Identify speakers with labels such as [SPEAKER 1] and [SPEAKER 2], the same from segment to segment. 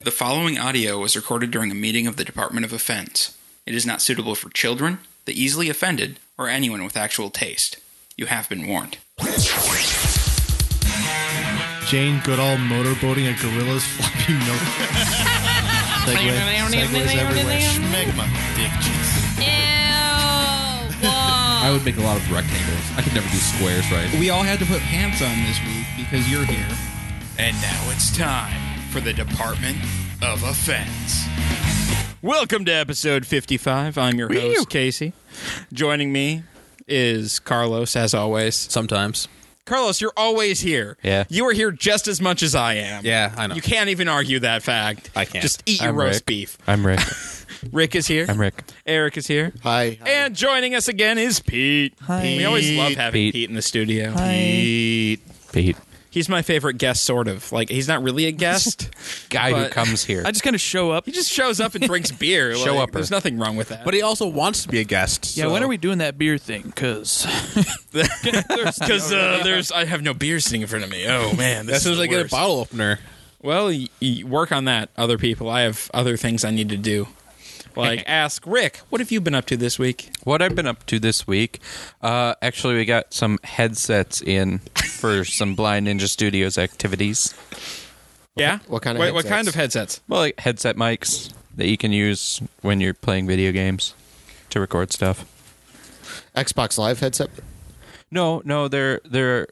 [SPEAKER 1] The following audio was recorded during a meeting of the Department of Offense. It is not suitable for children, the easily offended, or anyone with actual taste. You have been warned.
[SPEAKER 2] Jane Goodall motorboating a gorilla's floppy milk. Segway, segways everywhere.
[SPEAKER 3] Megma. Dick cheese.
[SPEAKER 4] Ew.
[SPEAKER 5] I
[SPEAKER 4] Whoa.
[SPEAKER 5] would make a lot of rectangles. I could never do squares, right?
[SPEAKER 1] We all had to put pants on this week because you're here. And now it's time for the Department of Offense. Welcome to episode 55. I'm your host, Casey. Joining me is Carlos, as always.
[SPEAKER 5] Sometimes.
[SPEAKER 1] Carlos, you're always here.
[SPEAKER 5] Yeah.
[SPEAKER 1] You are here just as much as I am.
[SPEAKER 5] Yeah, I know.
[SPEAKER 1] You can't even argue that fact.
[SPEAKER 5] I can't.
[SPEAKER 1] Just eat your
[SPEAKER 5] I'm
[SPEAKER 1] roast
[SPEAKER 5] Rick.
[SPEAKER 1] beef.
[SPEAKER 5] I'm Rick.
[SPEAKER 1] Rick is here.
[SPEAKER 5] I'm Rick.
[SPEAKER 1] Eric is here.
[SPEAKER 3] Hi.
[SPEAKER 1] And joining us again is Pete. Pete. We always love having Pete,
[SPEAKER 5] Pete.
[SPEAKER 1] in the studio.
[SPEAKER 5] Pete. Pete.
[SPEAKER 1] He's my favorite guest, sort of. Like, he's not really a guest.
[SPEAKER 5] Guy who
[SPEAKER 1] But-
[SPEAKER 5] comes here.
[SPEAKER 6] I just kind of show up.
[SPEAKER 1] he just shows up and drinks beer.
[SPEAKER 5] Show
[SPEAKER 1] Like,
[SPEAKER 5] upper.
[SPEAKER 1] There's nothing wrong with that.
[SPEAKER 5] but he also wants to be a guest.
[SPEAKER 6] Yeah,
[SPEAKER 5] so-
[SPEAKER 6] when are we doing that beer thing? Because
[SPEAKER 1] Because uh, there's, I have no beer sitting in front of me. Oh, man. This
[SPEAKER 5] As soon
[SPEAKER 1] is
[SPEAKER 5] as I
[SPEAKER 1] the
[SPEAKER 5] get a
[SPEAKER 1] worst.
[SPEAKER 5] bottle opener.
[SPEAKER 1] Well, y- y- work on that, other people. I have other things I need to do. Like, ask Rick, what have you been up to this week?
[SPEAKER 7] What I've been up to this week, uh, actually, we got some headsets in for some Blind Ninja Studios activities.
[SPEAKER 1] Yeah.
[SPEAKER 3] what kind of
[SPEAKER 1] Wait, what kind
[SPEAKER 3] headsets?
[SPEAKER 1] of headsets?
[SPEAKER 7] Well, like headset mics that you can use when you're playing video games to record stuff.
[SPEAKER 3] Xbox Live headset.
[SPEAKER 7] No, no, they're they're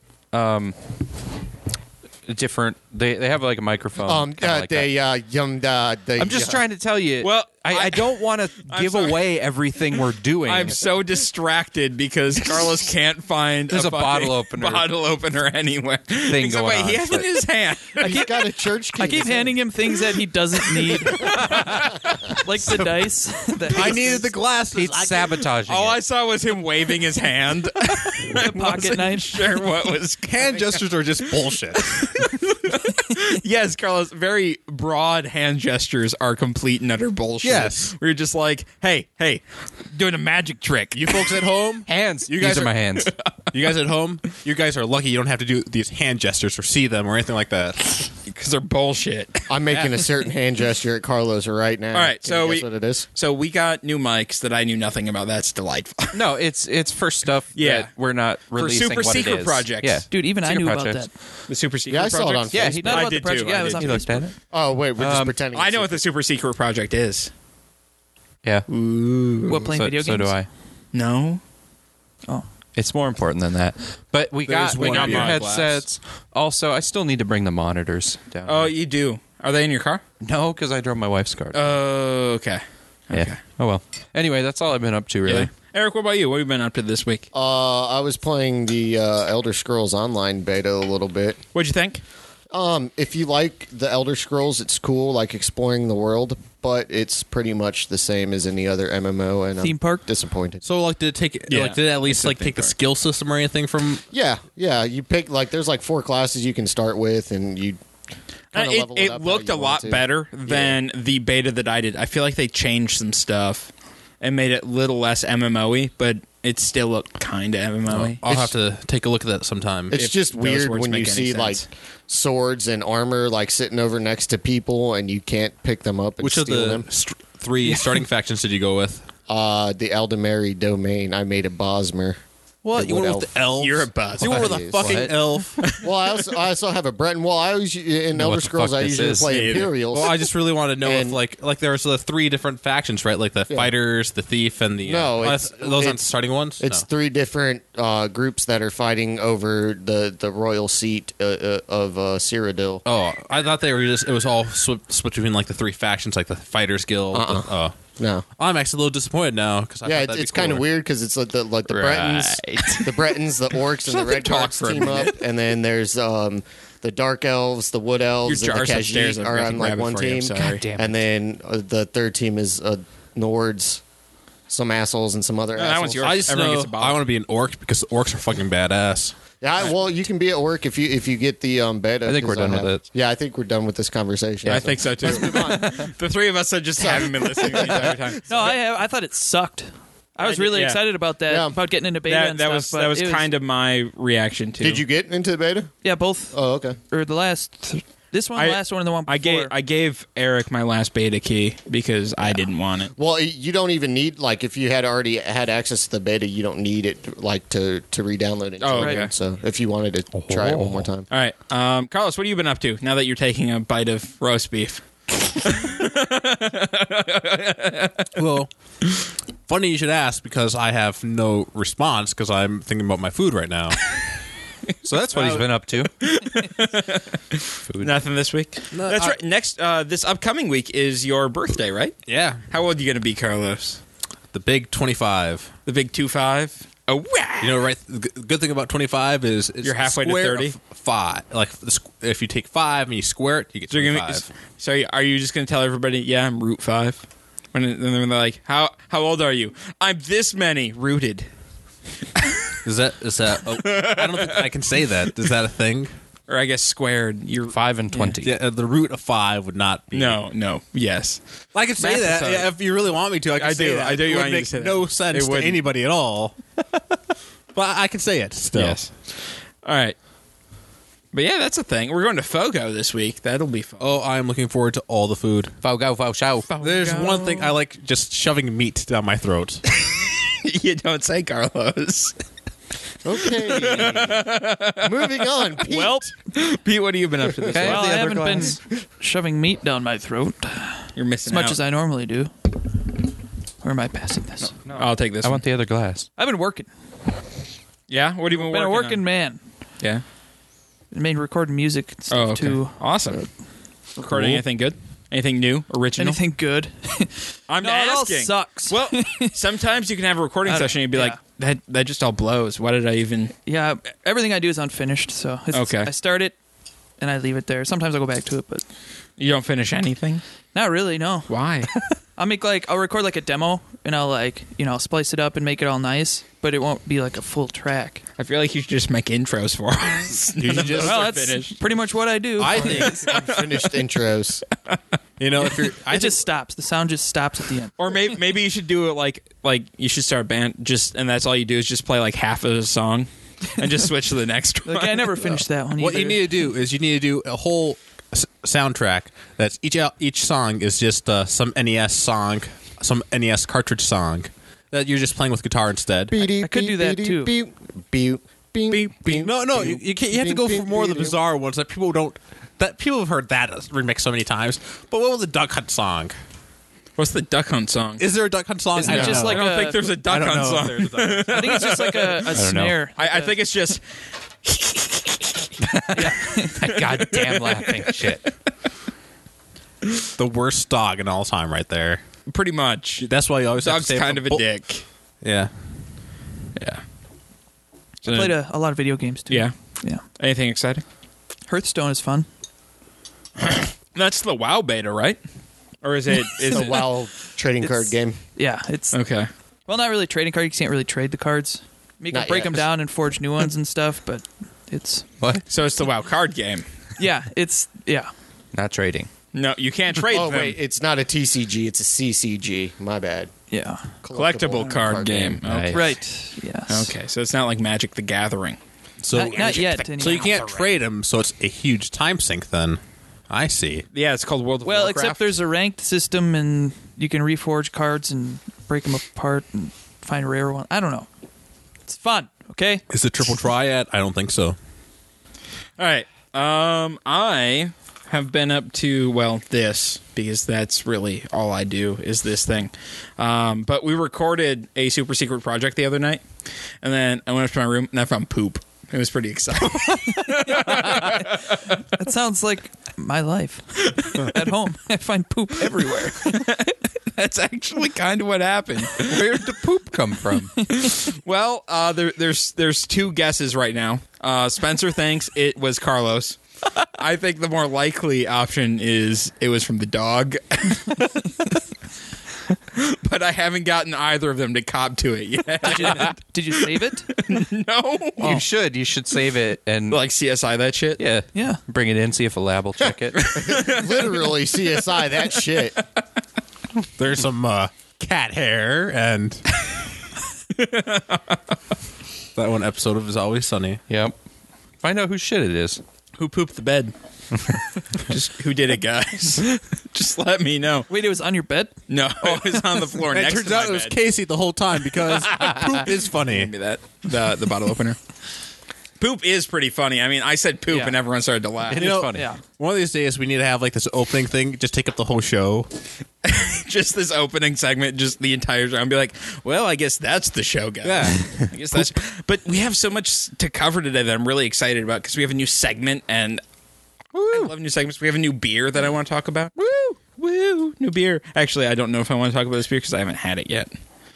[SPEAKER 7] um, different. They they have like a microphone.
[SPEAKER 3] Um,
[SPEAKER 7] kinda
[SPEAKER 3] uh,
[SPEAKER 7] like that.
[SPEAKER 3] they, uh, yum, uh, they,
[SPEAKER 7] I'm just
[SPEAKER 3] uh,
[SPEAKER 7] trying to tell you.
[SPEAKER 1] Well,
[SPEAKER 7] I,
[SPEAKER 1] I-
[SPEAKER 7] I don't want to
[SPEAKER 1] I'm
[SPEAKER 7] give
[SPEAKER 1] sorry.
[SPEAKER 7] away everything we're doing.
[SPEAKER 1] I'm so distracted because Carlos can't find
[SPEAKER 7] There's a
[SPEAKER 1] fucking
[SPEAKER 7] bottle opener.
[SPEAKER 1] bottle opener anywhere. Thing
[SPEAKER 7] going
[SPEAKER 1] wait, he
[SPEAKER 7] on,
[SPEAKER 1] has it
[SPEAKER 7] but-
[SPEAKER 1] in his hand.
[SPEAKER 3] He's got a church key.
[SPEAKER 6] I keep handing him things that he doesn't need, like the dice. that
[SPEAKER 5] I
[SPEAKER 6] he
[SPEAKER 5] needed the glasses.
[SPEAKER 7] Pete's sabotaging.
[SPEAKER 1] All
[SPEAKER 7] it.
[SPEAKER 1] I saw was him waving his hand. I wasn't
[SPEAKER 6] pocket knife.
[SPEAKER 1] Sure, what was
[SPEAKER 5] Hand gestures are just bullshit.
[SPEAKER 1] Yes, Carlos, very broad hand gestures are complete and utter bullshit.
[SPEAKER 5] Yes.
[SPEAKER 1] We're just like, hey, hey, doing a magic trick.
[SPEAKER 5] you folks at home,
[SPEAKER 7] hands.
[SPEAKER 5] You
[SPEAKER 7] You
[SPEAKER 5] guys
[SPEAKER 7] guys These
[SPEAKER 5] are-
[SPEAKER 7] are, my hands.
[SPEAKER 5] you guys at home, you guys are lucky you don't have to do these hand gestures or see them or anything like that.
[SPEAKER 1] Because they're bullshit.
[SPEAKER 3] I'm making a certain hand gesture at Carlos right now.
[SPEAKER 1] All right,
[SPEAKER 3] Can
[SPEAKER 1] so
[SPEAKER 3] you guess
[SPEAKER 1] we-
[SPEAKER 3] what it is.
[SPEAKER 1] So we got new mics that I knew nothing about. That's delightful.
[SPEAKER 7] No, it's it's for stuff
[SPEAKER 1] Yeah.
[SPEAKER 7] that we're not releasing
[SPEAKER 1] super
[SPEAKER 7] what it
[SPEAKER 1] secret
[SPEAKER 7] is.
[SPEAKER 1] projects.
[SPEAKER 7] Yeah.
[SPEAKER 6] Dude, even I
[SPEAKER 7] Secret
[SPEAKER 6] knew
[SPEAKER 7] projects.
[SPEAKER 6] about
[SPEAKER 1] The super secret
[SPEAKER 3] Yeah, I
[SPEAKER 1] project.
[SPEAKER 3] saw it on.
[SPEAKER 7] Yeah,
[SPEAKER 3] Facebook.
[SPEAKER 7] he,
[SPEAKER 6] that. Not
[SPEAKER 1] I
[SPEAKER 6] about the
[SPEAKER 1] did
[SPEAKER 6] project.
[SPEAKER 1] too,
[SPEAKER 6] Yeah,
[SPEAKER 1] I
[SPEAKER 6] it was
[SPEAKER 1] did.
[SPEAKER 6] on
[SPEAKER 7] he looked
[SPEAKER 6] Facebook.
[SPEAKER 7] at it.
[SPEAKER 3] Oh wait, we're just pretending.
[SPEAKER 1] Um, I
[SPEAKER 3] it's
[SPEAKER 1] know
[SPEAKER 3] a-
[SPEAKER 1] what the super secret project is.
[SPEAKER 7] Yeah.
[SPEAKER 6] What playing
[SPEAKER 7] so,
[SPEAKER 6] video games?
[SPEAKER 7] so do I.
[SPEAKER 1] No.
[SPEAKER 7] It's more important than that. But we
[SPEAKER 5] There's
[SPEAKER 7] got we
[SPEAKER 5] one
[SPEAKER 7] got
[SPEAKER 5] in
[SPEAKER 7] new
[SPEAKER 5] my
[SPEAKER 1] glass.
[SPEAKER 7] headsets. Also, I still need to bring the monitors down.
[SPEAKER 1] Oh, you do. Are they in your car?
[SPEAKER 7] no, because I drove my wife's car.
[SPEAKER 1] Oh, okay.
[SPEAKER 7] yeah. Oh well. Anyway, that's all I've been up to really.
[SPEAKER 1] Yeah. Eric, what about you? What have you been up to this week?
[SPEAKER 3] Uh, I was playing the uh, Elder Scrolls Online beta a little bit.
[SPEAKER 1] What'd you think?
[SPEAKER 3] Um, if you like the Elder Scrolls, it's cool, like exploring the world, but it's pretty much the same as any other MMO. And I'm
[SPEAKER 6] Theme park?
[SPEAKER 3] disappointed.
[SPEAKER 5] So, like, did it take?
[SPEAKER 1] Yeah.
[SPEAKER 5] Like, did it at least
[SPEAKER 1] It's a
[SPEAKER 5] like
[SPEAKER 1] theme
[SPEAKER 5] take the
[SPEAKER 1] park.
[SPEAKER 5] skill system or anything from?
[SPEAKER 3] Yeah, yeah. You pick like there's like four classes you can start with, and you.
[SPEAKER 1] Uh,
[SPEAKER 3] kinda
[SPEAKER 1] it
[SPEAKER 3] level
[SPEAKER 1] it
[SPEAKER 3] up how
[SPEAKER 1] looked
[SPEAKER 3] you
[SPEAKER 1] a
[SPEAKER 3] want
[SPEAKER 1] lot
[SPEAKER 3] to.
[SPEAKER 1] better than the beta that I did. I feel like they changed some stuff and made it a little less MMO y, but it still looked kind of MMO y.
[SPEAKER 5] I'll have to take a look at that sometime.
[SPEAKER 3] It's
[SPEAKER 1] if
[SPEAKER 3] just
[SPEAKER 1] those
[SPEAKER 3] weird
[SPEAKER 1] words
[SPEAKER 3] when
[SPEAKER 1] make any
[SPEAKER 3] you see
[SPEAKER 1] sense.
[SPEAKER 3] like swords and armor like sitting over next to people, and you can't pick them up and
[SPEAKER 5] Which of
[SPEAKER 3] steal
[SPEAKER 5] the
[SPEAKER 3] them.
[SPEAKER 5] st- three starting factions did you go with?
[SPEAKER 3] Uh, the Aldemary domain. I made a Bosmer.
[SPEAKER 5] What
[SPEAKER 3] The wood
[SPEAKER 5] elves?
[SPEAKER 1] You're a buzz.
[SPEAKER 5] You went with
[SPEAKER 3] What
[SPEAKER 5] a
[SPEAKER 3] is-
[SPEAKER 5] fucking
[SPEAKER 7] What?
[SPEAKER 5] elf.
[SPEAKER 3] Well, I also, I also have a Breton. Well, I always in
[SPEAKER 7] what
[SPEAKER 3] Elder
[SPEAKER 7] the
[SPEAKER 3] Scrolls
[SPEAKER 7] fuck
[SPEAKER 3] I
[SPEAKER 7] this
[SPEAKER 3] usually
[SPEAKER 7] is.
[SPEAKER 3] play
[SPEAKER 1] Me either.
[SPEAKER 3] Imperials.
[SPEAKER 5] Well, I just really want to know
[SPEAKER 3] And-
[SPEAKER 5] if like like there's the three different factions, right? Like the fighters, the thief, and the uh,
[SPEAKER 3] No,
[SPEAKER 5] oh,
[SPEAKER 3] it's-
[SPEAKER 5] that's- those aren't
[SPEAKER 3] it's-
[SPEAKER 5] the starting ones.
[SPEAKER 3] It's
[SPEAKER 5] No.
[SPEAKER 3] three different uh, groups that are fighting over the, the royal seat uh, uh, of uh, Cyrodiil.
[SPEAKER 5] oh, I thought they were just it was all sw- switched between like the three factions, like the fighters guild. the- oh.
[SPEAKER 3] No,
[SPEAKER 5] I'm actually a little disappointed now because
[SPEAKER 3] Uh-uh. yeah, it's, it's kind of weird because it's like the like the Bretons, the Bretons, the Orcs, and the Red
[SPEAKER 1] talk
[SPEAKER 3] Guards
[SPEAKER 1] for a
[SPEAKER 3] team up, and then there's um, the Dark Elves, the Wood Elves,
[SPEAKER 1] Your
[SPEAKER 3] and the
[SPEAKER 1] jar's upstairs.
[SPEAKER 3] Khajiit
[SPEAKER 1] I'm
[SPEAKER 3] are
[SPEAKER 1] gonna
[SPEAKER 3] on like
[SPEAKER 1] grab it
[SPEAKER 3] one
[SPEAKER 1] for you. I'm
[SPEAKER 3] team,
[SPEAKER 1] sorry. God damn
[SPEAKER 3] and then uh, the third team is uh, Nords, some assholes, and some other.
[SPEAKER 1] that
[SPEAKER 3] assholes.
[SPEAKER 1] one's yours.
[SPEAKER 5] I just
[SPEAKER 1] Everyone
[SPEAKER 5] know
[SPEAKER 1] gets a bottle.
[SPEAKER 5] I want to be an orc because the orcs are fucking badass.
[SPEAKER 3] Yeah, well, you can be at work if you if you get the um, beta.
[SPEAKER 7] I think we're
[SPEAKER 3] 'cause
[SPEAKER 7] done with
[SPEAKER 3] have-
[SPEAKER 7] it.
[SPEAKER 3] Yeah, I think we're done with this conversation.
[SPEAKER 1] I think so too. the three of us have just haven't been listening the entire time.
[SPEAKER 6] that. No, I have, I thought it sucked. I was
[SPEAKER 1] I did-
[SPEAKER 6] really
[SPEAKER 1] yeah.
[SPEAKER 6] excited about that,
[SPEAKER 3] Yeah.
[SPEAKER 6] about getting into beta
[SPEAKER 1] That,
[SPEAKER 6] and
[SPEAKER 1] that
[SPEAKER 6] stuff.
[SPEAKER 1] was
[SPEAKER 6] but
[SPEAKER 1] that was
[SPEAKER 6] it
[SPEAKER 1] kind of my reaction too.
[SPEAKER 3] Did you get into the beta?
[SPEAKER 6] Yeah, both
[SPEAKER 3] Oh, okay.
[SPEAKER 6] or the last th- This one,
[SPEAKER 1] I-
[SPEAKER 6] the last one, and the one before.
[SPEAKER 1] I gave I gave Eric my last beta key because I didn't want it.
[SPEAKER 3] Well, you don't even need like if you had already had access to the beta, you don't need it like to to re-download it.
[SPEAKER 1] Oh,
[SPEAKER 3] Right.
[SPEAKER 1] okay.
[SPEAKER 3] So if you wanted to try it one more time,
[SPEAKER 1] All right, um, Carlos, what have you been up to now that you're taking a bite of roast beef?
[SPEAKER 5] Well, funny you should ask because I have no response because I'm thinking about my food right now. so that's
[SPEAKER 7] That's what he's been up to.
[SPEAKER 1] Nothing this week. That's
[SPEAKER 5] I-
[SPEAKER 1] right. Next, uh, this upcoming week is your birthday, right?
[SPEAKER 5] yeah,
[SPEAKER 1] How old are you going to be, Carlos?
[SPEAKER 5] the big twenty-five.
[SPEAKER 1] The big two five. Oh, wow.
[SPEAKER 5] You know, right? The g- good thing about twenty-five is it's
[SPEAKER 1] You're halfway to
[SPEAKER 5] square
[SPEAKER 1] 30.
[SPEAKER 5] of Five, like the squ- if you take five and you square it, you get
[SPEAKER 1] So, you're gonna,
[SPEAKER 5] 25
[SPEAKER 1] so are you just going to tell everybody, yeah, I'm root five? When, and then they're like, how, how old are you? I'm this many rooted.
[SPEAKER 5] Is that is that? Oh, I don't think I can say that. Is that a thing?
[SPEAKER 1] Or I guess squared. You're
[SPEAKER 7] Five and twenty.
[SPEAKER 5] Yeah, uh, the root of five would not be.
[SPEAKER 1] No, no, yes.
[SPEAKER 5] I could say
[SPEAKER 1] Math
[SPEAKER 5] that
[SPEAKER 1] aside.
[SPEAKER 5] yeah, if you really want me to. I could
[SPEAKER 1] I
[SPEAKER 5] say
[SPEAKER 1] do.
[SPEAKER 5] that.
[SPEAKER 1] I do. I
[SPEAKER 5] It would
[SPEAKER 1] need to
[SPEAKER 5] make
[SPEAKER 1] say that.
[SPEAKER 5] no sense
[SPEAKER 1] It
[SPEAKER 5] to
[SPEAKER 1] wouldn't.
[SPEAKER 5] anybody at all. but I can say it still.
[SPEAKER 1] Yes. All right. But yeah, that's a thing. We're going to Fogo this week. That'll be fun.
[SPEAKER 5] Oh, I am looking forward to all the food.
[SPEAKER 7] Fow go fow show.
[SPEAKER 5] There's one thing I like: just shoving meat down my throat.
[SPEAKER 1] you don't say, Carlos.
[SPEAKER 3] okay. Moving on. Pete.
[SPEAKER 6] well,
[SPEAKER 1] Pete, what have you been up to this
[SPEAKER 7] Okay.
[SPEAKER 1] week?
[SPEAKER 7] the
[SPEAKER 6] well I
[SPEAKER 7] other
[SPEAKER 6] haven't
[SPEAKER 7] glass.
[SPEAKER 6] been shoving meat down my throat
[SPEAKER 1] You're missing
[SPEAKER 6] as much as I normally do. Or am I passing this?
[SPEAKER 1] I'll take this.
[SPEAKER 7] I
[SPEAKER 1] one.
[SPEAKER 7] want the other glass.
[SPEAKER 6] I've been working.
[SPEAKER 1] yeah. What have you been,
[SPEAKER 6] Been a
[SPEAKER 1] working?
[SPEAKER 6] working
[SPEAKER 1] on?
[SPEAKER 6] man.
[SPEAKER 1] Yeah.
[SPEAKER 6] I mean, recording music and stuff
[SPEAKER 1] Oh, okay.
[SPEAKER 6] too.
[SPEAKER 1] awesome. Recording
[SPEAKER 5] Cool.
[SPEAKER 1] anything good? Anything new? Original?
[SPEAKER 6] Anything good?
[SPEAKER 1] I'm
[SPEAKER 6] no, it all
[SPEAKER 1] asking.
[SPEAKER 6] sucks.
[SPEAKER 1] Well, sometimes you can have a recording
[SPEAKER 6] I don't-
[SPEAKER 1] session and you'd be
[SPEAKER 6] yeah.
[SPEAKER 1] like, that that just all blows. Why did I even?
[SPEAKER 6] yeah, everything I do is unfinished, so it's,
[SPEAKER 1] Okay.
[SPEAKER 6] I start it and I leave it there. Sometimes I go back to it, but
[SPEAKER 1] You don't finish anything.
[SPEAKER 6] not really. No,
[SPEAKER 1] Why?
[SPEAKER 6] I'll make like I'll record like a demo and I'll like you know splice it up and make it all nice, but it won't be like a full track.
[SPEAKER 1] I feel like you should just make intros for us. None of those
[SPEAKER 6] well,
[SPEAKER 1] are
[SPEAKER 6] that's
[SPEAKER 1] finished.
[SPEAKER 6] pretty much what I do.
[SPEAKER 5] I think
[SPEAKER 3] Unfinished intros.
[SPEAKER 5] you know if you're. I
[SPEAKER 6] it just stops. The sound just stops at the end.
[SPEAKER 1] Or maybe maybe you should do it like like you should start a band just and that's all you do is just play like half of the song and just switch to the next one.
[SPEAKER 6] Like I never finished that one.
[SPEAKER 5] What
[SPEAKER 6] either.
[SPEAKER 5] you need to do is you need to do a whole s- soundtrack that's each al- each song is just uh, some NES song, some NES cartridge song that you're just playing with guitar instead.
[SPEAKER 3] I,
[SPEAKER 6] I could do that, too.
[SPEAKER 3] Beep, beep, beep, beep, beep,
[SPEAKER 5] No, no, you, you can't. You have to go for more of the bizarre ones that people don't. That people have heard that remixed so many times. But what was the Duck Hunt song?
[SPEAKER 1] What's the duck hunt song?
[SPEAKER 5] Is there a Duck Hunt song?
[SPEAKER 6] Isn't it
[SPEAKER 5] don't
[SPEAKER 6] just
[SPEAKER 5] know.
[SPEAKER 1] I
[SPEAKER 6] like
[SPEAKER 1] don't
[SPEAKER 6] a-
[SPEAKER 1] think there's a
[SPEAKER 5] I
[SPEAKER 1] duck
[SPEAKER 5] don't
[SPEAKER 1] hunt
[SPEAKER 5] know if
[SPEAKER 1] song.
[SPEAKER 5] there's a Duck Hunt song.
[SPEAKER 6] I think it's just like a, a snare.
[SPEAKER 1] I, I think it's just
[SPEAKER 7] That goddamn laughing shit.
[SPEAKER 5] the worst dog in all time, right there.
[SPEAKER 1] pretty much.
[SPEAKER 5] That's why you always have to
[SPEAKER 1] Dog's
[SPEAKER 5] say
[SPEAKER 1] kind of a
[SPEAKER 5] bull-
[SPEAKER 1] dick.
[SPEAKER 5] Yeah,
[SPEAKER 1] Yeah.
[SPEAKER 6] I played a, a lot of video games too.
[SPEAKER 1] uh, yeah.
[SPEAKER 6] yeah.
[SPEAKER 1] Anything exciting?
[SPEAKER 6] Hearthstone is fun.
[SPEAKER 1] That's the WoW beta, right? Or is it is
[SPEAKER 3] The
[SPEAKER 1] it
[SPEAKER 3] WoW trading card
[SPEAKER 6] It's-
[SPEAKER 3] game.
[SPEAKER 6] Yeah, it's
[SPEAKER 1] Okay.
[SPEAKER 6] well, not really trading card. You can't really trade the cards. You can
[SPEAKER 3] Not
[SPEAKER 6] break
[SPEAKER 3] yet.
[SPEAKER 6] them down and forge new ones and stuff, but it's
[SPEAKER 7] What?
[SPEAKER 1] So it's the WoW card game.
[SPEAKER 6] yeah, it's yeah.
[SPEAKER 7] Not trading.
[SPEAKER 1] No, you can't trade
[SPEAKER 3] Oh
[SPEAKER 1] them.
[SPEAKER 3] wait, it's not a TCG. It's a CCG. My bad.
[SPEAKER 6] Yeah.
[SPEAKER 1] Collectible card, game.
[SPEAKER 7] Nice.
[SPEAKER 6] Right. Yes.
[SPEAKER 1] Okay. So it's not like Magic the Gathering.
[SPEAKER 5] so
[SPEAKER 6] Not, not yet.
[SPEAKER 5] so you
[SPEAKER 6] anyhow.
[SPEAKER 5] can't trade them. So it's a huge time sink. Then I see.
[SPEAKER 1] Yeah, it's called World of
[SPEAKER 6] Well,
[SPEAKER 1] Warcraft.
[SPEAKER 6] except there's a ranked system, and you can reforge cards and break them apart and find rare ones. I don't know. It's fun. Okay.
[SPEAKER 5] Is it triple triad? I don't think
[SPEAKER 1] All
[SPEAKER 5] so.
[SPEAKER 1] right. Um, I have been up to well this because that's really all I do is this thing. Um, but we recorded a super secret project the other night, and then I went up to my room and I found poop. It was pretty exciting.
[SPEAKER 6] That sounds like my life at home. I find poop everywhere.
[SPEAKER 1] that's actually kind of what happened.
[SPEAKER 7] Where did the poop come from?
[SPEAKER 1] Well, uh, there, there's there's two guesses right now. Uh, Spencer thinks it was Carlos. I think the more likely option is it was from the dog. but I haven't gotten either of them to cop to it yet.
[SPEAKER 6] Did you, did you save it?
[SPEAKER 1] no.
[SPEAKER 7] You should. You should save it and
[SPEAKER 1] Like CSI that shit?
[SPEAKER 7] yeah,
[SPEAKER 6] Yeah.
[SPEAKER 7] Bring it in. See if a lab will check it.
[SPEAKER 3] Literally CSI that shit.
[SPEAKER 5] There's some uh, cat hair and that one episode of Is Always Sunny.
[SPEAKER 7] yep. Find out whose shit it is.
[SPEAKER 1] Who pooped the bed? Just who did it, guys? Just let me know.
[SPEAKER 6] Wait, it was on your bed?
[SPEAKER 1] No, it was on the floor
[SPEAKER 5] It
[SPEAKER 1] next
[SPEAKER 5] turns
[SPEAKER 1] to my
[SPEAKER 5] out it was
[SPEAKER 1] bed.
[SPEAKER 5] Casey the whole time because poop is funny.
[SPEAKER 1] Give me that the the bottle opener. Poop is pretty funny. I mean, I said poop,
[SPEAKER 6] Yeah.
[SPEAKER 1] and everyone started to laugh.
[SPEAKER 5] You know,
[SPEAKER 7] funny.
[SPEAKER 6] Yeah.
[SPEAKER 5] One of these days we need to have like this opening thing, just take up the whole show.
[SPEAKER 1] just this opening segment, just the entire show. I'd be like, well, I guess that's the show, guys.
[SPEAKER 5] Yeah.
[SPEAKER 1] I guess that's. But we have so much to cover today that I'm really excited about because we have a new segment and I love new segments. We have a new beer that I want to talk about. Woo! Woo! New beer. Actually, I don't know if I want to talk about this beer because I haven't had it yet.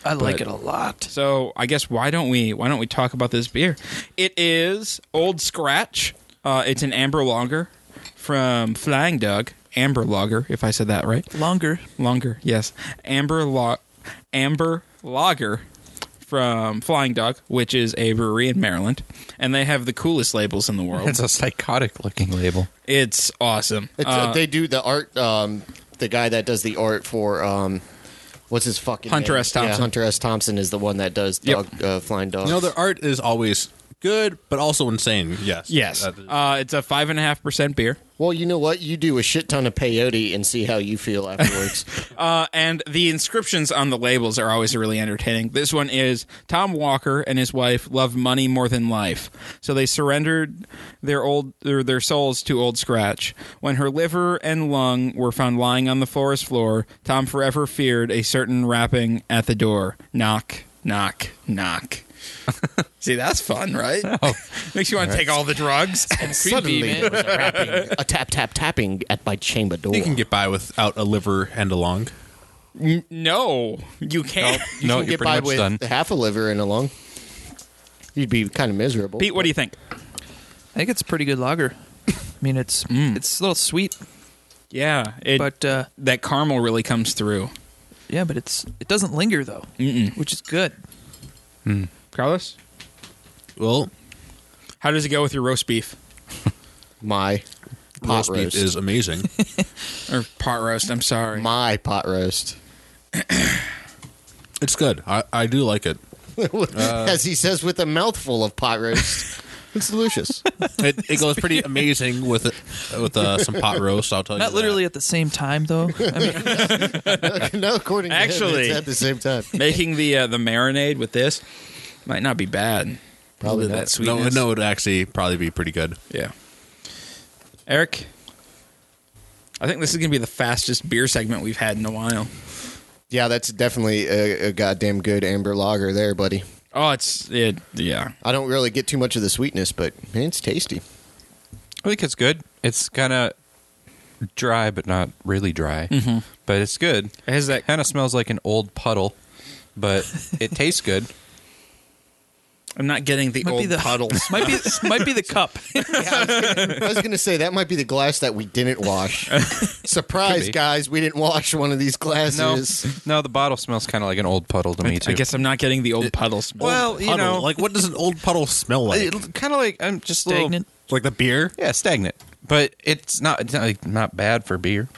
[SPEAKER 6] I like it a lot.
[SPEAKER 1] So I guess why don't we why don't we talk about this beer? It is Old Scratch. Uh, it's an amber lager from Flying Dog. Amber lager, if I said that right.
[SPEAKER 6] Longer.
[SPEAKER 1] Longer, yes. Amber Lo- Amber Lager from Flying Dog, which is a brewery in Maryland, and they have the coolest labels in the world.
[SPEAKER 7] It's a psychotic looking label.
[SPEAKER 1] it's awesome.
[SPEAKER 3] It's, uh,
[SPEAKER 1] Uh,
[SPEAKER 3] they do the art. Um, the guy that does the art for um, what's his fucking
[SPEAKER 1] Hunter
[SPEAKER 3] name?
[SPEAKER 1] S. Thompson.
[SPEAKER 3] Yeah, Hunter S. Thompson is the one that does dog, uh, flying dogs.
[SPEAKER 5] You know, their art is always good, but also insane. Yes.
[SPEAKER 1] yes,
[SPEAKER 5] Uh,
[SPEAKER 1] uh, it's a five and a half percent beer,
[SPEAKER 3] well, you know what? You do a shit ton of peyote and see how you feel afterwards.
[SPEAKER 1] uh, and the inscriptions on the labels are always really entertaining. This one is Tom Walker and his wife love money more than life, so they surrendered their old their, their souls to Old Scratch. When her liver and lung were found lying on the forest floor, Tom forever feared a certain rapping at the door. Knock, knock, knock. See, that's fun, right? Makes you want to take all the drugs.
[SPEAKER 6] Creepy, man.
[SPEAKER 3] was a rapping, a tap tap tapping at my chamber door.
[SPEAKER 5] you can get by without a liver and a lung.
[SPEAKER 1] No, you can't.
[SPEAKER 7] no,
[SPEAKER 3] You can
[SPEAKER 7] you're pretty
[SPEAKER 3] get by
[SPEAKER 7] much
[SPEAKER 3] with
[SPEAKER 7] done.
[SPEAKER 3] half a liver and a lung. You'd be kind of miserable.
[SPEAKER 1] Pete, what do you think?
[SPEAKER 6] I think it's a pretty good lager. I mean, it's it's a little sweet,
[SPEAKER 1] Yeah, it,
[SPEAKER 6] but uh,
[SPEAKER 1] that caramel really comes through.
[SPEAKER 6] yeah, but it's it doesn't linger though, which is good.
[SPEAKER 1] Carlos,
[SPEAKER 5] Well,
[SPEAKER 1] how does it go with your roast beef
[SPEAKER 3] my pot
[SPEAKER 5] roast
[SPEAKER 3] roast
[SPEAKER 5] beef is amazing.
[SPEAKER 1] or pot roast? I'm sorry.
[SPEAKER 3] my pot roast.
[SPEAKER 5] it's good. I, I do like it.
[SPEAKER 3] As he says with a mouthful of pot roast. it's delicious.
[SPEAKER 5] It, it goes pretty amazing with it, with uh, some pot roast. I'll tell you.
[SPEAKER 6] Not
[SPEAKER 5] that.
[SPEAKER 6] literally at the same time though. I mean,
[SPEAKER 3] no, according to him, it's
[SPEAKER 1] Actually-
[SPEAKER 3] at the same time.
[SPEAKER 1] Making the uh, the marinade with this might not be bad.
[SPEAKER 3] Probably
[SPEAKER 1] Little bit of that
[SPEAKER 3] not.
[SPEAKER 5] No,
[SPEAKER 1] sweetness.
[SPEAKER 5] no, it'd actually probably be pretty good.
[SPEAKER 1] Yeah. Eric, I think this is gonna be the fastest beer segment we've had in a while.
[SPEAKER 3] Yeah, that's definitely a, a goddamn good amber lager there, buddy.
[SPEAKER 1] Oh, it's it. Yeah.
[SPEAKER 3] I don't really get too much of the sweetness, but man, it's tasty.
[SPEAKER 7] I think it's good. It's kind of dry, but not really dry. But it's good.
[SPEAKER 1] It has that.
[SPEAKER 7] Kind of smells like an old puddle, but it tastes good.
[SPEAKER 1] I'm not getting the
[SPEAKER 6] might
[SPEAKER 1] old
[SPEAKER 6] be the
[SPEAKER 1] puddles.
[SPEAKER 6] might be might be the cup.
[SPEAKER 3] I was gonna say that might be the glass that we didn't wash. Surprise,
[SPEAKER 7] be.
[SPEAKER 3] guys, we didn't wash one of these glasses.
[SPEAKER 7] No, the bottle smells kind of like an old puddle to me too.
[SPEAKER 1] I guess I'm not getting the old puddles.
[SPEAKER 7] Well, you
[SPEAKER 5] Puddle.
[SPEAKER 7] know,
[SPEAKER 5] like what does an old puddle smell like?
[SPEAKER 7] kind of like I'm just a little-
[SPEAKER 6] Stagnant.
[SPEAKER 5] like the beer?
[SPEAKER 7] yeah, stagnant. But it's not it's not, like, not bad for beer.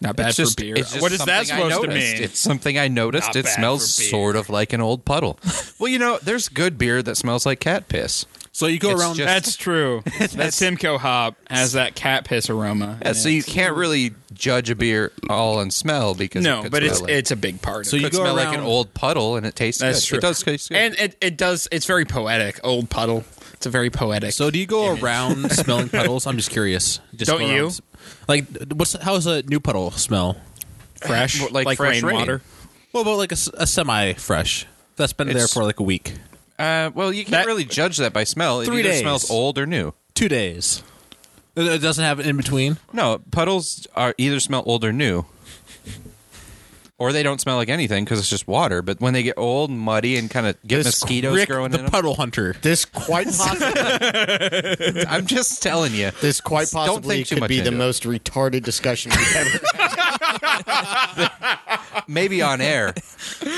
[SPEAKER 1] not bad
[SPEAKER 7] it's just,
[SPEAKER 1] for beer.
[SPEAKER 7] it's just
[SPEAKER 1] What is that
[SPEAKER 7] something I
[SPEAKER 1] supposed to
[SPEAKER 7] noticed.
[SPEAKER 1] mean?
[SPEAKER 7] It's something I noticed.
[SPEAKER 1] Not
[SPEAKER 7] it
[SPEAKER 1] bad
[SPEAKER 7] smells
[SPEAKER 1] for beer.
[SPEAKER 7] sort of like an old puddle. well, you know, there's good beer that smells like cat piss.
[SPEAKER 5] So you go
[SPEAKER 7] It's
[SPEAKER 5] around.
[SPEAKER 7] just-
[SPEAKER 1] That's true. that Simcoe hop has that cat piss aroma.
[SPEAKER 7] Yeah,
[SPEAKER 1] in
[SPEAKER 7] so
[SPEAKER 1] it.
[SPEAKER 7] you can't really judge a beer all on smell because it
[SPEAKER 1] no,
[SPEAKER 7] could
[SPEAKER 1] but
[SPEAKER 7] smell
[SPEAKER 1] it's
[SPEAKER 7] like,
[SPEAKER 1] it's a big part.
[SPEAKER 5] So
[SPEAKER 1] of
[SPEAKER 5] you
[SPEAKER 1] it.
[SPEAKER 7] could
[SPEAKER 5] go
[SPEAKER 7] smell like
[SPEAKER 5] around-
[SPEAKER 7] an old puddle and it tastes
[SPEAKER 1] that's
[SPEAKER 7] good.
[SPEAKER 1] true.
[SPEAKER 7] It does taste good.
[SPEAKER 1] and it, it does. It's very poetic. Old puddle. It's a very poetic.
[SPEAKER 5] so do you go around smelling puddles? I'm just curious. Just
[SPEAKER 1] Don't
[SPEAKER 5] go around
[SPEAKER 1] you?
[SPEAKER 5] s- Like what's how's a new puddle smell?
[SPEAKER 1] fresh,
[SPEAKER 7] Well, like fresh
[SPEAKER 1] rainwater.
[SPEAKER 7] rain.
[SPEAKER 5] What about like a, semi fresh that's been there
[SPEAKER 7] It's-
[SPEAKER 5] for like a week,
[SPEAKER 7] uh, well, you can't
[SPEAKER 1] That-
[SPEAKER 7] really judge that by smell. It
[SPEAKER 5] Three
[SPEAKER 7] either
[SPEAKER 5] days.
[SPEAKER 7] smells old or new.
[SPEAKER 5] two days? It- It doesn't have in between.
[SPEAKER 7] No, puddles are either smell old or new. Or they don't smell like anything because it's just water. But when they get old, and muddy, and kind of get mosquitoes
[SPEAKER 5] Rick,
[SPEAKER 7] growing
[SPEAKER 5] the
[SPEAKER 7] in
[SPEAKER 5] puddle hunter.
[SPEAKER 3] This quite possibly,
[SPEAKER 7] them, I'm just telling you.
[SPEAKER 3] this quite
[SPEAKER 7] Don't
[SPEAKER 3] possibly
[SPEAKER 7] think too
[SPEAKER 3] could
[SPEAKER 7] much
[SPEAKER 3] be the
[SPEAKER 7] into it.
[SPEAKER 3] most retarded discussion we've ever.
[SPEAKER 7] Maybe on air,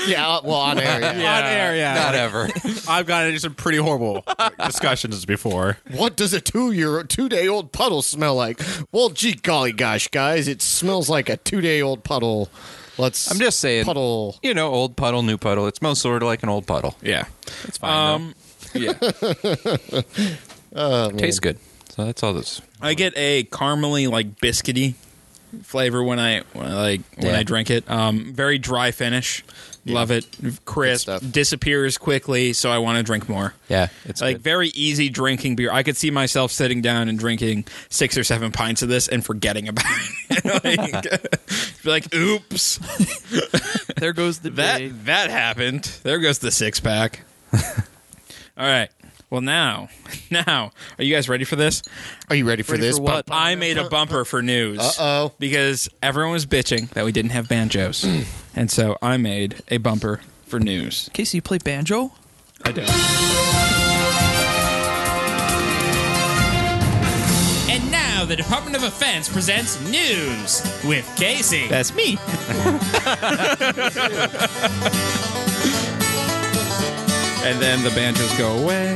[SPEAKER 3] yeah, well, on air. yeah.
[SPEAKER 5] On air, yeah.
[SPEAKER 7] not ever.
[SPEAKER 5] I've gotten into some pretty horrible discussions before.
[SPEAKER 3] What does a two-year, two-day-old puddle smell like? Well, gee, golly, gosh, guys, it smells like a two-day-old puddle. Let's.
[SPEAKER 7] I'm just saying.
[SPEAKER 3] puddle.
[SPEAKER 7] You know, old puddle, new puddle. It smells sort of like an old puddle.
[SPEAKER 1] Yeah,
[SPEAKER 5] Um,
[SPEAKER 7] It's fine.
[SPEAKER 1] Um, yeah.
[SPEAKER 7] Tastes good. So that's all that's.
[SPEAKER 1] I get a caramely like biscuity flavor when I when I, like when
[SPEAKER 7] Yeah.
[SPEAKER 1] I drink it. Um, very dry finish. Love it. Crisp.
[SPEAKER 3] Good stuff.
[SPEAKER 1] Disappears quickly, so I want to drink more.
[SPEAKER 7] Yeah,
[SPEAKER 1] It's
[SPEAKER 7] it's
[SPEAKER 1] like very easy drinking beer. I could see myself sitting down and drinking six or seven pints of this and forgetting about it. like, be like, oops,
[SPEAKER 6] There goes the day.
[SPEAKER 1] that that happened. There goes the six pack. All right. Well, now, now, are you guys ready for this?
[SPEAKER 3] Are you ready for
[SPEAKER 6] Ready
[SPEAKER 3] this?
[SPEAKER 6] for what?
[SPEAKER 1] I made a bumper for news.
[SPEAKER 3] Uh-oh.
[SPEAKER 1] Because everyone was bitching that we didn't have banjos. and so I made a bumper for news.
[SPEAKER 6] Casey, you play banjo?
[SPEAKER 1] I do.
[SPEAKER 4] And now the Department of Defense presents news with Casey.
[SPEAKER 1] That's me. and then the banjos go away.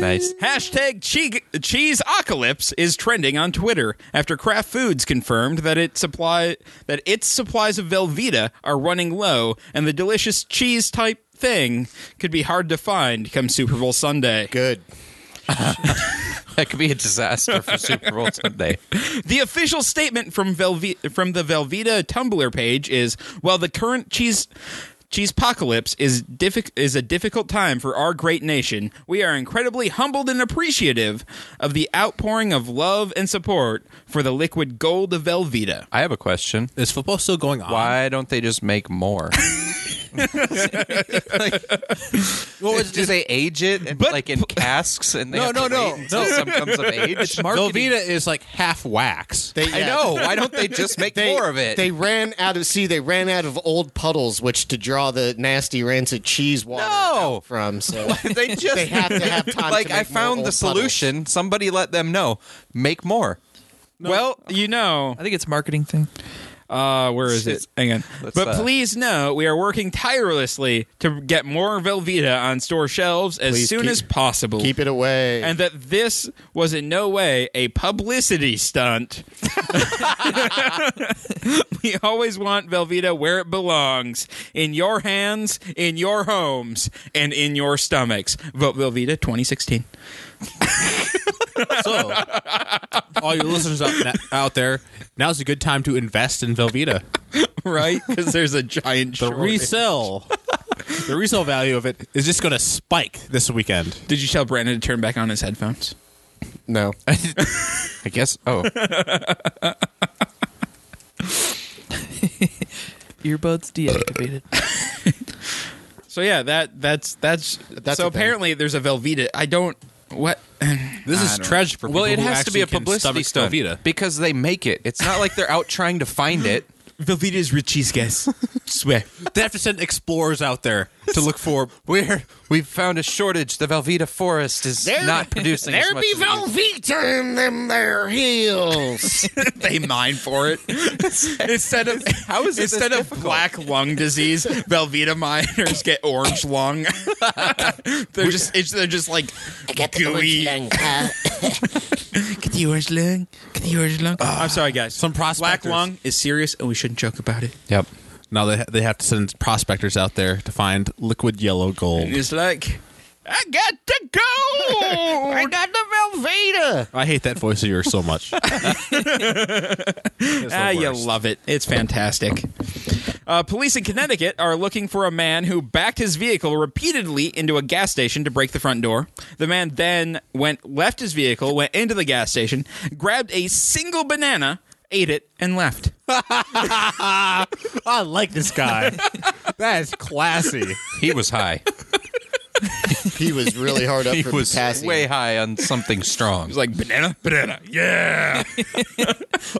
[SPEAKER 7] nice.
[SPEAKER 1] Hashtag cheese apocalypse is trending on Twitter after Kraft Foods confirmed that it supply that its supplies of Velveeta are running low, and the delicious cheese type thing could be hard to find come Super Bowl Sunday.
[SPEAKER 3] Good.
[SPEAKER 7] That could be a disaster for Super Bowl Sunday.
[SPEAKER 1] The official statement from Velve- from the Velveeta Tumblr page is while the current cheese cheesepocalypse is diffi- is a difficult time for our great nation, we are incredibly humbled and appreciative of the outpouring of love and support for the liquid gold of Velveeta.
[SPEAKER 7] I have a question.
[SPEAKER 5] Is football still going on?
[SPEAKER 7] Why don't they just make more?
[SPEAKER 5] Well, it's,
[SPEAKER 7] Do they age it and
[SPEAKER 1] But-
[SPEAKER 7] like in casks and they
[SPEAKER 5] No,
[SPEAKER 7] have
[SPEAKER 5] no,
[SPEAKER 7] to
[SPEAKER 5] no,
[SPEAKER 7] wait until
[SPEAKER 5] no.
[SPEAKER 7] some comes of age?
[SPEAKER 5] Velveeta is like half wax.
[SPEAKER 3] They,
[SPEAKER 7] I
[SPEAKER 3] yeah.
[SPEAKER 7] know. "Oh, Why don't they just make
[SPEAKER 3] They,
[SPEAKER 7] more of it?
[SPEAKER 3] They ran out of see. They ran out of old puddles, which to draw the nasty rancid cheese water
[SPEAKER 7] No.
[SPEAKER 3] out from. So
[SPEAKER 7] They just
[SPEAKER 3] They have to have time to
[SPEAKER 7] Like I
[SPEAKER 3] make more
[SPEAKER 7] found the
[SPEAKER 3] old
[SPEAKER 7] solution. Somebody let them know. Make more.
[SPEAKER 1] Well, you know,
[SPEAKER 6] I think it's a marketing thing.
[SPEAKER 1] uh, where is it? Hang on.
[SPEAKER 7] Let's,
[SPEAKER 1] But
[SPEAKER 7] uh,
[SPEAKER 1] please know we are working tirelessly to get more Velveeta on store shelves as
[SPEAKER 3] Please
[SPEAKER 1] soon
[SPEAKER 3] keep-
[SPEAKER 1] as possible.
[SPEAKER 3] keep it away.
[SPEAKER 1] and that this was in no way a publicity stunt. we always want Velveeta where it belongs in your hands, in your homes, and in your stomachs. Vote Velveeta 2016.
[SPEAKER 5] So, all your listeners out, out there, now's a good time to invest in Velveeta.
[SPEAKER 1] Right? Because there's a giant
[SPEAKER 5] The
[SPEAKER 1] shortage.
[SPEAKER 5] resell, the resale value of it is just going to spike this weekend.
[SPEAKER 1] Did you tell Brandon to turn back on his headphones?
[SPEAKER 3] no,
[SPEAKER 7] I guess. Oh,
[SPEAKER 6] Earbuds deactivated.
[SPEAKER 1] So yeah, that that's that's,
[SPEAKER 3] That's
[SPEAKER 1] so
[SPEAKER 3] a thing.
[SPEAKER 1] apparently there's a Velveeta. I don't what
[SPEAKER 5] This is tragic for
[SPEAKER 7] well, it
[SPEAKER 5] people who
[SPEAKER 7] has to be a
[SPEAKER 5] actually can
[SPEAKER 7] publicity
[SPEAKER 5] stomach
[SPEAKER 7] stunt
[SPEAKER 5] Velveeta.
[SPEAKER 7] because they make it. It's not like they're out trying to find it.
[SPEAKER 1] Velveeta is rich cheese guys. Swear.
[SPEAKER 5] They have to send explorers out there to look for
[SPEAKER 7] We're we've found a shortage. The Velveeta forest is not producing. as
[SPEAKER 3] There
[SPEAKER 7] much
[SPEAKER 3] be
[SPEAKER 7] as we-
[SPEAKER 3] Velveeta in them there heels.
[SPEAKER 1] they mine for it instead of how is
[SPEAKER 7] it this
[SPEAKER 1] instead of
[SPEAKER 7] difficult?
[SPEAKER 1] black lung disease Velveeta miners get orange lung they're just it's, they're just like gooey get the orange lung get the orange lung Ah. I'm sorry guys
[SPEAKER 5] some
[SPEAKER 1] black
[SPEAKER 5] prospectors.
[SPEAKER 1] lung is serious and we shouldn't joke about it
[SPEAKER 5] Yep. Now they they have to send prospectors out there to find liquid yellow gold.
[SPEAKER 1] it's like I got to go
[SPEAKER 3] I got the Velveeta.
[SPEAKER 5] I hate that voice of yours so much.
[SPEAKER 1] Ah, you love it. It's fantastic. Uh, police in Connecticut are looking for a man who backed his vehicle repeatedly into a gas station to break the front door. The man then went left his vehicle, went into the gas station, grabbed a single banana, ate it, and left.
[SPEAKER 5] I like this guy. that is classy.
[SPEAKER 7] He was high.
[SPEAKER 3] He was really hard up
[SPEAKER 7] He
[SPEAKER 3] for
[SPEAKER 7] was
[SPEAKER 3] potassium.
[SPEAKER 7] way high on something strong.
[SPEAKER 1] He's like banana, banana, yeah.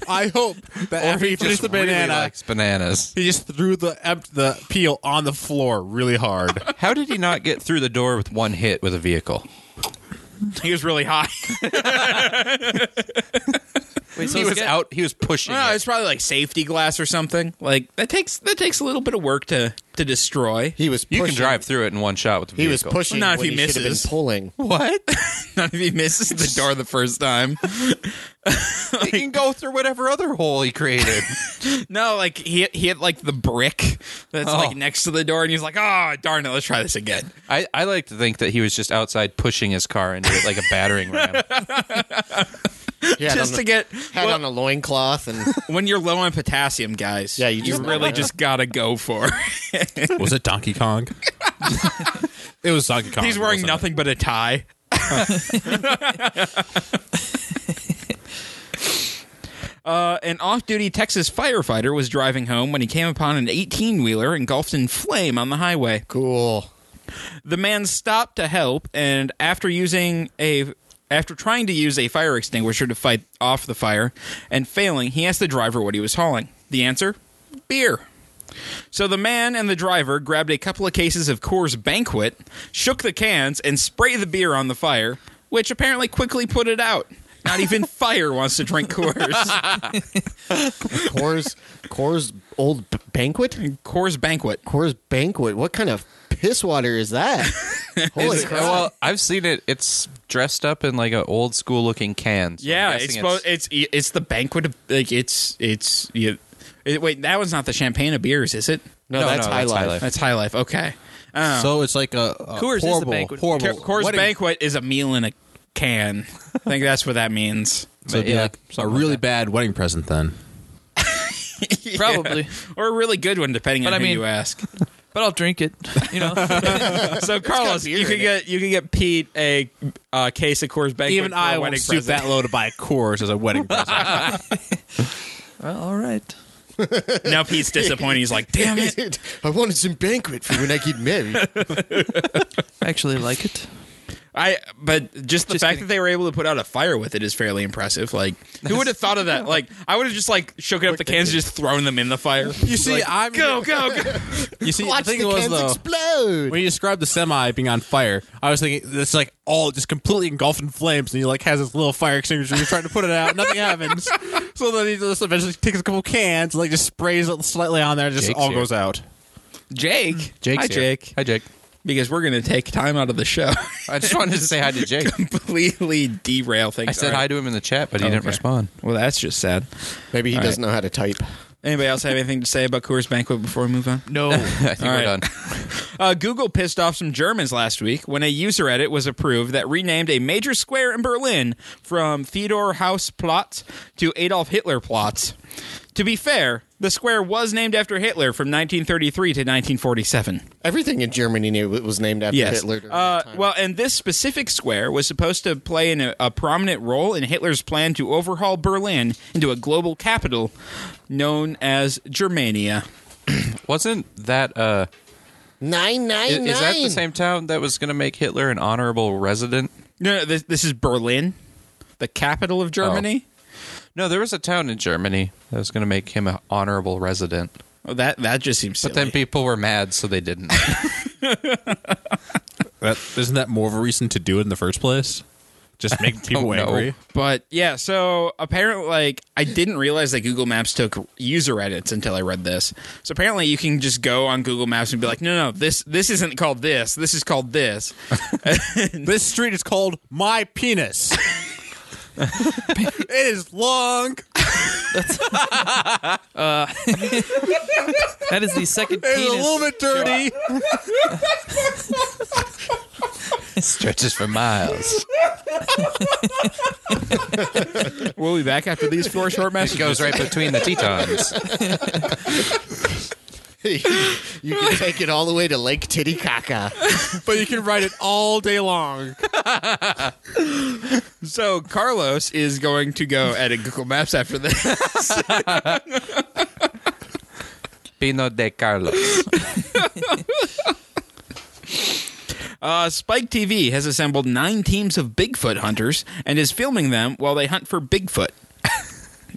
[SPEAKER 5] I hope that after he finished the banana,
[SPEAKER 7] Really likes bananas.
[SPEAKER 5] he just threw the emp- the peel on the floor really hard.
[SPEAKER 7] How did he not get through the door with one hit with a vehicle?
[SPEAKER 1] He was really high.
[SPEAKER 6] Wait,
[SPEAKER 7] Didn't
[SPEAKER 1] so
[SPEAKER 7] he
[SPEAKER 1] it's
[SPEAKER 7] was
[SPEAKER 1] get-
[SPEAKER 7] out. He was pushing.
[SPEAKER 1] No,
[SPEAKER 7] it.
[SPEAKER 1] it's probably like safety glass or something. Like that takes that takes a little bit of work to to destroy.
[SPEAKER 3] He was.
[SPEAKER 7] you
[SPEAKER 3] Pushing,
[SPEAKER 7] can drive through it in one shot with the
[SPEAKER 3] He
[SPEAKER 7] vehicle.
[SPEAKER 3] was pushing.
[SPEAKER 1] Not if
[SPEAKER 3] when
[SPEAKER 1] he
[SPEAKER 3] should have been
[SPEAKER 1] misses.
[SPEAKER 3] pulling.
[SPEAKER 1] What? Not if he misses the door the first time.
[SPEAKER 7] He can go through whatever other hole he created.
[SPEAKER 1] No, like he hit, he hit like the brick that's
[SPEAKER 7] Oh.
[SPEAKER 1] like next to the door, and he's like, "Oh darn it, let's try this again."
[SPEAKER 7] I, I like to think that he was just outside pushing his car into it like a battering ram.
[SPEAKER 3] Yeah,
[SPEAKER 1] Just to get
[SPEAKER 3] had on a loincloth and
[SPEAKER 1] when you're low on potassium, guys.
[SPEAKER 3] Yeah, you just-
[SPEAKER 1] really just gotta go for. it.
[SPEAKER 5] Was it Donkey Kong? it was Donkey Kong.
[SPEAKER 1] he's wearing
[SPEAKER 5] wasn't it?
[SPEAKER 1] nothing but a tie. Uh, an off-duty Texas firefighter was driving home when he came upon an 18-wheeler engulfed in flame on the highway.
[SPEAKER 3] cool.
[SPEAKER 1] The man stopped to help, and after using a after trying to use a fire extinguisher to fight off the fire and failing, he asked the driver what he was hauling. The answer: beer. So the man and the driver grabbed a couple of cases of Coors Banquet, shook the cans, and sprayed the beer on the fire, which apparently quickly put it out. Not even fire wants to drink Coors.
[SPEAKER 3] Coors, Coors old b- banquet.
[SPEAKER 1] Coors Banquet.
[SPEAKER 3] Coors banquet. What kind of piss water is that? Holy crap!
[SPEAKER 7] well, I've seen it. It's dressed up in like an old school looking can. so I'm
[SPEAKER 1] Yeah,
[SPEAKER 7] guessing
[SPEAKER 1] it's, bo- it's it's the banquet of like it's it's yeah. It- wait, that one's not the champagne of beers, is it?
[SPEAKER 3] no, that's high life.
[SPEAKER 1] That's High Life. Okay. Oh.
[SPEAKER 5] So it's like a, a
[SPEAKER 6] Coors is the
[SPEAKER 5] horrible,
[SPEAKER 6] banquet.
[SPEAKER 5] horrible.
[SPEAKER 1] Coors
[SPEAKER 5] wedding.
[SPEAKER 1] Banquet is a meal in a can. I think that's what that means.
[SPEAKER 5] So it'd be
[SPEAKER 7] Yeah,
[SPEAKER 5] like a really bad wedding present then.
[SPEAKER 6] Probably.
[SPEAKER 1] Or a really good one, depending
[SPEAKER 6] But
[SPEAKER 1] on
[SPEAKER 6] I
[SPEAKER 1] who
[SPEAKER 6] mean-
[SPEAKER 1] you ask.
[SPEAKER 6] But I'll drink it. You know,
[SPEAKER 1] So, Carlos,
[SPEAKER 3] beer
[SPEAKER 1] you could
[SPEAKER 3] in it.
[SPEAKER 1] get you could get Pete a uh, case of Coors Banquet.
[SPEAKER 5] Even
[SPEAKER 1] for
[SPEAKER 5] I
[SPEAKER 1] a
[SPEAKER 5] won't
[SPEAKER 1] wedding
[SPEAKER 5] stoop
[SPEAKER 1] present.
[SPEAKER 5] that low to buy Coors as a wedding present.
[SPEAKER 6] well, all right.
[SPEAKER 1] Now Pete's disappointed. He's like, "Damn it!"
[SPEAKER 3] I wanted some banquet for when I get married.
[SPEAKER 6] I actually like it.
[SPEAKER 1] I. But just the
[SPEAKER 6] Just
[SPEAKER 1] fact
[SPEAKER 6] kidding.
[SPEAKER 1] that they were able to put out a fire with it is fairly impressive. Like, who would have thought of that? Like, I would have just like shook up the cans and just thrown them in the fire.
[SPEAKER 5] you see, I'm
[SPEAKER 1] Go go go!
[SPEAKER 5] You see,
[SPEAKER 3] Watch
[SPEAKER 5] the thing
[SPEAKER 3] the
[SPEAKER 5] was
[SPEAKER 3] cans
[SPEAKER 5] though.
[SPEAKER 3] explode.
[SPEAKER 5] When you described the semi being on fire, I was thinking it's like all just completely engulfed in flames, and he like has this little fire extinguisher. He's trying to put it out, nothing happens. So then he just eventually takes a couple cans, and, like just sprays it slightly on there, and just
[SPEAKER 7] Jake's
[SPEAKER 5] all
[SPEAKER 7] here.
[SPEAKER 5] goes out.
[SPEAKER 1] Jake,
[SPEAKER 7] Jake's
[SPEAKER 1] hi
[SPEAKER 7] here.
[SPEAKER 1] Jake,
[SPEAKER 7] Hi, Jake.
[SPEAKER 1] because we're gonna take time out of the show.
[SPEAKER 7] I just wanted to say hi to Jake.
[SPEAKER 1] completely derail things.
[SPEAKER 7] I said
[SPEAKER 1] All
[SPEAKER 7] hi
[SPEAKER 1] right.
[SPEAKER 7] to him in the chat, but he didn't
[SPEAKER 1] Okay.
[SPEAKER 7] respond.
[SPEAKER 1] Well, that's just sad.
[SPEAKER 3] Maybe he
[SPEAKER 1] All
[SPEAKER 3] doesn't know how to type.
[SPEAKER 1] Anybody else have anything to say about Coors Banquet before we move on?
[SPEAKER 6] No,
[SPEAKER 7] I think
[SPEAKER 1] All
[SPEAKER 7] we're
[SPEAKER 1] right.
[SPEAKER 7] done.
[SPEAKER 1] Uh, Google pissed off some Germans last week when a user edit was approved that renamed a major square in Berlin from Theodor Haus Platz to Adolf Hitler Platz. To be fair, the square was named after Hitler from 1933 to 1947.
[SPEAKER 3] Everything in Germany knew it was named after
[SPEAKER 1] Yes.
[SPEAKER 3] Hitler. during
[SPEAKER 1] Uh,
[SPEAKER 3] that time.
[SPEAKER 1] well, and this specific square was supposed to play in a, a prominent role in Hitler's plan to overhaul Berlin into a global capital known as Germania.
[SPEAKER 7] Wasn't that uh?
[SPEAKER 3] nine nine
[SPEAKER 7] Is,
[SPEAKER 3] nine.
[SPEAKER 7] is that the same town that was going to make Hitler an honorable resident?
[SPEAKER 1] No, no this, this is Berlin, the capital of
[SPEAKER 3] Oh.
[SPEAKER 1] Germany.
[SPEAKER 7] No, there was a town in Germany that was going to make him an honorable resident.
[SPEAKER 1] Oh, that that just seems. Silly.
[SPEAKER 7] But then people were mad, so they didn't.
[SPEAKER 5] That isn't that more of a reason to do it in the first place? Just make people
[SPEAKER 7] know.
[SPEAKER 5] angry.
[SPEAKER 1] But yeah, so apparently, like, I didn't realize that Google Maps took user edits until I read this. So apparently, you can just go on Google Maps and be like, no, no, this this isn't called this. This is called this.
[SPEAKER 5] This street is called My Penis. it is long.
[SPEAKER 6] that is the second
[SPEAKER 5] It's a little
[SPEAKER 6] penis.
[SPEAKER 5] bit dirty.
[SPEAKER 7] Stretches for miles.
[SPEAKER 1] We'll be back after these four short
[SPEAKER 7] It
[SPEAKER 1] messages.
[SPEAKER 7] goes right between the Tetons.
[SPEAKER 3] you can take it all the way to Lake Titicaca.
[SPEAKER 5] But you can ride it all day long.
[SPEAKER 1] So Carlos is going to go edit Google Maps after this.
[SPEAKER 7] Pino de Carlos.
[SPEAKER 1] Uh, Spike TV has assembled nine teams of Bigfoot hunters and is filming them while they hunt for Bigfoot.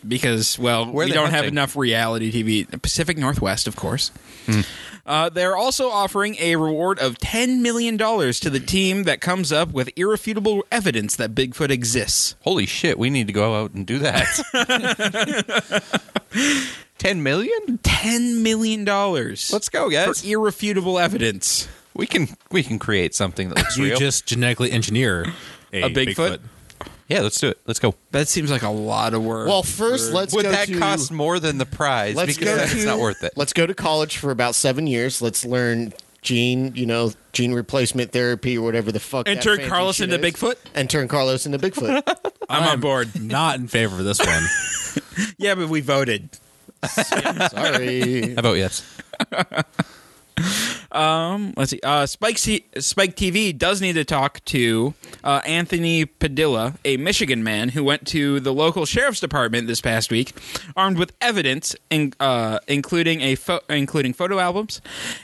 [SPEAKER 1] because well
[SPEAKER 7] Where are
[SPEAKER 1] we
[SPEAKER 7] they
[SPEAKER 1] don't have
[SPEAKER 7] hunting?
[SPEAKER 1] enough reality TV. The Pacific Northwest, of course.
[SPEAKER 5] Hmm.
[SPEAKER 1] Uh, they're also offering a reward of ten million dollars to the team that comes up with irrefutable evidence that Bigfoot exists.
[SPEAKER 7] Holy shit, we need to go out and do that. 10 million?
[SPEAKER 1] Ten million dollars.
[SPEAKER 7] Let's go,
[SPEAKER 1] for
[SPEAKER 7] guys.
[SPEAKER 1] irrefutable evidence.
[SPEAKER 7] We can we can create something that looks
[SPEAKER 5] You
[SPEAKER 7] real.
[SPEAKER 5] just genetically engineer a,
[SPEAKER 1] A Bigfoot?
[SPEAKER 7] yeah, let's do it. Let's go.
[SPEAKER 1] That seems like a lot of work.
[SPEAKER 3] Well, first let's
[SPEAKER 7] Would
[SPEAKER 3] go
[SPEAKER 7] that
[SPEAKER 3] to
[SPEAKER 7] cost more than the prize?
[SPEAKER 3] let's
[SPEAKER 7] because
[SPEAKER 3] go
[SPEAKER 7] that's
[SPEAKER 3] to-
[SPEAKER 7] not worth it.
[SPEAKER 3] let's go to college for about seven years. Let's learn gene, you know, gene replacement therapy or whatever the fuck.
[SPEAKER 1] and
[SPEAKER 3] that
[SPEAKER 1] turn
[SPEAKER 3] fancy
[SPEAKER 1] Carlos
[SPEAKER 3] shit
[SPEAKER 1] into
[SPEAKER 3] is.
[SPEAKER 1] Bigfoot.
[SPEAKER 3] And turn Carlos into Bigfoot.
[SPEAKER 1] I'm, on board.
[SPEAKER 5] Not in favor of this one.
[SPEAKER 1] Yeah, but we voted.
[SPEAKER 3] Sorry.
[SPEAKER 7] I vote yes.
[SPEAKER 1] Let's see. Uh, Spike, C- Spike TV does need to talk to uh, Anthony Padilla, a Michigan man who went to the local sheriff's department this past week, armed with evidence, in, uh, including a pho- including photo albums,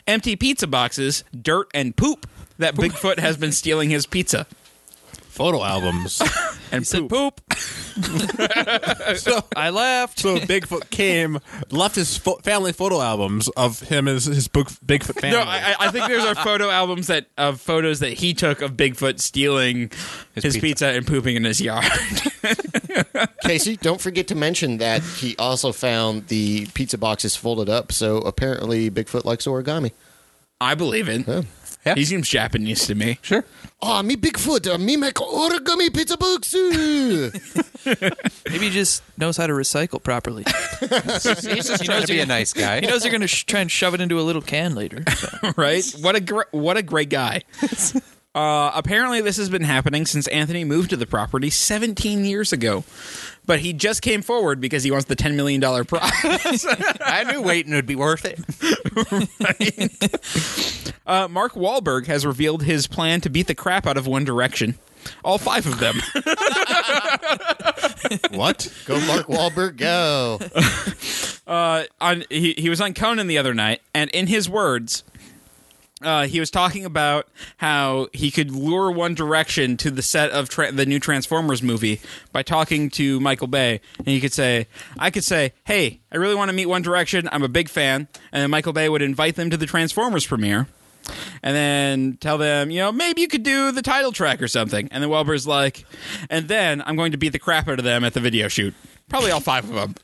[SPEAKER 1] empty pizza boxes, dirt, and poop that Bigfoot has been stealing his pizza.
[SPEAKER 5] Photo albums.
[SPEAKER 1] And poop. poop.
[SPEAKER 5] so
[SPEAKER 6] I left.
[SPEAKER 5] so Bigfoot came, left his fo- family photo albums of him as his book, Bigfoot family.
[SPEAKER 1] No, I, I- I think there's are photo albums that of photos that he took of Bigfoot stealing his,
[SPEAKER 7] pizza.
[SPEAKER 1] pizza. and pooping in his yard.
[SPEAKER 3] Casey, don't forget to mention that he also found the pizza boxes folded up. So apparently, Bigfoot likes origami.
[SPEAKER 1] I believe it.
[SPEAKER 7] Yeah.
[SPEAKER 1] He seems Japanese to me.
[SPEAKER 7] Sure.
[SPEAKER 3] Ah, me Bigfoot, uh, me make origami pizza boxes.
[SPEAKER 6] Maybe he just knows how to recycle properly.
[SPEAKER 7] He's just trying to be a nice guy.
[SPEAKER 6] He knows you're going to sh- try and shove it into a little can later. So.
[SPEAKER 1] right? What a gr- what a great guy. Uh, apparently, this has been happening since Anthony moved to the property 17 years ago, but he just came forward because he wants the 10 million dollar prize.
[SPEAKER 7] I knew waiting would be worth it.
[SPEAKER 1] uh, Mark Wahlberg has revealed his plan to beat the crap out of One Direction, all five of them.
[SPEAKER 5] what?
[SPEAKER 3] go, Mark Wahlberg, go.
[SPEAKER 1] uh, on he, he was on Conan the other night, and in his words, uh, he was talking about how he could lure One Direction to the set of tra- the new Transformers movie by talking to Michael Bay, and he could say, "I could say, hey, I really want to meet One Direction. I'm a big fan," and then Michael Bay would invite them to the Transformers premiere. And then tell them, you know, maybe you could do the title track or something. And then Welber's like, and then I'm going to beat the crap out of them at the video shoot. Probably all five of them.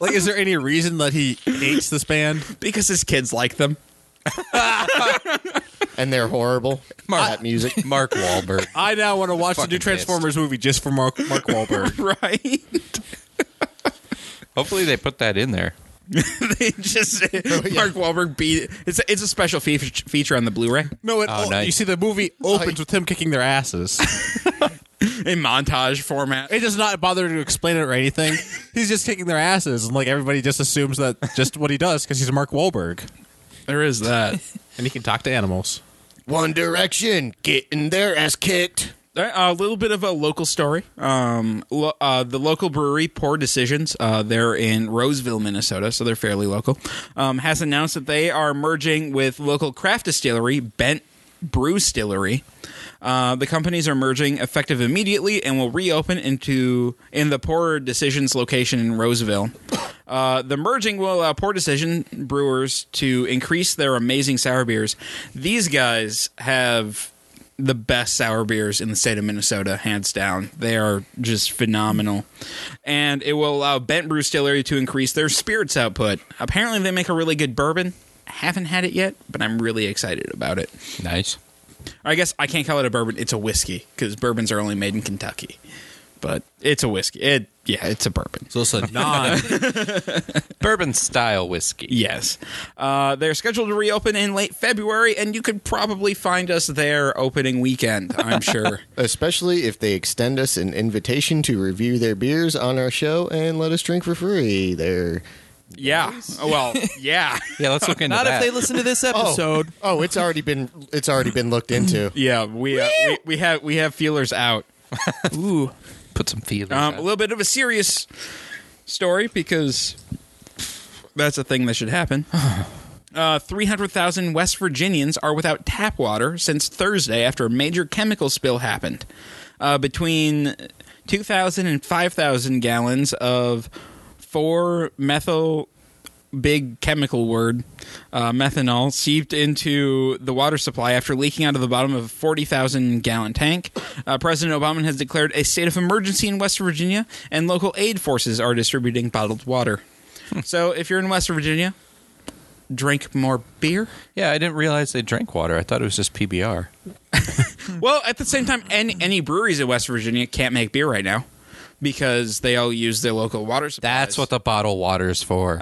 [SPEAKER 5] Like, is there any reason that he hates this band?
[SPEAKER 1] because his kids like them.
[SPEAKER 3] And they're horrible
[SPEAKER 7] Mark.
[SPEAKER 3] at music.
[SPEAKER 7] Mark Wahlberg.
[SPEAKER 5] I now want to watch the new
[SPEAKER 7] Fucking pissed.
[SPEAKER 5] Transformers movie just for Mark Mark Wahlberg.
[SPEAKER 1] Right?
[SPEAKER 7] Hopefully they put that in there.
[SPEAKER 1] they just Mark Wahlberg beat. It's a, it's a special fea- feature on the Blu-ray.
[SPEAKER 5] No, it,
[SPEAKER 7] Oh,
[SPEAKER 5] oh,
[SPEAKER 7] nice.
[SPEAKER 5] you see the movie opens with him kicking their asses.
[SPEAKER 1] in montage format.
[SPEAKER 5] It does not bother to explain it or anything. He's just kicking their asses, and like everybody just assumes that just what he does because he's Mark Wahlberg
[SPEAKER 1] There is that.
[SPEAKER 5] and he can talk to animals.
[SPEAKER 3] One Direction, getting their ass kicked.
[SPEAKER 1] Uh, A little bit of a local story. Um, lo- uh, the local brewery, Poor Decisions, uh, they're in Roseville, Minnesota, so they're fairly local, um, has announced that they are merging with local craft distillery, Bent Brew Stillery. Uh, the companies are merging effective immediately and will reopen into in the Poor Decisions location in Roseville. Uh, the merging will allow Poor Decision brewers to increase their amazing sour beers. These guys have the best sour beers in the state of Minnesota, hands down. They are just phenomenal. And it will allow Bent Brew Distillery to increase their spirits output. Apparently, they make a really good bourbon. Haven't had it yet, but I'm really excited about it.
[SPEAKER 7] Nice.
[SPEAKER 1] I guess I can't call it a bourbon. It's a whiskey because bourbons are only made in Kentucky. But it's a whiskey. It yeah, it's a bourbon.
[SPEAKER 5] So it's a non.
[SPEAKER 7] Bourbon style whiskey.
[SPEAKER 1] Yes, uh, they're scheduled to reopen in late February, and you could probably find us there opening weekend. I'm sure.
[SPEAKER 3] Especially if they extend us an invitation to review their beers on our show and let us drink for free. They're.
[SPEAKER 1] yeah. Well, yeah.
[SPEAKER 7] Yeah, let's look into
[SPEAKER 6] Not if
[SPEAKER 7] that.
[SPEAKER 6] they listen to this episode.
[SPEAKER 3] Oh, it's already been it's already been looked into.
[SPEAKER 1] Yeah, we, uh, we we have we have feelers out.
[SPEAKER 6] Ooh.
[SPEAKER 7] Put some feelers.
[SPEAKER 1] Um, a
[SPEAKER 7] out.
[SPEAKER 1] little bit of a serious story because that's a thing that should happen. Uh, 300,000 West Virginians are without tap water since Thursday after a major chemical spill happened uh, between 2,000 and 5,000 gallons of 4 methyl big chemical word uh, methanol seeped into the water supply after leaking out of the bottom of a 40,000 gallon tank. Uh, President Obama has declared a state of emergency in West Virginia, and local aid forces are distributing bottled water. so if you're in West Virginia, drink more beer.
[SPEAKER 7] Yeah, I didn't realize they drank water. I thought it was just PBR.
[SPEAKER 1] Well, at the same time, any, any breweries in West Virginia can't make beer right now because they all use their local water supplies.
[SPEAKER 7] That's what the bottle water is for.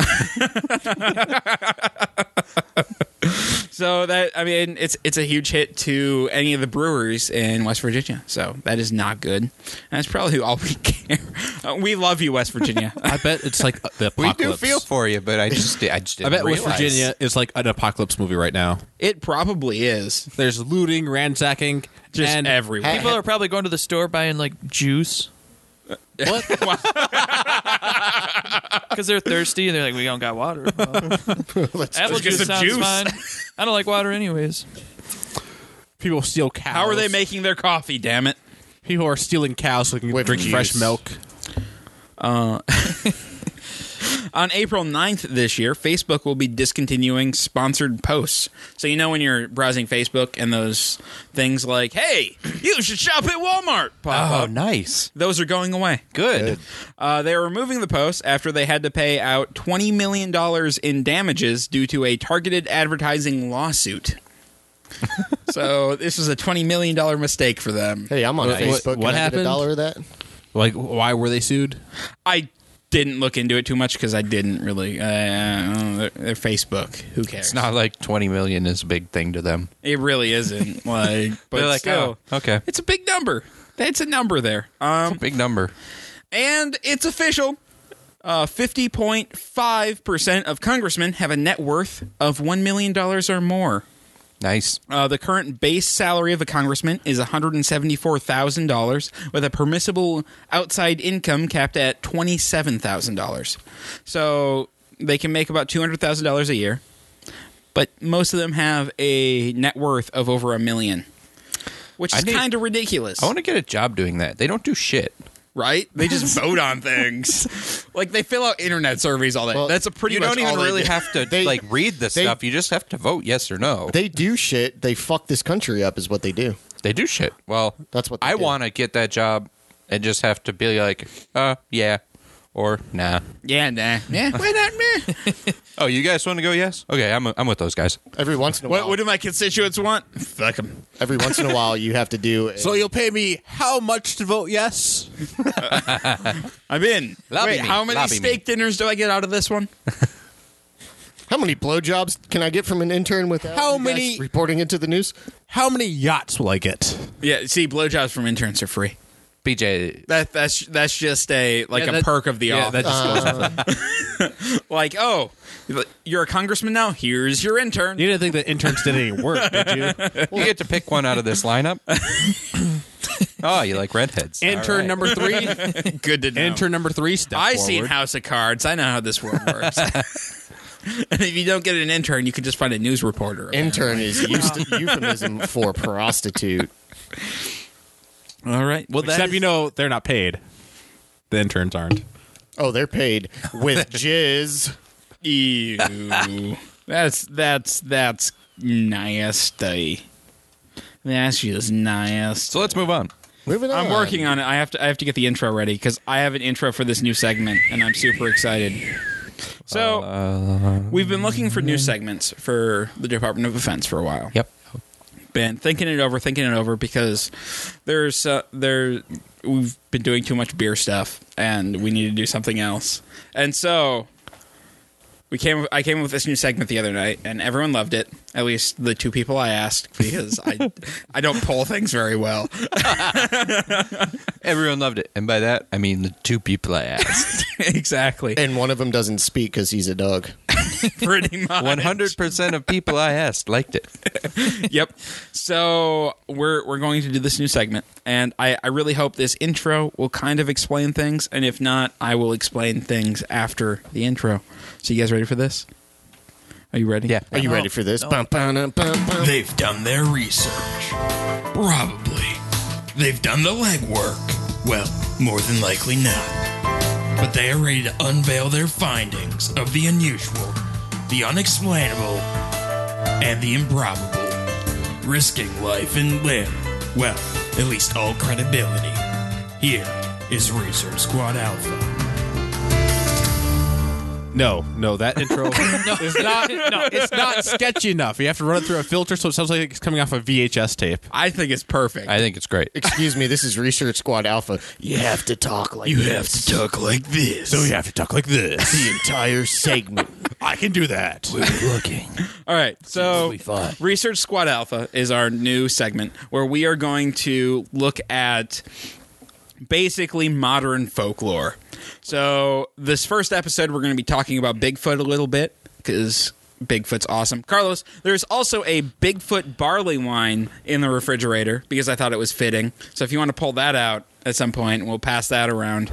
[SPEAKER 1] So that I mean, it's it's a huge hit to any of the breweries in West Virginia. So that is not good. And that's probably all we care. Uh, we love you, West Virginia.
[SPEAKER 5] I bet it's like the
[SPEAKER 7] we
[SPEAKER 5] apocalypse.
[SPEAKER 7] do feel for you, but I just I just
[SPEAKER 5] I
[SPEAKER 7] didn't
[SPEAKER 5] bet West
[SPEAKER 7] realize.
[SPEAKER 5] Virginia is like an apocalypse movie right now.
[SPEAKER 1] it probably is.
[SPEAKER 5] There's looting, ransacking,
[SPEAKER 1] Just
[SPEAKER 5] and
[SPEAKER 1] everywhere.
[SPEAKER 6] People are probably going to the store buying like juice. What? Because they're thirsty and they're like, we don't got water. Well, apple
[SPEAKER 1] get
[SPEAKER 6] juice
[SPEAKER 1] some
[SPEAKER 6] sounds
[SPEAKER 1] juice.
[SPEAKER 6] fine. I don't like water anyways.
[SPEAKER 5] people steal cows.
[SPEAKER 1] How are they making their coffee? Damn it!
[SPEAKER 5] People are stealing cows so they can
[SPEAKER 3] With
[SPEAKER 5] drink fresh
[SPEAKER 3] juice.
[SPEAKER 5] milk.
[SPEAKER 1] On April 9th this year, Facebook will be discontinuing sponsored posts. So you know when you're browsing Facebook and those things like, "Hey, you should shop at Walmart," pop
[SPEAKER 7] Oh,
[SPEAKER 1] up.
[SPEAKER 7] nice.
[SPEAKER 1] Those are going away.
[SPEAKER 7] Good.
[SPEAKER 1] Uh, they are removing the post after they had to pay out $20 million in damages due to a targeted advertising lawsuit. so this was a $20 million mistake for them.
[SPEAKER 3] Hey, I'm on
[SPEAKER 5] What- what
[SPEAKER 3] Facebook. Can I get
[SPEAKER 5] happened?
[SPEAKER 3] a dollar of that?
[SPEAKER 5] Like, why were they sued?
[SPEAKER 1] I didn't look into it too much because I didn't really. Uh, they're, they're Facebook. Who cares?
[SPEAKER 7] It's not like 20 million is a big thing to them.
[SPEAKER 1] It really isn't. Like, but
[SPEAKER 7] They're like,
[SPEAKER 1] still,
[SPEAKER 7] oh, okay.
[SPEAKER 1] it's a big number. That's a number there. Um,
[SPEAKER 7] Big number.
[SPEAKER 1] and it's official. Uh, 50.5% of congressmen have a net worth of $1 million or more.
[SPEAKER 7] Nice.
[SPEAKER 1] Uh, the current base salary of a congressman is one hundred and seventy-four thousand dollars, with a permissible outside income capped at twenty-seven thousand dollars. So they can make about two hundred thousand dollars a year, but most of them have a net worth of over a million, which
[SPEAKER 7] I
[SPEAKER 1] is
[SPEAKER 7] need-
[SPEAKER 1] kind of ridiculous,
[SPEAKER 7] I want to get a job doing that. They don't do shit.
[SPEAKER 1] right? They just vote on things, like they fill out internet surveys all that.
[SPEAKER 3] Well,
[SPEAKER 1] That's a pretty.
[SPEAKER 7] you
[SPEAKER 1] much
[SPEAKER 7] don't even
[SPEAKER 1] all they
[SPEAKER 7] really
[SPEAKER 1] do.
[SPEAKER 7] have to
[SPEAKER 3] They-
[SPEAKER 7] like read the
[SPEAKER 3] they-
[SPEAKER 7] stuff. You just have to vote yes or no. They,
[SPEAKER 3] They do shit. They fuck this country up, is what they do.
[SPEAKER 7] do shit. Well,
[SPEAKER 3] That's what they
[SPEAKER 7] I
[SPEAKER 3] do.
[SPEAKER 7] want to get that job and just have to be like, uh, yeah, or nah.
[SPEAKER 1] Yeah, nah, yeah. Why not me?
[SPEAKER 7] Oh, you guys want to go? Yes. Okay, I'm I'm with those guys.
[SPEAKER 3] Every once in a
[SPEAKER 1] what,
[SPEAKER 3] while,
[SPEAKER 1] what do my constituents want? Fuck them.
[SPEAKER 3] every once in a while, you have to do. A,
[SPEAKER 5] So you'll pay me how much to vote yes?
[SPEAKER 1] I'm in.
[SPEAKER 7] Lobby
[SPEAKER 1] Wait,
[SPEAKER 7] me,
[SPEAKER 1] how many
[SPEAKER 7] lobby me.
[SPEAKER 1] steak dinners do I get out of this one?
[SPEAKER 3] how many blowjobs can I get from an intern without
[SPEAKER 5] How
[SPEAKER 3] you guys
[SPEAKER 5] many-
[SPEAKER 3] reporting into the news?
[SPEAKER 5] How many yachts will I get?
[SPEAKER 1] Yeah, see, blowjobs from interns are free.
[SPEAKER 7] BJ,
[SPEAKER 1] That that's that's just a like
[SPEAKER 5] Yeah,
[SPEAKER 1] a
[SPEAKER 5] that-
[SPEAKER 1] perk of the
[SPEAKER 5] yeah,
[SPEAKER 1] office.
[SPEAKER 5] that just goes with it.
[SPEAKER 1] like, oh, you're a congressman now. Here's your intern.
[SPEAKER 5] You didn't think that interns did any work, did you?
[SPEAKER 7] you get to pick one out of this lineup. oh, you like redheads?
[SPEAKER 5] Intern
[SPEAKER 7] All right.
[SPEAKER 5] number three.
[SPEAKER 1] Good to know.
[SPEAKER 5] Intern number three. Step
[SPEAKER 1] I
[SPEAKER 5] forward.
[SPEAKER 1] seen House of Cards. I know how this world works. and if you don't get an intern, you can just find a news reporter.
[SPEAKER 3] Intern is used euphemism for prostitute.
[SPEAKER 1] All right. Well,
[SPEAKER 5] Except you know they're not paid. The interns aren't.
[SPEAKER 3] Oh, they're paid with jizz.
[SPEAKER 1] Ew. that's that's that's nasty. That's just nasty.
[SPEAKER 7] So let's move on.
[SPEAKER 3] Moving on.
[SPEAKER 1] I'm working on it. I have to. I have to get the intro ready because I have an intro for this new segment, and I'm super excited. So
[SPEAKER 3] Uh,
[SPEAKER 1] we've been looking for new segments for the Department of Defense for a while.
[SPEAKER 7] Yep.
[SPEAKER 1] Been thinking it over, thinking it over because there's uh, there we've been doing too much beer stuff, and we need to do something else. And so we came. I came up with this new segment the other night, and everyone loved it. At least the two people I asked because I I don't pull things very well.
[SPEAKER 7] Everyone loved it, and by that I mean the two people I asked.
[SPEAKER 1] exactly.
[SPEAKER 3] And one of them doesn't speak because he's a dog.
[SPEAKER 1] pretty much
[SPEAKER 7] One hundred percent of people I asked liked it.
[SPEAKER 1] yep so we're we're going to do this new segment and I, I really hope this intro will kind of explain things and if not i will explain things after the intro so you guys ready for this are you ready
[SPEAKER 7] Yeah.
[SPEAKER 3] Are you ready for this? Bum, bum, dum, bum, bum.
[SPEAKER 4] They've done their research. Probably. They've done the legwork. Well, More than likely not. But they are ready to unveil their findings of the unusual, the unexplainable, and the improbable, risking life and limb. Well, at least all credibility. Here is Research Squad Alpha.
[SPEAKER 5] No, no, that intro is not. it's not sketchy enough. You have to run it through a filter, so it sounds like it's coming off a VHS tape.
[SPEAKER 1] I think it's perfect.
[SPEAKER 7] I think it's great.
[SPEAKER 3] Excuse me, this is Research Squad Alpha. You have to talk like this.
[SPEAKER 4] talk like this.
[SPEAKER 5] So you have to talk like this.
[SPEAKER 3] the entire segment.
[SPEAKER 5] I can do that.
[SPEAKER 4] looking.
[SPEAKER 1] All right, so Research Squad Alpha is our new segment where we are going to look at basically modern folklore. So, this first episode, we're going to be talking about Bigfoot a little bit because Bigfoot's awesome. Carlos, there's also a Bigfoot barley wine in the refrigerator because I thought it was fitting. So, if you want to pull that out at some point, we'll pass that around.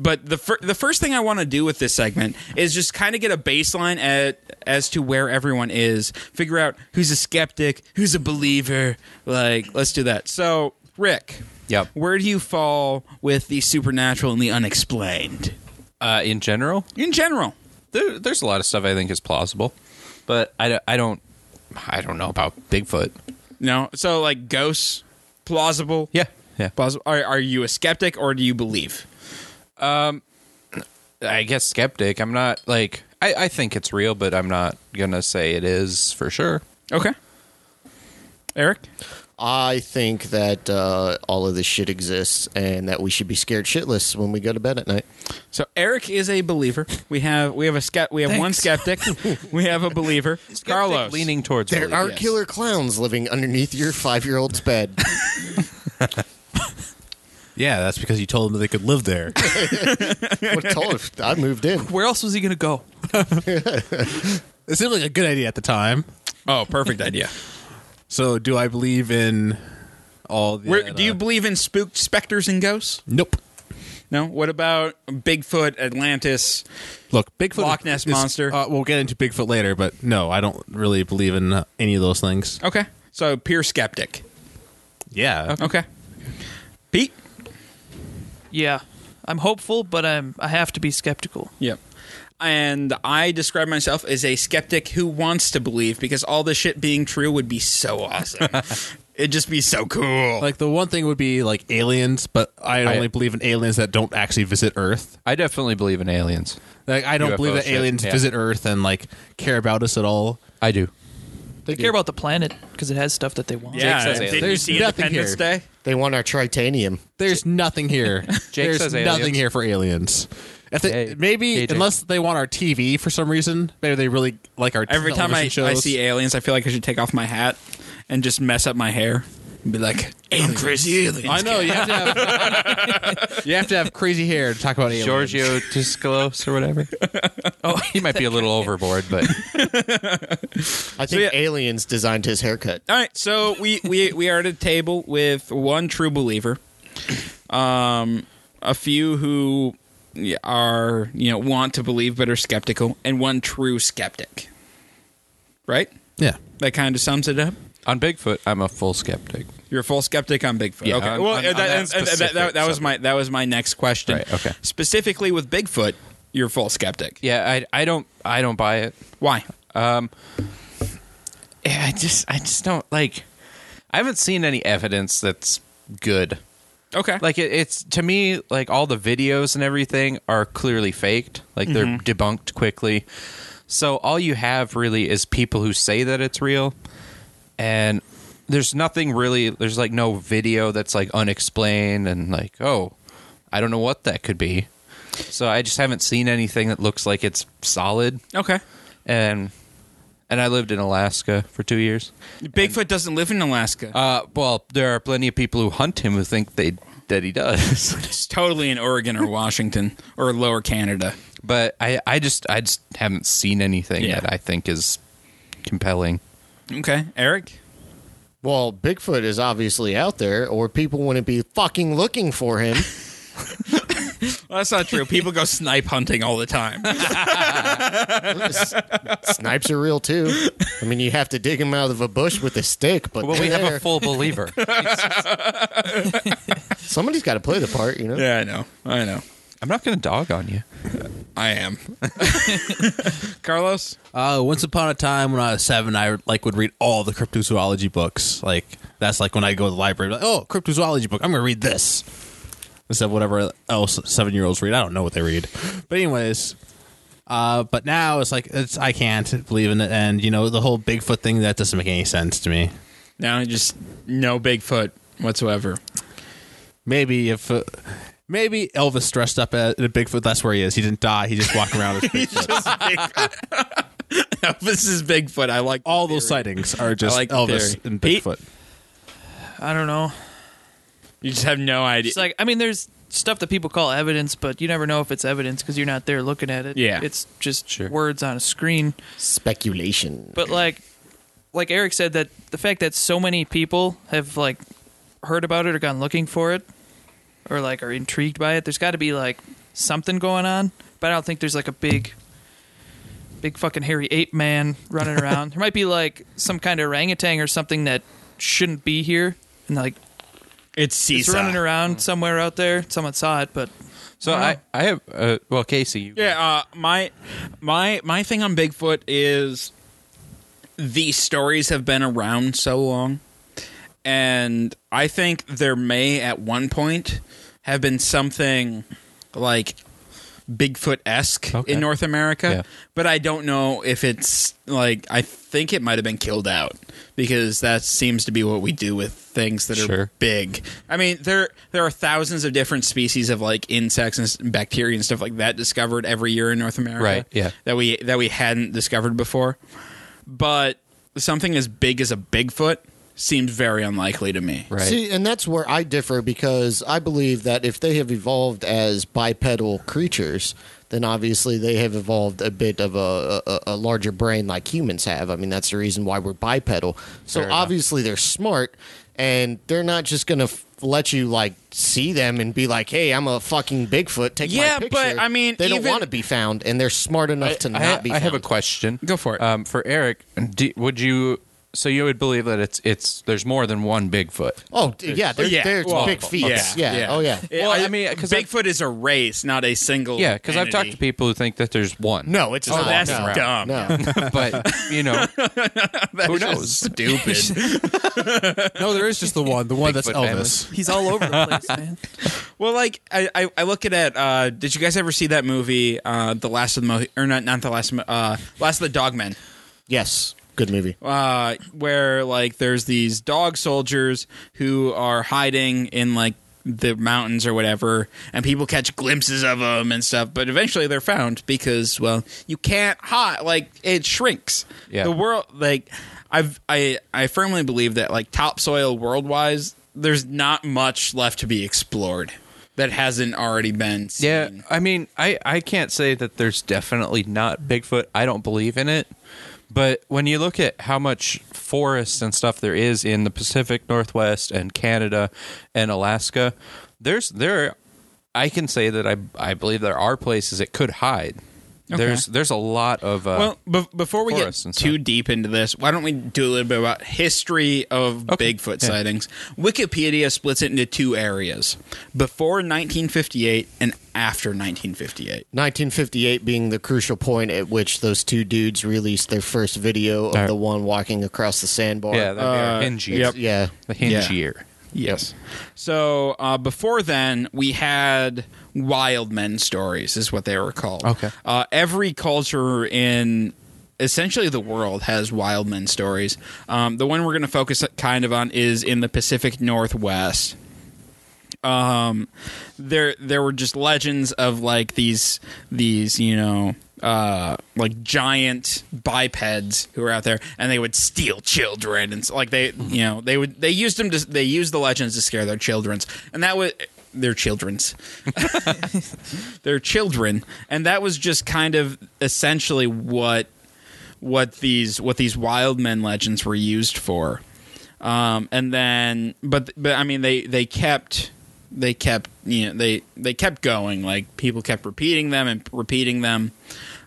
[SPEAKER 1] But the fir- the first thing I want to do with this segment is just kind of get a baseline at, as to where everyone is, figure out who's a skeptic, who's a believer. Like, let's do that. So, Rick,
[SPEAKER 7] Yep.
[SPEAKER 1] where do you fall with the supernatural and the unexplained
[SPEAKER 7] Uh, in general,
[SPEAKER 1] in general?
[SPEAKER 7] there, there's a lot of stuff I think is plausible, but I, don't- I don't I don't know about Bigfoot.
[SPEAKER 1] No, so like ghosts, plausible.
[SPEAKER 7] Yeah, yeah.
[SPEAKER 1] plausible. Are, are you a skeptic or do you believe?
[SPEAKER 7] I guess skeptic. I'm not like I, I think it's real, but I'm not gonna say it is for sure.
[SPEAKER 1] Okay, Eric.
[SPEAKER 3] I think that uh, all of this shit exists and that we should be scared shitless when we go to bed at night.
[SPEAKER 1] So Eric is a believer. We have we have a skept we have one skeptic. we have a believer. Carlos.
[SPEAKER 7] Skeptic leaning towards
[SPEAKER 3] There
[SPEAKER 7] belief.
[SPEAKER 3] are
[SPEAKER 1] yes.
[SPEAKER 3] killer clowns living underneath your five year old's bed.
[SPEAKER 5] Yeah, that's because you told them they could live there.
[SPEAKER 3] What a toll if I moved in.
[SPEAKER 6] Where else was he going to go?
[SPEAKER 5] it seemed like a good idea at the time.
[SPEAKER 1] Oh, perfect idea.
[SPEAKER 5] So, do I believe in all the?
[SPEAKER 1] Where, do you believe in spooked specters and ghosts?
[SPEAKER 5] Nope.
[SPEAKER 1] No. What about Bigfoot, Atlantis?
[SPEAKER 5] Look, Bigfoot,
[SPEAKER 1] Loch Ness
[SPEAKER 5] is-
[SPEAKER 1] Monster.
[SPEAKER 5] Uh, we'll get into Bigfoot later, but no, I don't really believe in uh, any of those things.
[SPEAKER 1] Okay. So pure skeptic.
[SPEAKER 5] Yeah,
[SPEAKER 1] Okay. Pete.
[SPEAKER 6] Yeah. I'm hopeful, but I'm I have to be skeptical.
[SPEAKER 1] Yep. And I describe myself as a skeptic who wants to believe because all this shit being true would be so awesome. It'd just be so cool.
[SPEAKER 5] like the one thing would be like aliens, but I
[SPEAKER 7] I-
[SPEAKER 5] only believe in aliens that don't actually visit Earth.
[SPEAKER 7] I definitely believe in aliens.
[SPEAKER 5] Like I don't
[SPEAKER 7] UFO
[SPEAKER 5] believe that
[SPEAKER 7] shit,
[SPEAKER 5] aliens
[SPEAKER 7] yeah.
[SPEAKER 5] visit Earth and like care about us at all.
[SPEAKER 7] I do.
[SPEAKER 6] They care about the planet because it has stuff that they want.
[SPEAKER 1] yeah.
[SPEAKER 7] says
[SPEAKER 1] Didn't
[SPEAKER 7] aliens.
[SPEAKER 1] you
[SPEAKER 5] There's
[SPEAKER 1] see
[SPEAKER 5] nothing
[SPEAKER 1] Independence
[SPEAKER 5] here.
[SPEAKER 1] Day?
[SPEAKER 3] They want our titanium.
[SPEAKER 5] There's nothing here.
[SPEAKER 7] Jake
[SPEAKER 5] There's
[SPEAKER 7] says aliens.
[SPEAKER 5] nothing here for aliens. If they,
[SPEAKER 7] Hey,
[SPEAKER 5] maybe
[SPEAKER 7] hey, Jake.
[SPEAKER 5] unless they want our TV for some reason, maybe they really like our
[SPEAKER 1] Every time I,
[SPEAKER 5] television
[SPEAKER 1] I
[SPEAKER 5] shows.
[SPEAKER 1] see aliens, I feel like I should take off my hat and just mess up my hair. And be like, I'm crazy alien.
[SPEAKER 5] I know you have to have you have to have crazy hair to talk about aliens.
[SPEAKER 7] Giorgio Disclos or whatever. oh, he might be a little overboard, but
[SPEAKER 3] I think
[SPEAKER 1] yeah.
[SPEAKER 3] aliens designed his haircut.
[SPEAKER 1] All right, so we, we, we are at a table with one true believer, um, a few who are you know want to believe but are skeptical, and one true skeptic. Right?
[SPEAKER 5] Yeah.
[SPEAKER 1] That kind of sums it up.
[SPEAKER 7] on Bigfoot, I'm a full skeptic.
[SPEAKER 1] You're a full skeptic on Bigfoot.
[SPEAKER 7] Yeah,
[SPEAKER 1] okay.
[SPEAKER 7] on-
[SPEAKER 1] well,
[SPEAKER 7] on-
[SPEAKER 1] uh,
[SPEAKER 7] on
[SPEAKER 1] that,
[SPEAKER 7] that
[SPEAKER 1] and- and that-
[SPEAKER 7] specific
[SPEAKER 1] that- that was
[SPEAKER 7] subject.
[SPEAKER 1] my that was my next question.
[SPEAKER 7] Right, okay.
[SPEAKER 1] Specifically with Bigfoot, you're full skeptic.
[SPEAKER 7] Yeah, I, I don't I don't buy it.
[SPEAKER 1] Why?
[SPEAKER 7] Yeah, I just I just don't like. I haven't seen any evidence that's good.
[SPEAKER 1] Okay.
[SPEAKER 7] Like it, it's to me like all the videos and everything are clearly faked. Like they're debunked quickly. So all you have really is people who say that it's real, and there's nothing really. There's like no video that's like unexplained and like oh, I don't know what that could be. So I just haven't seen anything that looks like it's solid
[SPEAKER 1] okay.
[SPEAKER 7] and. And I lived in Alaska for two years.
[SPEAKER 1] Bigfoot doesn't live in Alaska.
[SPEAKER 7] Uh, well, there are plenty of people who hunt him who think they that he does,
[SPEAKER 1] it's totally in Oregon or Washington or lower Canada.
[SPEAKER 7] but I, I just I just haven't seen anything
[SPEAKER 1] Yeah.
[SPEAKER 7] that I think is compelling.
[SPEAKER 1] Okay. Eric?
[SPEAKER 3] Well, Bigfoot is obviously out there, or people wouldn't be fucking looking for him.
[SPEAKER 1] Well, that's not true. People go snipe hunting all the time.
[SPEAKER 3] Snipes are real too. I mean, you have to dig them out of a bush with a stick, but
[SPEAKER 7] Well, we
[SPEAKER 3] they're
[SPEAKER 7] have
[SPEAKER 3] there.
[SPEAKER 7] a full believer.
[SPEAKER 3] somebody's got to play the part, you know.
[SPEAKER 1] yeah, I know. I know.
[SPEAKER 7] I'm not going to dog on you.
[SPEAKER 1] I am. Carlos?
[SPEAKER 5] Uh, once upon a time when I was seven, I like would read all the cryptozoology books. Like that's like when I go to the library, like, oh, cryptozoology book, I'm gonna read this. Instead of whatever else seven year olds read. I don't know what they read. But anyways. Uh, but now it's like it's I can't believe in it and you know, the whole Bigfoot thing that doesn't make any sense to me.
[SPEAKER 1] Now just no Bigfoot whatsoever.
[SPEAKER 5] Maybe if uh, maybe Elvis dressed up as a Bigfoot, that's where he is. He didn't die, he just walked around as Bigfoot.
[SPEAKER 1] this is Bigfoot. I like
[SPEAKER 5] All those sightings are just
[SPEAKER 1] like the
[SPEAKER 5] Elvis
[SPEAKER 1] theory.
[SPEAKER 5] and
[SPEAKER 1] Pete?
[SPEAKER 5] Bigfoot.
[SPEAKER 6] I don't know.
[SPEAKER 1] You just have no idea.
[SPEAKER 6] It's like I mean, there's stuff that people call evidence, but you never know if it's evidence because you're not there looking at it.
[SPEAKER 1] Yeah.
[SPEAKER 6] it's just words on a screen.
[SPEAKER 3] Speculation.
[SPEAKER 6] But like, like Eric said, that the fact that so many people have like heard about it or gone looking for it, or like are intrigued by it, there's got to be like something going on. But I don't think there's like a big, big fucking hairy ape man running around. there might be like some kind of orangutan or something that shouldn't be here, and like
[SPEAKER 1] it's
[SPEAKER 6] it's
[SPEAKER 1] Seesaw.
[SPEAKER 6] running around somewhere out there. Someone saw it, but
[SPEAKER 7] So I, I have, uh, well, Casey, you,
[SPEAKER 1] Yeah, uh, my my my thing on Bigfoot is these stories have been around so long, and I think there may at one point have been something like Bigfoot esque
[SPEAKER 7] Okay.
[SPEAKER 1] in North America,
[SPEAKER 7] Yeah.
[SPEAKER 1] but I don't know if it's like I think it might have been killed out because that seems to be what we do with things that are
[SPEAKER 7] Sure.
[SPEAKER 1] big. I mean, there there are thousands of different species of like insects and s- bacteria and stuff like that discovered every year in North America.
[SPEAKER 7] Right, yeah.
[SPEAKER 1] That we that we hadn't discovered before. But something as big as a Bigfoot seems very unlikely to me.
[SPEAKER 7] right?
[SPEAKER 3] See, and that's where I differ because I believe that if they have evolved as bipedal creatures, then obviously they have evolved a bit of a, a, a larger brain like humans have. I mean, that's the reason why we're bipedal. So obviously they're smart and they're not just going to f- let you like see them and be like, hey, I'm a fucking Bigfoot. Take
[SPEAKER 1] Yeah,
[SPEAKER 3] my
[SPEAKER 1] but,
[SPEAKER 3] picture.
[SPEAKER 1] I mean,
[SPEAKER 3] they don't
[SPEAKER 1] even-
[SPEAKER 3] want to be found and they're smart enough to
[SPEAKER 7] I,
[SPEAKER 3] not be
[SPEAKER 7] I
[SPEAKER 3] found.
[SPEAKER 7] have a question.
[SPEAKER 1] Go for it.
[SPEAKER 7] Um, for Eric, do, would you? So you would believe that it's it's there's more than one Bigfoot.
[SPEAKER 3] Oh, d- yeah, they're,
[SPEAKER 1] yeah,
[SPEAKER 3] they're
[SPEAKER 1] well,
[SPEAKER 3] big feet. Yeah, Oh, yeah.
[SPEAKER 1] Well, I mean,
[SPEAKER 7] 'cause I've-
[SPEAKER 1] Bigfoot is a race, not a single.
[SPEAKER 7] Yeah, because I've talked
[SPEAKER 1] entity.
[SPEAKER 7] to people who think that there's one.
[SPEAKER 3] No, it's
[SPEAKER 1] Oh,
[SPEAKER 3] not.
[SPEAKER 1] that's
[SPEAKER 3] no,
[SPEAKER 1] dumb.
[SPEAKER 3] No.
[SPEAKER 7] but you know,
[SPEAKER 1] That's
[SPEAKER 7] Who
[SPEAKER 1] just
[SPEAKER 7] knows?
[SPEAKER 1] Stupid.
[SPEAKER 5] No, there is just the one. The one that's
[SPEAKER 7] Bigfoot
[SPEAKER 5] Elvis.
[SPEAKER 6] he's all over the place, man.
[SPEAKER 1] well, like I, I, I look at it. Uh, did you guys ever see that movie, uh, The Last of the Mo- or not, not the Last, of Mo- uh, Last of the Dogmen?
[SPEAKER 3] Yes. Good movie.
[SPEAKER 1] uh, where like there's these dog soldiers who are hiding in like the mountains or whatever, and people catch glimpses of them and stuff. But eventually they're found because well, you can't hide. Like it shrinks.
[SPEAKER 7] Yeah.
[SPEAKER 1] The world like I've I I firmly believe that like topsoil world wise, there's not much left to be explored that hasn't already been. Seen.
[SPEAKER 7] Yeah, I mean, I, I can't say that there's definitely not Bigfoot. I don't believe in it. But when you look at how much forest and stuff there is in the Pacific Northwest and Canada and Alaska, there's there I can say that I I believe there are places it could hide. There's there's a lot of uh,
[SPEAKER 1] Well, be- before we get
[SPEAKER 7] forests and
[SPEAKER 1] too
[SPEAKER 7] stuff.
[SPEAKER 1] deep into this, why don't we do a little bit about history of Bigfoot sightings? Wikipedia splits it into two areas: before 1958 and after 1958.
[SPEAKER 3] 1958 being the crucial point at which those two dudes released their first video of
[SPEAKER 7] Alright.
[SPEAKER 3] the one walking across the sandbar.
[SPEAKER 7] yeah, that'd be our hinge year.
[SPEAKER 1] uh, yep.
[SPEAKER 3] yeah.
[SPEAKER 7] The hinge
[SPEAKER 1] Yeah.
[SPEAKER 7] year.
[SPEAKER 1] Yes. So uh, before then, we had wild men stories, is what they were called.
[SPEAKER 7] Okay.
[SPEAKER 1] Uh, every culture in essentially the world has wild men stories. Um, the one we're going to focus kind of on is in the Pacific Northwest. Um, there there were just legends of like these these you know uh like giant bipeds who were out there and they would steal children and so, like they you know they would they used them to they used the legends to scare their childrens and that was their childrens their children and that was just kind of essentially what what these what these wild men legends were used for um and then but but i mean they they kept they kept you know they they kept going like people kept repeating them and repeating them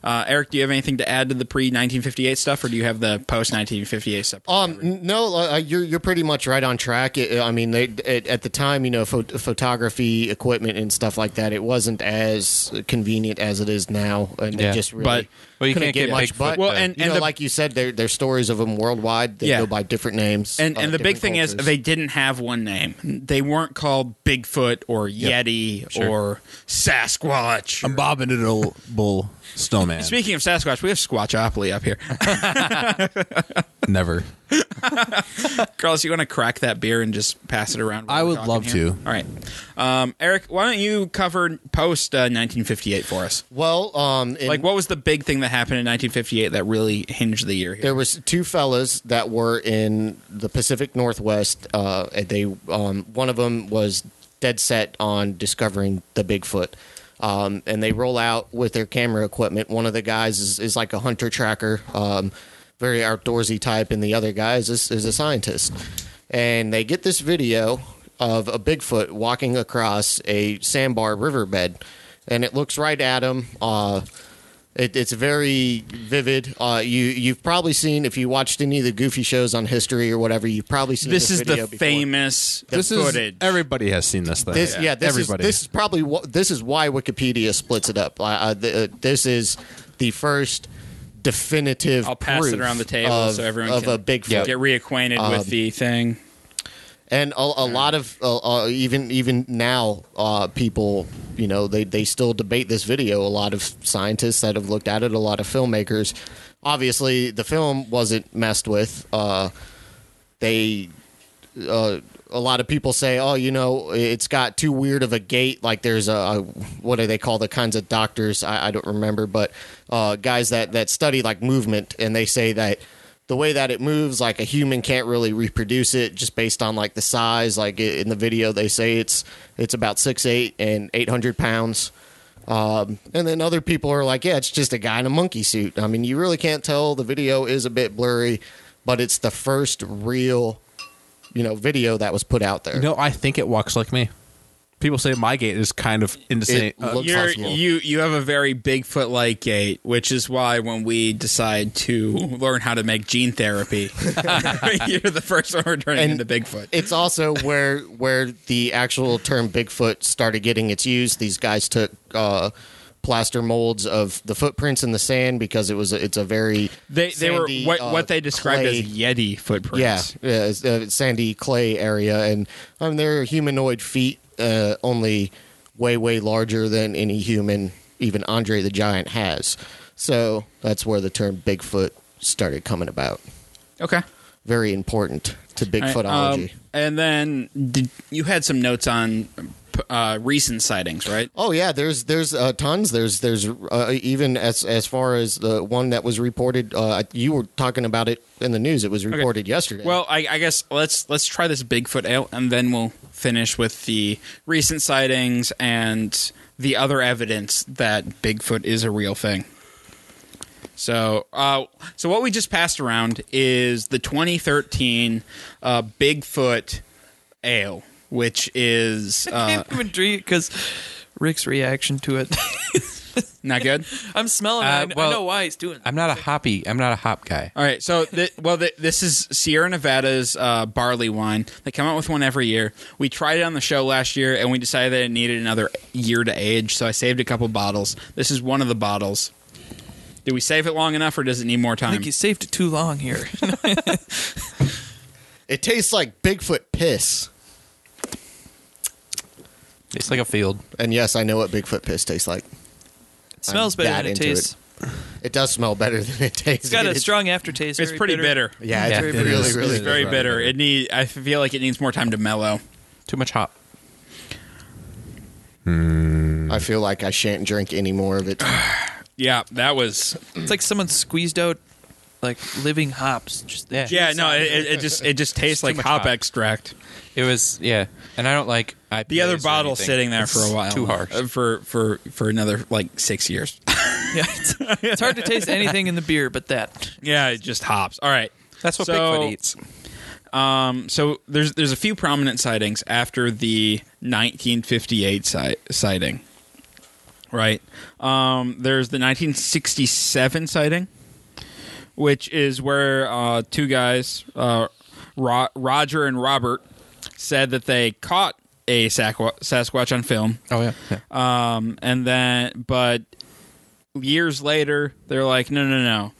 [SPEAKER 1] uh, eric do you have anything to add to the pre-1958 stuff or do you have the post-1958 stuff
[SPEAKER 3] Um, n- no, uh, you're you're pretty much right on track. It, I mean, they, it, at the time, you know, phot- photography equipment and stuff like that, it wasn't as convenient as it is now, and
[SPEAKER 7] Yeah.
[SPEAKER 3] they just really
[SPEAKER 1] But-
[SPEAKER 7] Well, you
[SPEAKER 3] couldn't
[SPEAKER 7] can't
[SPEAKER 3] get,
[SPEAKER 7] get
[SPEAKER 3] much.
[SPEAKER 7] Bigfoot,
[SPEAKER 3] But
[SPEAKER 7] Well,
[SPEAKER 1] though. and-
[SPEAKER 3] you
[SPEAKER 1] and
[SPEAKER 3] know,
[SPEAKER 1] the-
[SPEAKER 3] like you said, there there's stories of them worldwide. They
[SPEAKER 1] Yeah.
[SPEAKER 3] go by different names,
[SPEAKER 1] and
[SPEAKER 3] uh,
[SPEAKER 1] and the big
[SPEAKER 3] different
[SPEAKER 1] thing is
[SPEAKER 3] cultures.
[SPEAKER 1] they didn't have one name they weren't called bigfoot or yeti or sasquatch
[SPEAKER 5] I'm bobbing it a bull snowman.
[SPEAKER 1] Speaking of Sasquatch, we have Squatchopoly up here.
[SPEAKER 5] Never.
[SPEAKER 1] Carlos, you want to crack that beer and just pass it around? while
[SPEAKER 5] I
[SPEAKER 1] we're
[SPEAKER 5] would
[SPEAKER 1] talking
[SPEAKER 5] love
[SPEAKER 1] here?
[SPEAKER 5] to.
[SPEAKER 1] All right, um, Eric, why don't you cover post uh, 1958 for us?
[SPEAKER 3] well, um, in-
[SPEAKER 1] Like, what was the big thing that happened in 1958 that really hinged the year? Here?
[SPEAKER 3] There was two fellas that were in the Pacific Northwest. Uh, and they um, one of them was dead set on discovering the Bigfoot, um, and they roll out with their camera equipment. One of the guys is, is like a hunter tracker, um, very outdoorsy type, and the other guy is, is a scientist. And they get this video of a Bigfoot walking across a sandbar riverbed, and it looks right at him. Uh, it, it's very vivid. Uh, you you've probably seen if you watched any of the Goofy shows on History or whatever. You've probably seen
[SPEAKER 1] this is
[SPEAKER 3] this
[SPEAKER 1] the
[SPEAKER 3] video before.
[SPEAKER 1] famous
[SPEAKER 5] This
[SPEAKER 1] footage.
[SPEAKER 5] is everybody has seen this thing.
[SPEAKER 3] This, yeah. this
[SPEAKER 5] everybody.
[SPEAKER 3] is this is probably wh- this is why Wikipedia splits it up. Uh, uh, th- uh, this is the first definitive.
[SPEAKER 1] I'll pass it
[SPEAKER 3] proof
[SPEAKER 1] around the table
[SPEAKER 3] of,
[SPEAKER 1] so everyone
[SPEAKER 3] of
[SPEAKER 1] can
[SPEAKER 3] a Bigfoot.
[SPEAKER 1] get reacquainted with the thing.
[SPEAKER 3] and a, a lot of uh, uh, even even now uh, people you know they, they still debate this video a lot of scientists that have looked at it a lot of filmmakers obviously the film wasn't messed with uh, they uh, a lot of people say oh you know it's got too weird of a gait like there's a, a what do they call the kinds of doctors i, I don't remember but uh, guys that, that study like movement and they say that the way that it moves like a human can't really reproduce it just based on like the size like i- in the video they say it's it's about six eight and 800 pounds um, and then other people are like yeah it's just a guy in a monkey suit i mean you really can't tell the video is a bit blurry but it's the first real you know video that was put out there
[SPEAKER 5] No, I think it walks like me. People say my gait is kind of insane.
[SPEAKER 3] It looks-
[SPEAKER 1] uh, You're,
[SPEAKER 3] possible.
[SPEAKER 1] you you have a very Bigfoot like gait, which is why when we decide to learn how to make gene therapy, you're the first one we're turning
[SPEAKER 3] And
[SPEAKER 1] into Bigfoot.
[SPEAKER 3] it's also where where the actual term Bigfoot started getting its use. These guys took uh, plaster molds of the footprints in the sand because it was a, it's a very
[SPEAKER 1] they they were
[SPEAKER 3] sandy,
[SPEAKER 1] what,
[SPEAKER 3] uh,
[SPEAKER 1] what they described
[SPEAKER 3] clay-
[SPEAKER 1] as Yeti
[SPEAKER 3] yeah,
[SPEAKER 1] footprints.
[SPEAKER 3] yeah it's, uh, sandy clay area, and I mean they're humanoid feet, uh, only way way larger than any human even Andre the Giant has. So that's where the term Bigfoot started coming about.
[SPEAKER 1] Okay.
[SPEAKER 3] Very important to
[SPEAKER 1] All right, um,
[SPEAKER 3] Bigfootology.
[SPEAKER 1] and then did, you had some notes on uh, recent sightings, right?
[SPEAKER 3] Oh yeah, there's there's uh, tons. There's there's uh, even as as far as the one that was reported. Uh, you were talking about it in the news. It was reported yesterday.
[SPEAKER 1] Well, I, I guess let's let's try this Bigfoot out, and then we'll finish with the recent sightings and the other evidence that Bigfoot is a real thing. So, uh, so what we just passed around is the 2013 uh, Bigfoot Ale, which is uh,
[SPEAKER 6] can't even drink because Rick's reaction to it.
[SPEAKER 1] not good.
[SPEAKER 6] I'm smelling.
[SPEAKER 7] Uh,
[SPEAKER 6] it. I kn- I,
[SPEAKER 7] well,
[SPEAKER 6] know why he's doing.
[SPEAKER 7] I'm not a hoppy. I'm not a hop guy.
[SPEAKER 1] All right, so th- well, th- this is Sierra Nevada's uh, barley wine. They come out with one every year. We tried it on the show last year, and we decided that it needed another year to age, so I saved a couple bottles. This is one of the bottles. Did we save it long enough, or does it need more
[SPEAKER 6] I
[SPEAKER 1] time?
[SPEAKER 6] think you saved it too long here.
[SPEAKER 3] it tastes like Bigfoot piss.
[SPEAKER 7] It's like a field.
[SPEAKER 3] And yes, I know what Bigfoot piss tastes like.
[SPEAKER 6] It smells better
[SPEAKER 3] that
[SPEAKER 6] than it
[SPEAKER 3] into
[SPEAKER 6] tastes.
[SPEAKER 3] it. It does smell better than it tastes.
[SPEAKER 6] It's got a strong aftertaste.
[SPEAKER 1] it's
[SPEAKER 6] very
[SPEAKER 1] pretty bitter.
[SPEAKER 3] Yeah,
[SPEAKER 7] Yeah,
[SPEAKER 3] it's
[SPEAKER 7] it
[SPEAKER 3] really,
[SPEAKER 5] is.
[SPEAKER 3] really
[SPEAKER 5] It's
[SPEAKER 1] Very
[SPEAKER 3] good.
[SPEAKER 1] bitter. It need. I feel like it needs more time to mellow.
[SPEAKER 7] Too much hop.
[SPEAKER 3] I feel like I shan't drink any more of it.
[SPEAKER 1] Yeah, that was.
[SPEAKER 6] It's like someone squeezed out like living hops. Just the juice
[SPEAKER 1] Yeah, no,
[SPEAKER 6] out
[SPEAKER 1] it,
[SPEAKER 6] of
[SPEAKER 1] it it just it just tastes like
[SPEAKER 7] much
[SPEAKER 1] hop,
[SPEAKER 7] hop.
[SPEAKER 1] extract.
[SPEAKER 7] It was yeah, and I don't like IPAs
[SPEAKER 1] The other
[SPEAKER 7] or
[SPEAKER 1] bottle
[SPEAKER 7] anything.
[SPEAKER 1] sitting there for a
[SPEAKER 7] It's
[SPEAKER 1] while,
[SPEAKER 7] Too harsh.
[SPEAKER 1] uh, for for for another like six years.
[SPEAKER 6] Yeah, it's, it's hard to taste anything in the beer but that.
[SPEAKER 1] Yeah, it just hops. All right.
[SPEAKER 7] That's what
[SPEAKER 1] So,
[SPEAKER 7] Bigfoot eats.
[SPEAKER 1] Um, so there's there's a few prominent sightings after the 1958 si- sighting, right? Um, there's the 1967 sighting, which is where uh, two guys, uh, Ro- Roger and Robert, said that they caught a Sasqu- Sasquatch on film.
[SPEAKER 7] Oh yeah.
[SPEAKER 1] Um, and then, but years later, they're like, no, no, no.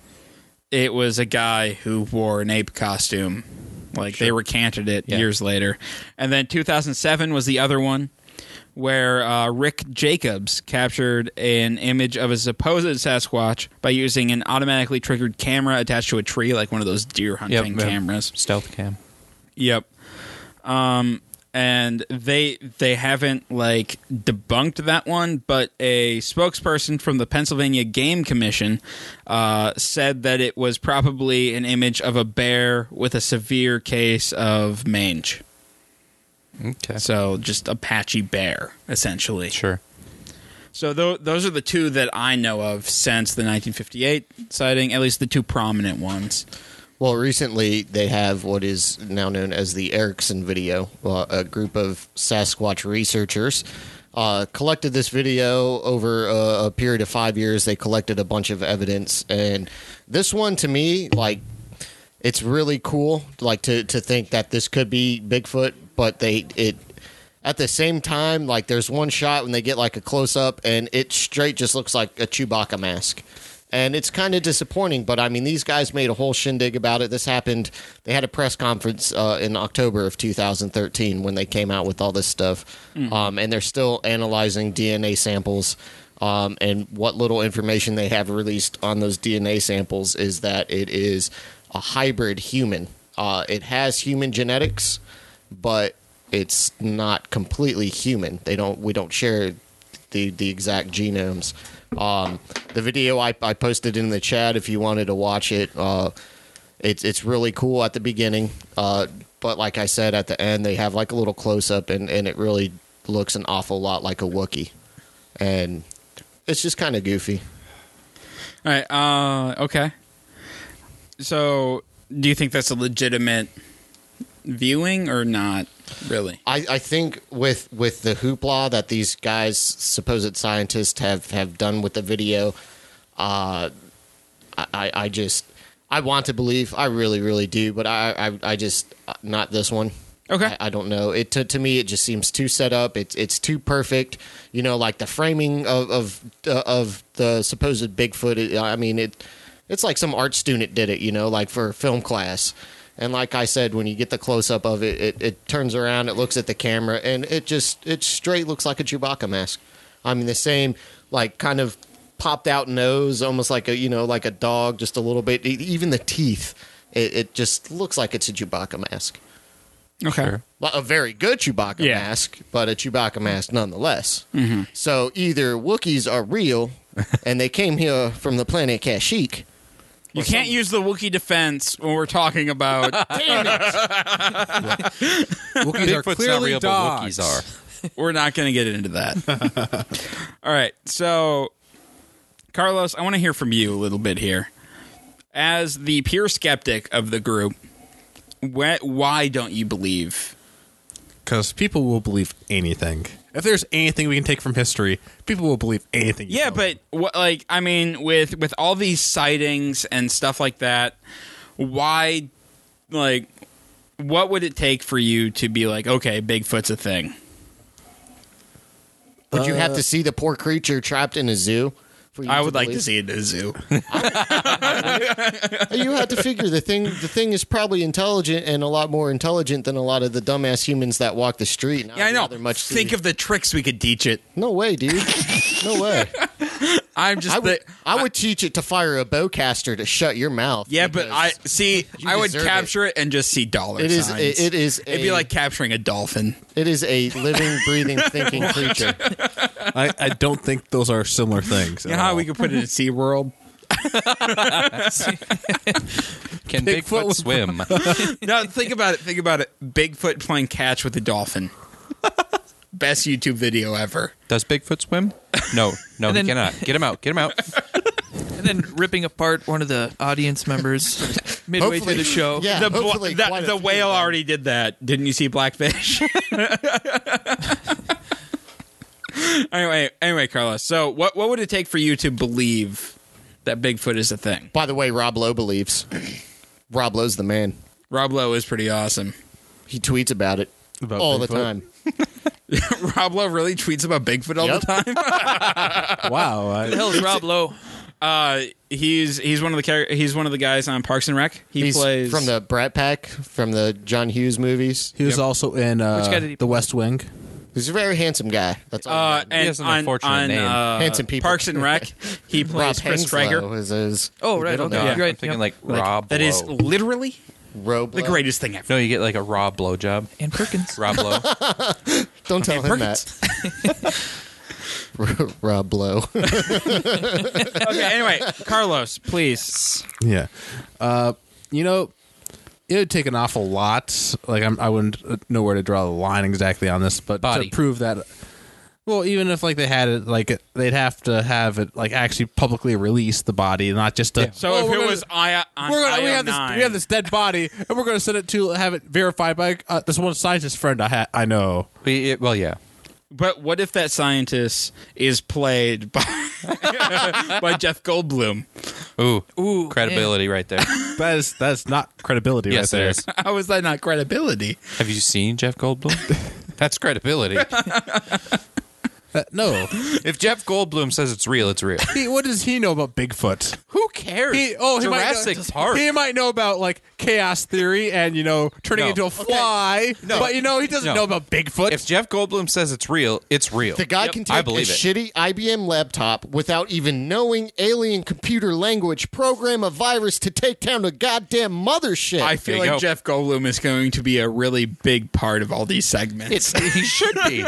[SPEAKER 1] It was a guy who wore an ape costume. Like they recanted it
[SPEAKER 7] Yeah.
[SPEAKER 1] years later. And then 2007 was the other one where uh, Rick Jacobs captured an image of a supposed Sasquatch by using an automatically triggered camera attached to a tree, like one of those deer hunting
[SPEAKER 7] yeah.
[SPEAKER 1] cameras.
[SPEAKER 7] Stealth cam.
[SPEAKER 1] Yep. Um, and they they haven't like debunked that one, but a spokesperson from the Pennsylvania Game Commission uh, said that it was probably an image of a bear with a severe case of mange.
[SPEAKER 7] Okay.
[SPEAKER 1] So just a patchy bear, essentially.
[SPEAKER 7] Sure.
[SPEAKER 1] So tho- those are the two that I know of since the 1958 sighting, at least the two prominent ones.
[SPEAKER 3] Well, recently they have what is now known as the Erickson video. Uh, a group of Sasquatch researchers uh, collected this video over a, a period of five years. They collected a bunch of evidence, and this one to me, like, it's really cool. Like to to think that this could be Bigfoot, but they it. At the same time, like there's one shot when they get like a close up, and it straight just looks like a Chewbacca mask and it's kind of disappointing. But I mean, these guys made a whole shindig about it. This happened. They had a press conference uh, in October of 2013 when they came out with all this stuff, um, and they're still analyzing DNA samples. Um, and what little information they have released on those DNA samples is that it is a hybrid human. Uh, it has human genetics, but it's not completely human. They don't. We don't share the the exact genomes. Um, the video I, I posted in the chat if you wanted to watch it. Uh, it's it's really cool at the beginning, uh, but like I said at the end, they have like a little close up and and it really looks an awful lot like a Wookiee, and it's just kind of goofy.
[SPEAKER 1] All right. Uh, okay. So, do you think that's a legitimate viewing or not? Really?
[SPEAKER 3] I, I think with with the hoopla that these guys supposed scientists have have done with the video, uh, I- I I just I want to believe I really really do, but I I, I just not this one.
[SPEAKER 1] Okay.
[SPEAKER 3] I, I don't know. It to, to me it just seems too set up. It's it's too perfect. You know, like the framing of of uh, of the supposed Bigfoot. it- I mean it. It's like some art student did it. You know, like for film class. And like I said, when you get the close up of it, it, it turns around, it looks at the camera, and it just it straight looks like a Chewbacca mask. I mean, the same like kind of popped out nose, almost like a you know like a dog, just a little bit. E- Even the teeth, it, it just looks like it's a Chewbacca mask.
[SPEAKER 1] Okay.
[SPEAKER 3] Well, a very good Chewbacca
[SPEAKER 1] Yeah. Mm-hmm.
[SPEAKER 3] mask, but a Chewbacca mask nonetheless. So either Wookiees are real, and they came here from the planet Kashyyyk.
[SPEAKER 1] You can't use the Wookiee defense when we're talking about.
[SPEAKER 7] Wookiees are
[SPEAKER 5] clearly
[SPEAKER 7] real, but
[SPEAKER 5] dogs.
[SPEAKER 7] Wookiees are.
[SPEAKER 1] we're not going to get into that. All right. So, Carlos, I want to hear from you a little bit here. As the pure skeptic of the group, wh- why don't you believe?
[SPEAKER 5] Because people will believe anything. If there's anything we can take from history, people will believe anything. you
[SPEAKER 1] Yeah,
[SPEAKER 5] tell
[SPEAKER 1] but what, like I mean, with with all these sightings and stuff like that, why, like, what would it take for you to be like, okay, Bigfoot's a thing?
[SPEAKER 3] Would you have to see the poor creature trapped in a zoo? For you
[SPEAKER 1] I would like to
[SPEAKER 3] believe?
[SPEAKER 1] see it in a zoo.
[SPEAKER 3] You have to figure the thing. The thing is probably intelligent and a lot more intelligent than a lot of the dumbass humans that walk the street. and
[SPEAKER 1] yeah,
[SPEAKER 3] I'd
[SPEAKER 1] I know.
[SPEAKER 3] rather Much see-
[SPEAKER 1] Think of the tricks we could teach it.
[SPEAKER 3] no way, dude. No way.
[SPEAKER 1] I'm just.
[SPEAKER 3] I would,
[SPEAKER 1] the-
[SPEAKER 3] I would teach it to fire a bowcaster to shut your mouth.
[SPEAKER 1] yeah, but
[SPEAKER 3] because
[SPEAKER 1] I see.
[SPEAKER 3] you
[SPEAKER 1] I would
[SPEAKER 3] deserve it.
[SPEAKER 1] capture it. and just see dollar
[SPEAKER 3] It is-
[SPEAKER 1] signs.
[SPEAKER 3] it- it is
[SPEAKER 1] It'd be
[SPEAKER 3] a-
[SPEAKER 1] like capturing a dolphin.
[SPEAKER 3] it is a living, breathing, thinking creature.
[SPEAKER 5] them. I, I don't think those are similar things.
[SPEAKER 1] You know how we could put it in SeaWorld?
[SPEAKER 7] Can
[SPEAKER 5] Bigfoot
[SPEAKER 7] Bigfoot,
[SPEAKER 5] was-
[SPEAKER 7] swim?
[SPEAKER 1] No, think about it. Think about it. Bigfoot playing catch with a dolphin. Best YouTube video ever.
[SPEAKER 7] Does Bigfoot swim? No, no,
[SPEAKER 6] And
[SPEAKER 7] he
[SPEAKER 6] then-
[SPEAKER 7] cannot. Get him out. Get him out.
[SPEAKER 6] And then ripping apart one of the audience members. midway
[SPEAKER 3] Hopefully-
[SPEAKER 6] through the show.
[SPEAKER 3] yeah,
[SPEAKER 1] the, bl-
[SPEAKER 3] hopefully
[SPEAKER 1] the-
[SPEAKER 3] quite a
[SPEAKER 1] the
[SPEAKER 3] few
[SPEAKER 1] whale
[SPEAKER 3] of them.
[SPEAKER 1] already did that. Didn't you see Blackfish? anyway, anyway, Carlos. So, what what would it take for you to believe that Bigfoot is a thing?
[SPEAKER 3] By the way, Rob Lowe believes. Rob Lowe's the man.
[SPEAKER 1] Rob Lowe is pretty awesome.
[SPEAKER 3] He tweets about it
[SPEAKER 5] About
[SPEAKER 3] all the
[SPEAKER 5] Bigfoot?
[SPEAKER 3] time.
[SPEAKER 1] Rob Lowe really tweets about Bigfoot all
[SPEAKER 3] Yep.
[SPEAKER 1] the time.
[SPEAKER 5] wow.
[SPEAKER 6] The
[SPEAKER 5] I,
[SPEAKER 6] hell is Rob Lowe?
[SPEAKER 1] Uh, he's he's one of the char- he's one of the guys on Parks and Rec. He
[SPEAKER 3] He's
[SPEAKER 1] plays
[SPEAKER 3] from the Brat Pack, from the John Hughes movies.
[SPEAKER 5] he was also in uh,
[SPEAKER 6] guy did he
[SPEAKER 5] The West Wing.
[SPEAKER 3] He's a very handsome guy. That's all. I
[SPEAKER 1] uh,
[SPEAKER 3] know.
[SPEAKER 1] and
[SPEAKER 7] has an
[SPEAKER 1] on,
[SPEAKER 7] unfortunate
[SPEAKER 1] on,
[SPEAKER 7] name.
[SPEAKER 1] uh,
[SPEAKER 3] Handsome people.
[SPEAKER 1] Parks and Rec. He
[SPEAKER 3] Rob
[SPEAKER 1] plays Chris
[SPEAKER 3] Henslow
[SPEAKER 1] Traeger.
[SPEAKER 3] is his.
[SPEAKER 6] Oh, right.
[SPEAKER 3] middle
[SPEAKER 6] Okay.
[SPEAKER 3] name.
[SPEAKER 1] Yeah.
[SPEAKER 6] You're right.
[SPEAKER 7] I'm thinking
[SPEAKER 6] yep.
[SPEAKER 7] like, Rob.
[SPEAKER 1] That is
[SPEAKER 7] Lowe.
[SPEAKER 1] literally
[SPEAKER 3] Rob
[SPEAKER 1] the
[SPEAKER 3] Lowe.
[SPEAKER 1] greatest thing ever.
[SPEAKER 7] no. You get like a raw blowjob.
[SPEAKER 6] and Perkins.
[SPEAKER 7] Rob Lowe.
[SPEAKER 3] Don't tell him that. Rob Lowe.
[SPEAKER 1] Okay, anyway, Carlos, please.
[SPEAKER 5] Yeah. Uh, you know, it would take an awful lot. Like I'm, I wouldn't uh, know where to draw the line exactly on this, but
[SPEAKER 7] Body.
[SPEAKER 5] to prove that, well, even if like they had it, like they'd have to have it like actually publicly release the body, not just a.
[SPEAKER 1] So
[SPEAKER 5] "Oh,
[SPEAKER 1] if
[SPEAKER 5] we're
[SPEAKER 1] it
[SPEAKER 5] gonna-
[SPEAKER 1] was I, uh, on
[SPEAKER 5] we're gonna,
[SPEAKER 1] IO9,
[SPEAKER 5] we have this we have this dead body, and we're gonna send it to have it verified by uh, this one scientist friend I ha- I know.
[SPEAKER 7] We- well, yeah.
[SPEAKER 1] But what if that scientist is played by by Jeff Goldblum?
[SPEAKER 7] Ooh,
[SPEAKER 6] Ooh,
[SPEAKER 7] credibility right there.
[SPEAKER 5] That is that's not credibility
[SPEAKER 7] yes,
[SPEAKER 5] right
[SPEAKER 7] it
[SPEAKER 5] there.
[SPEAKER 7] is.
[SPEAKER 1] How is that not credibility?
[SPEAKER 7] Have you seen Jeff Goldblum? That's credibility.
[SPEAKER 5] Uh, no,
[SPEAKER 7] If Jeff Goldblum says it's real, it's real.
[SPEAKER 5] he, what does he know about Bigfoot?
[SPEAKER 7] Who cares?
[SPEAKER 5] He, oh, he
[SPEAKER 7] Jurassic
[SPEAKER 5] might know,
[SPEAKER 7] Park.
[SPEAKER 5] He might know about like chaos theory and you know turning
[SPEAKER 7] No.
[SPEAKER 5] into a fly. No, but you know he doesn't
[SPEAKER 7] No.
[SPEAKER 5] know about Bigfoot.
[SPEAKER 7] if Jeff Goldblum says it's real, it's real.
[SPEAKER 3] The guy can
[SPEAKER 7] I
[SPEAKER 3] take a
[SPEAKER 7] believe it.
[SPEAKER 3] shitty IBM laptop without even knowing alien computer language, program a virus to take down a goddamn mothership.
[SPEAKER 1] I feel
[SPEAKER 7] There
[SPEAKER 1] like
[SPEAKER 7] you go.
[SPEAKER 1] Jeff Goldblum is going to be a really big part of all these segments.
[SPEAKER 7] he should be.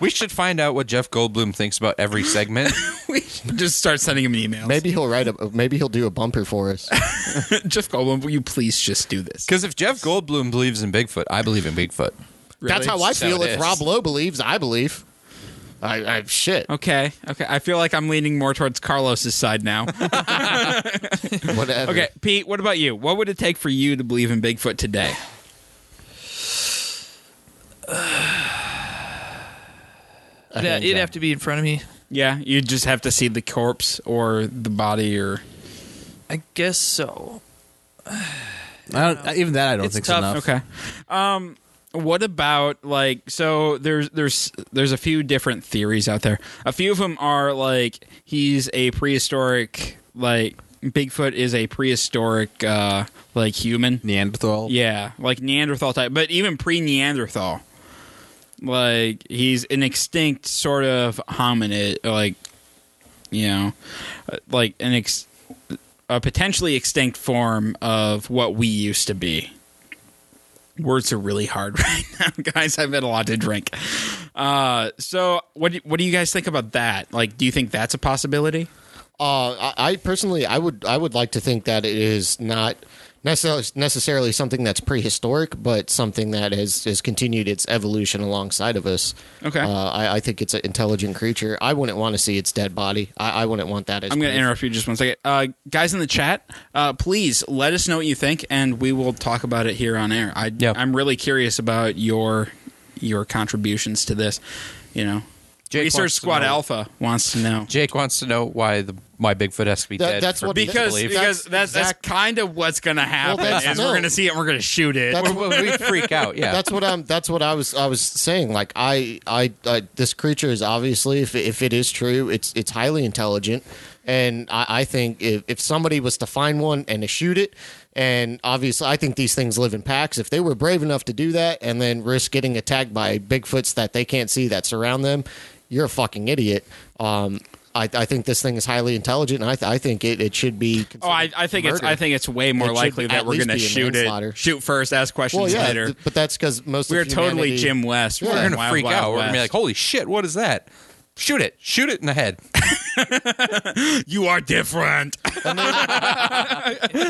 [SPEAKER 7] We should find out what Jeff Goldblum thinks about every segment.
[SPEAKER 1] we should just start sending him emails.
[SPEAKER 3] maybe he'll write a. Maybe he'll do a bumper for us.
[SPEAKER 1] Jeff Goldblum, will you please just do this?
[SPEAKER 7] Because if Jeff Goldblum believes in Bigfoot, I believe in Bigfoot.
[SPEAKER 3] That's how I
[SPEAKER 7] That's how
[SPEAKER 3] feel.
[SPEAKER 7] it
[SPEAKER 3] If
[SPEAKER 7] is.
[SPEAKER 3] Rob Lowe believes, I believe. I, I shit.
[SPEAKER 1] Okay, okay. I feel like I'm leaning more towards Carlos's side now.
[SPEAKER 3] Whatever.
[SPEAKER 1] okay, Pete, what about you? What would it take for you to believe in Bigfoot today?
[SPEAKER 3] I
[SPEAKER 6] Yeah,
[SPEAKER 3] think
[SPEAKER 6] it'd
[SPEAKER 3] so.
[SPEAKER 6] have to be in front of me.
[SPEAKER 1] Yeah, you just have to see the corpse or the body or
[SPEAKER 6] I guess so.
[SPEAKER 5] I don't, even that I don't
[SPEAKER 6] It's
[SPEAKER 5] think's
[SPEAKER 6] tough.
[SPEAKER 5] enough.
[SPEAKER 1] Okay. Um what about like so there's there's there's a few different theories out there. A few of them are like he's a prehistoric like Bigfoot is a prehistoric uh like human.
[SPEAKER 5] Neanderthal.
[SPEAKER 1] Yeah, like Neanderthal type, but even pre-Neanderthal. Like he's an extinct sort of hominid, like you know, uh, like an ex- a potentially extinct form of what we used to be. Words are really hard right now, guys. I've had a lot to drink. Uh, so what do, what do you guys think about that? Like, do you think that's a possibility?
[SPEAKER 3] Uh, I, I personally, I would, I would like to think that it is not necessarily necessarily something that's prehistoric, but something that has has continued its evolution alongside of us.
[SPEAKER 1] Okay.
[SPEAKER 3] Uh, I, I think it's an intelligent creature. I wouldn't want to see its dead body. I, I wouldn't want that. As
[SPEAKER 1] I'm going to
[SPEAKER 3] proof.
[SPEAKER 1] interrupt you just one second. Uh, guys in the chat, uh, please let us know what you think, and we will talk about it here on air. I,
[SPEAKER 7] Yeah.
[SPEAKER 1] I'm really curious about your your contributions to this. You know,
[SPEAKER 7] Jake
[SPEAKER 1] Research
[SPEAKER 7] wants to
[SPEAKER 1] Squad
[SPEAKER 7] know-
[SPEAKER 1] Alpha wants to know
[SPEAKER 7] Jake wants to know why the why Bigfoot has to be
[SPEAKER 3] That-
[SPEAKER 7] dead.
[SPEAKER 3] that's
[SPEAKER 7] for
[SPEAKER 3] what-
[SPEAKER 7] me to
[SPEAKER 1] because
[SPEAKER 7] believe.
[SPEAKER 1] because that's, that's
[SPEAKER 3] exact-
[SPEAKER 1] kind of what's going to happen.
[SPEAKER 3] that's-
[SPEAKER 1] is
[SPEAKER 3] no.
[SPEAKER 1] we're going to see it, and we're going to shoot it.
[SPEAKER 3] That's-
[SPEAKER 7] Well, we freak out. Yeah,
[SPEAKER 3] That's what I'm. That's what I was. I was saying. Like I, I, I this creature is obviously, if if it is true, it's it's highly intelligent, and I, I think if if somebody was to find one and to shoot it, and obviously, I think these things live in packs. If they were brave enough to do that and then risk getting attacked by bigfoots that they can't see that surround them, you're a fucking idiot. Um. I, I think this thing is highly intelligent. And I, th- I think it, it should be.
[SPEAKER 1] Oh, I, I think it's I
[SPEAKER 3] murder.
[SPEAKER 1] think it's way more
[SPEAKER 3] It should
[SPEAKER 1] likely that
[SPEAKER 3] at
[SPEAKER 1] we're
[SPEAKER 3] least
[SPEAKER 1] going to
[SPEAKER 3] be a
[SPEAKER 1] shoot
[SPEAKER 3] manslaughter.
[SPEAKER 1] it. Shoot first, ask questions
[SPEAKER 3] Well, yeah,
[SPEAKER 1] later.
[SPEAKER 3] th- but that's because most.
[SPEAKER 1] we're
[SPEAKER 3] of
[SPEAKER 1] totally
[SPEAKER 3] humanity-
[SPEAKER 1] Jim West.
[SPEAKER 3] Yeah.
[SPEAKER 1] in
[SPEAKER 7] we're gonna
[SPEAKER 1] Wild
[SPEAKER 7] freak
[SPEAKER 1] Wild
[SPEAKER 7] out. We're gonna be
[SPEAKER 1] West.
[SPEAKER 7] like, "Holy shit! What is that? Shoot it! Shoot it in the head!"
[SPEAKER 1] You are different.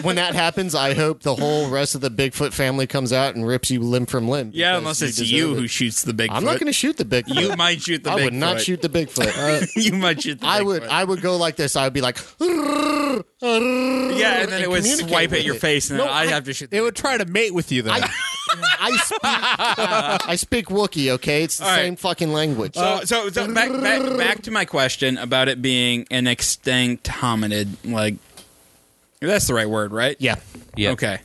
[SPEAKER 3] when that happens, I hope the whole rest of the Bigfoot family comes out and rips you limb from limb.
[SPEAKER 1] Yeah,
[SPEAKER 3] because
[SPEAKER 1] unless it's
[SPEAKER 3] deserve
[SPEAKER 1] you
[SPEAKER 3] it.
[SPEAKER 1] who shoots the Bigfoot.
[SPEAKER 3] I'm not going to shoot the Bigfoot.
[SPEAKER 1] You might shoot the
[SPEAKER 3] I
[SPEAKER 1] Bigfoot.
[SPEAKER 3] would not shoot the Bigfoot. Uh,
[SPEAKER 1] you might shoot the
[SPEAKER 3] I
[SPEAKER 1] Bigfoot.
[SPEAKER 3] would. I would go like this. I would be like, yeah,
[SPEAKER 1] yeah, and then it would swipe at your face, and then I'd have to shoot.
[SPEAKER 5] It would try to mate with you, though.
[SPEAKER 3] I, I speak. I speak Wookiee. Okay, it's the
[SPEAKER 1] All right.
[SPEAKER 3] same fucking language.
[SPEAKER 1] So, so, so back, back, back to my question about it being an extinct hominid. Like, that's the right word, right?
[SPEAKER 3] yeah.
[SPEAKER 7] Yeah.
[SPEAKER 1] Okay.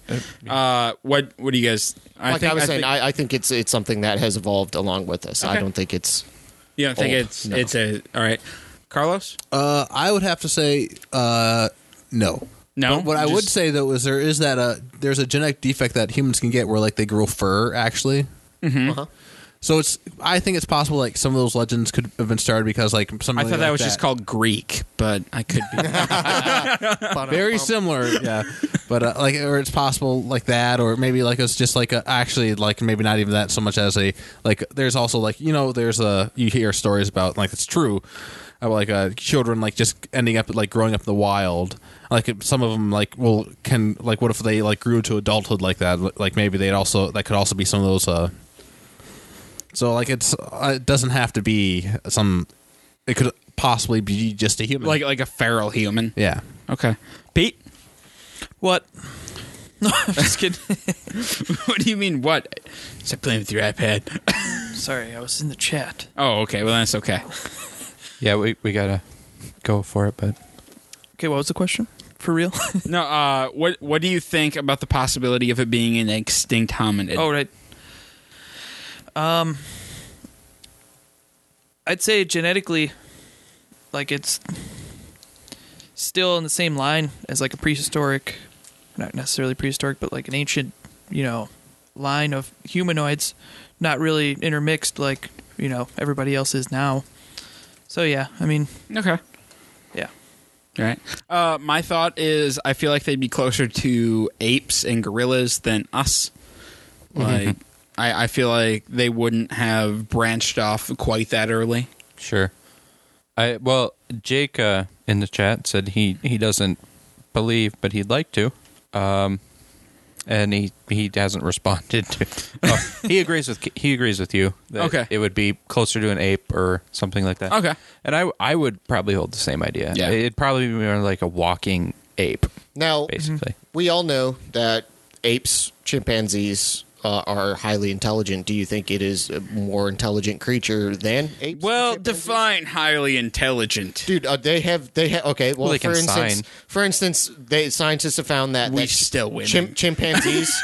[SPEAKER 1] Uh, what What do you guys? I
[SPEAKER 3] Like I, was saying, I, I think it's it's something that has evolved along with us. I
[SPEAKER 1] Okay.
[SPEAKER 3] don't think it's
[SPEAKER 1] you don't think
[SPEAKER 3] old,
[SPEAKER 1] it's
[SPEAKER 3] no.
[SPEAKER 1] it's a all right, Carlos?
[SPEAKER 8] Uh, I would have to say uh, no.
[SPEAKER 1] No.
[SPEAKER 8] What I would
[SPEAKER 1] Just-
[SPEAKER 8] say though is there is that uh, there's a genetic defect that humans can get where like they grow fur actually.
[SPEAKER 1] Hmm.
[SPEAKER 3] Uh-huh.
[SPEAKER 8] So it's I think it's possible like some of those legends could have been started because like some.
[SPEAKER 1] I thought that was just called Greek, but I could be.
[SPEAKER 8] very similar. Yeah, but uh, like or it's possible like that or maybe like it's just like a, actually like maybe not even that so much as a like there's also like you know there's a you hear stories about like it's true about like uh, children like just ending up like growing up in the wild like some of them like well can like what if they like grew to adulthood like that like maybe they'd also that could also be some of those uh so like it's uh, it doesn't have to be some it could possibly be just a human
[SPEAKER 1] like like a feral human.
[SPEAKER 8] yeah
[SPEAKER 1] Okay, Pete.
[SPEAKER 6] What? No, I'm just kidding.
[SPEAKER 1] What do you mean? What? Stop playing with your iPad.
[SPEAKER 6] Sorry, I was in the chat.
[SPEAKER 1] Oh, okay. Well, that's okay.
[SPEAKER 7] Yeah, we, we gotta go for it, but
[SPEAKER 6] Okay, what was the question? For real?
[SPEAKER 1] No. Uh, what What do you think about the possibility of it being an extinct hominid?
[SPEAKER 6] oh, right. Um, I'd say genetically, like it's still in the same line as like a prehistoric, not necessarily prehistoric, but like an ancient, you know, line of humanoids, not really intermixed like you know everybody else is now. So yeah, I mean,
[SPEAKER 1] okay.
[SPEAKER 6] yeah,
[SPEAKER 1] All right. Uh, my thought is, I feel like they'd be closer to apes and gorillas than us. Like, I, I feel like they wouldn't have branched off quite that early.
[SPEAKER 7] sure. I well, Jake uh, in the chat said he he doesn't believe, but he'd like to. Um, and he he hasn't responded. To, oh, he agrees with he agrees with you. That
[SPEAKER 1] Okay.
[SPEAKER 7] it would be closer to an ape or something like that.
[SPEAKER 1] Okay.
[SPEAKER 7] and I I would probably hold the same idea.
[SPEAKER 1] Yeah.
[SPEAKER 7] it'd probably be more like a walking ape,
[SPEAKER 3] Now
[SPEAKER 7] basically.
[SPEAKER 1] Mm-hmm.
[SPEAKER 3] we all know that apes, chimpanzees uh, are highly intelligent. Do you think it is a more intelligent creature than apes? and
[SPEAKER 1] Well,
[SPEAKER 3] chimpanzees?
[SPEAKER 1] define highly intelligent.
[SPEAKER 3] dude. Uh, they have they have okay. Well,
[SPEAKER 7] Well, they
[SPEAKER 3] for
[SPEAKER 7] can
[SPEAKER 3] instance,
[SPEAKER 7] sign.
[SPEAKER 3] for instance, they scientists have found that
[SPEAKER 1] We
[SPEAKER 3] that chi-
[SPEAKER 1] still win.
[SPEAKER 3] chim- chimpanzees.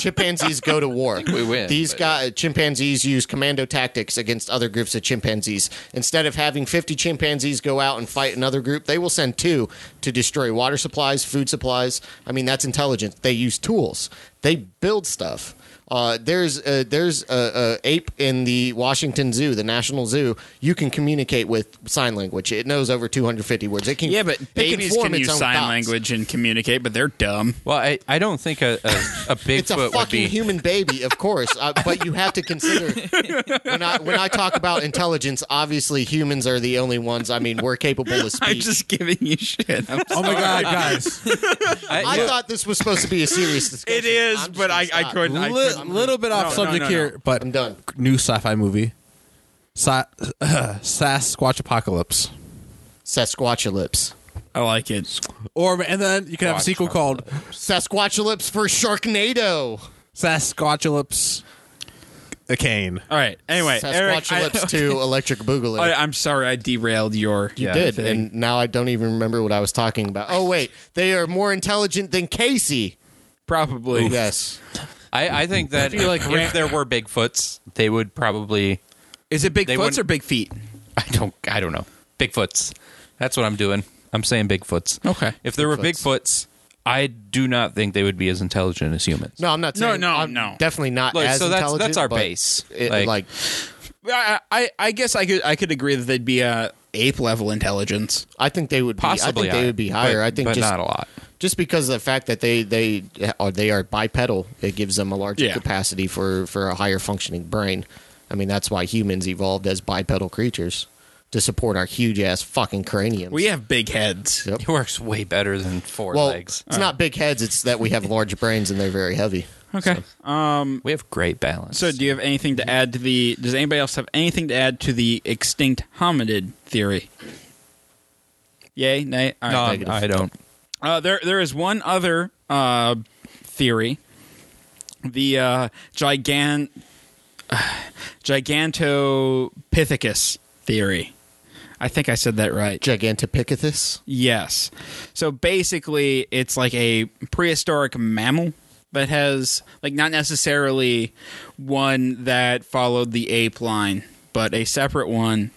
[SPEAKER 3] chimpanzees go to war.
[SPEAKER 7] we win,
[SPEAKER 3] These
[SPEAKER 7] but-
[SPEAKER 3] guys, chimpanzees use commando tactics against other groups of chimpanzees. Instead of having 50 chimpanzees go out and fight another group, they will send two to destroy water supplies, food supplies. I mean, that's intelligent. They use tools. They build stuff. Uh, there's a, there's a, a ape in the Washington Zoo, the National Zoo. You can communicate with sign language. It knows over 250 words. It can
[SPEAKER 1] Yeah, but
[SPEAKER 3] it
[SPEAKER 1] babies can,
[SPEAKER 3] form its
[SPEAKER 1] use
[SPEAKER 3] own
[SPEAKER 1] sign
[SPEAKER 3] thoughts.
[SPEAKER 1] language and communicate, but they're dumb.
[SPEAKER 7] Well, I, I don't think a, a, a
[SPEAKER 3] It's a
[SPEAKER 7] Bigfoot would
[SPEAKER 3] fucking
[SPEAKER 7] be.
[SPEAKER 3] human baby, of course. uh, but you have to consider when I when I talk about intelligence, obviously humans are the only ones. I mean, we're capable of
[SPEAKER 1] I'm
[SPEAKER 3] speech.
[SPEAKER 1] just giving you shit. I'm
[SPEAKER 5] oh my god, guys!
[SPEAKER 7] I,
[SPEAKER 3] I
[SPEAKER 7] yeah.
[SPEAKER 3] thought this was supposed to be a serious discussion.
[SPEAKER 1] It is,
[SPEAKER 3] I'm just
[SPEAKER 1] but
[SPEAKER 3] gonna
[SPEAKER 1] I, I
[SPEAKER 3] stop.
[SPEAKER 1] couldn't. I
[SPEAKER 5] Li-
[SPEAKER 1] couldn't.
[SPEAKER 5] little bit off
[SPEAKER 1] No,
[SPEAKER 5] subject
[SPEAKER 1] no, no,
[SPEAKER 5] here, but
[SPEAKER 3] I'm done.
[SPEAKER 8] new sci-fi movie, Sa- Sasquatch Apocalypse.
[SPEAKER 3] Sasquatchalypse.
[SPEAKER 1] I like it.
[SPEAKER 5] or and then you can have a sequel called
[SPEAKER 3] Sasquatchalypse for Sharknado.
[SPEAKER 8] Sasquatchalypse, a cane.
[SPEAKER 1] All right. Anyway, Eric, I,
[SPEAKER 3] Sasquatchalypse to Electric Boogaloo.
[SPEAKER 1] I, am sorry I derailed your. uh,
[SPEAKER 3] you
[SPEAKER 7] Yeah,
[SPEAKER 3] did,
[SPEAKER 1] thing.
[SPEAKER 3] and now I don't even remember what I was talking about. Oh wait, they are more intelligent than Casey.
[SPEAKER 1] Probably.
[SPEAKER 3] Yes,
[SPEAKER 7] I, I think that if, if there were Bigfoots, they would probably.
[SPEAKER 1] Is it big
[SPEAKER 7] They
[SPEAKER 1] foots
[SPEAKER 7] wouldn't-
[SPEAKER 1] or big feet?
[SPEAKER 7] I don't. I don't know. Bigfoots. That's what I'm doing. I'm saying Bigfoots.
[SPEAKER 1] Okay.
[SPEAKER 7] If there were Bigfoots, I do not think they would be as intelligent as humans.
[SPEAKER 3] no, I'm not.
[SPEAKER 1] No,
[SPEAKER 3] Saying,
[SPEAKER 1] no,
[SPEAKER 3] I'm
[SPEAKER 1] no.
[SPEAKER 3] Definitely not
[SPEAKER 7] Like,
[SPEAKER 3] as
[SPEAKER 7] so that's
[SPEAKER 3] intelligent.
[SPEAKER 7] that's our
[SPEAKER 3] but
[SPEAKER 7] base.
[SPEAKER 3] It,
[SPEAKER 7] like,
[SPEAKER 3] like
[SPEAKER 1] I, I I guess I could I could agree that they'd be a ape level intelligence.
[SPEAKER 3] I think they would be,
[SPEAKER 7] possibly,
[SPEAKER 3] I think they
[SPEAKER 7] high,
[SPEAKER 3] would be higher.
[SPEAKER 7] but-
[SPEAKER 3] I think
[SPEAKER 7] but
[SPEAKER 3] just
[SPEAKER 7] not a lot.
[SPEAKER 3] just because of the fact that they they are they are bipedal, it gives them a larger
[SPEAKER 1] Yeah.
[SPEAKER 3] capacity for for a higher functioning brain. I mean, that's why humans evolved as bipedal creatures. to support our huge ass fucking craniums.
[SPEAKER 1] We have big heads.
[SPEAKER 3] Yep.
[SPEAKER 7] He works way better than four
[SPEAKER 3] well,
[SPEAKER 7] legs.
[SPEAKER 3] it's not big heads. It's that we have large brains and they're very heavy.
[SPEAKER 1] Okay.
[SPEAKER 7] We have great balance.
[SPEAKER 1] So, do you have anything to add to the? Does anybody else have anything to add to the extinct hominid theory? Yay, nay. All
[SPEAKER 7] no,
[SPEAKER 1] right.
[SPEAKER 7] I'm- I don't.
[SPEAKER 1] Uh, there, there is one other uh, theory. The uh, gigan, gigantopithecus theory. I think I said that right.
[SPEAKER 3] Gigantopithecus.
[SPEAKER 1] Yes. So basically, it's like a prehistoric mammal that has, like, not necessarily one that followed the ape line, but a separate one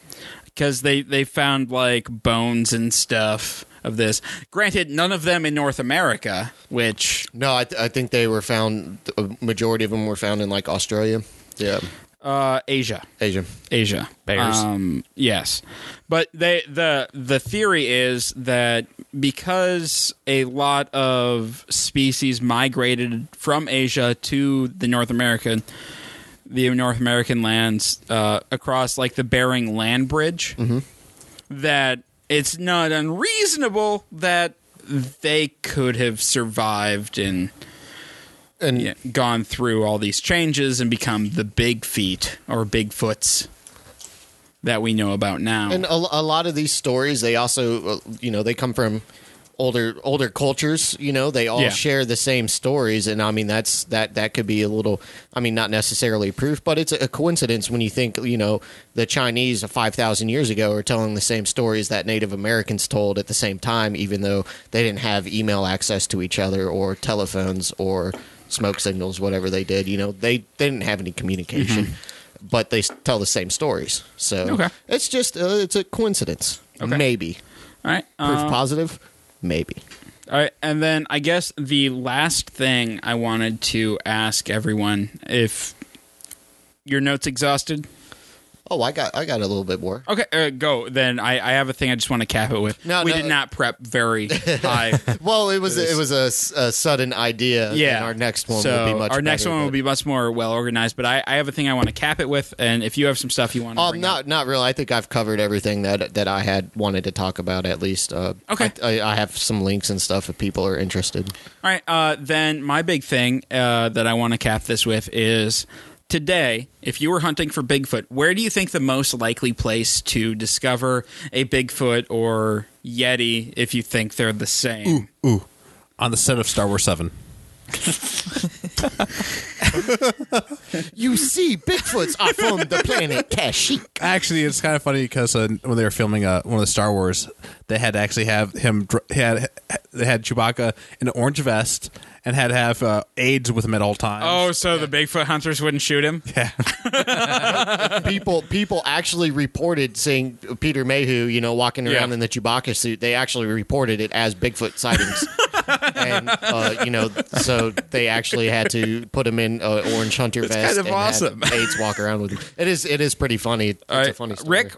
[SPEAKER 1] because they, they found, like, bones and stuff of this. Granted, none of them in North America, which,
[SPEAKER 3] No, I, th- I think they were found. A majority of them were found in like Australia. Yeah,
[SPEAKER 1] uh, Asia.
[SPEAKER 3] Asia.
[SPEAKER 1] Asia.
[SPEAKER 7] Bears.
[SPEAKER 1] Um, yes, but they the the theory is that because a lot of species migrated from Asia to the North American, the North American lands uh, across like the Bering Land Bridge, that it's not unreasonable that they could have survived and
[SPEAKER 3] And
[SPEAKER 1] you know, gone through all these changes and become the big feet or bigfoots that we know about now.
[SPEAKER 3] and a, a lot of these stories they also uh, you know they come from older older cultures you know they all
[SPEAKER 1] Yeah.
[SPEAKER 3] share the same stories and i mean that's that that could be a little i mean not necessarily proof but it's a coincidence when you think you know the chinese 5000 years ago are telling the same stories that native americans told at the same time even though they didn't have email access to each other or telephones or smoke signals whatever they did you know they, they didn't have any communication but they s- tell the same stories so
[SPEAKER 1] Okay.
[SPEAKER 3] it's just uh, it's a coincidence.
[SPEAKER 1] Okay.
[SPEAKER 3] Maybe
[SPEAKER 1] all right.
[SPEAKER 3] proof
[SPEAKER 1] uh,
[SPEAKER 3] positive. Maybe.
[SPEAKER 1] all right. And then I guess the last thing I wanted to ask everyone if your notes exhausted.
[SPEAKER 3] Oh, I got I got a little bit more.
[SPEAKER 1] Okay, uh, go. Then I, I have a thing I just want to cap it with.
[SPEAKER 3] No,
[SPEAKER 1] we
[SPEAKER 3] no,
[SPEAKER 1] did
[SPEAKER 3] uh,
[SPEAKER 1] not prep very high.
[SPEAKER 3] Well, it was it was a, s- a sudden idea. and
[SPEAKER 1] yeah.
[SPEAKER 3] our next one
[SPEAKER 1] so
[SPEAKER 3] will be much.
[SPEAKER 1] Our next
[SPEAKER 3] better,
[SPEAKER 1] one will
[SPEAKER 3] but-
[SPEAKER 1] be much more well organized, but I, I have a thing I want to cap it with. And if you have some stuff you want to
[SPEAKER 3] Um,
[SPEAKER 1] bring
[SPEAKER 3] not
[SPEAKER 1] up.
[SPEAKER 3] not really. I think I've covered everything that that I had wanted to talk about. At least. Uh,
[SPEAKER 1] Okay.
[SPEAKER 3] I, I, I have some links and stuff if people are interested.
[SPEAKER 1] All right. Uh, then my big thing uh, that I want to cap this with is today, if you were hunting for Bigfoot, where do you think the most likely place to discover a Bigfoot or Yeti if you think they're the same?
[SPEAKER 8] Ooh, on the set of Star Wars Seven.
[SPEAKER 3] You see, Bigfoots are from the planet Kashyyyk.
[SPEAKER 8] Actually, it's kind of funny because uh, when they were filming uh, one of the Star Wars, they had to actually have him. dr- he had they had Chewbacca in an orange vest and had to have uh, aides with him at all times.
[SPEAKER 1] Oh, so the Bigfoot hunters wouldn't shoot him?
[SPEAKER 3] people people actually reported seeing Peter Mayhew, you know, walking around
[SPEAKER 1] Yeah.
[SPEAKER 3] in the Chewbacca suit. They actually reported it as Bigfoot sightings. and uh, you know, so they actually had to put him in a orange hunter vest.
[SPEAKER 1] kind of
[SPEAKER 3] and had
[SPEAKER 1] awesome.
[SPEAKER 3] aides walk around with him. It is. It is pretty funny. It's
[SPEAKER 1] All
[SPEAKER 3] a
[SPEAKER 1] right,
[SPEAKER 3] funny story.
[SPEAKER 1] Rick,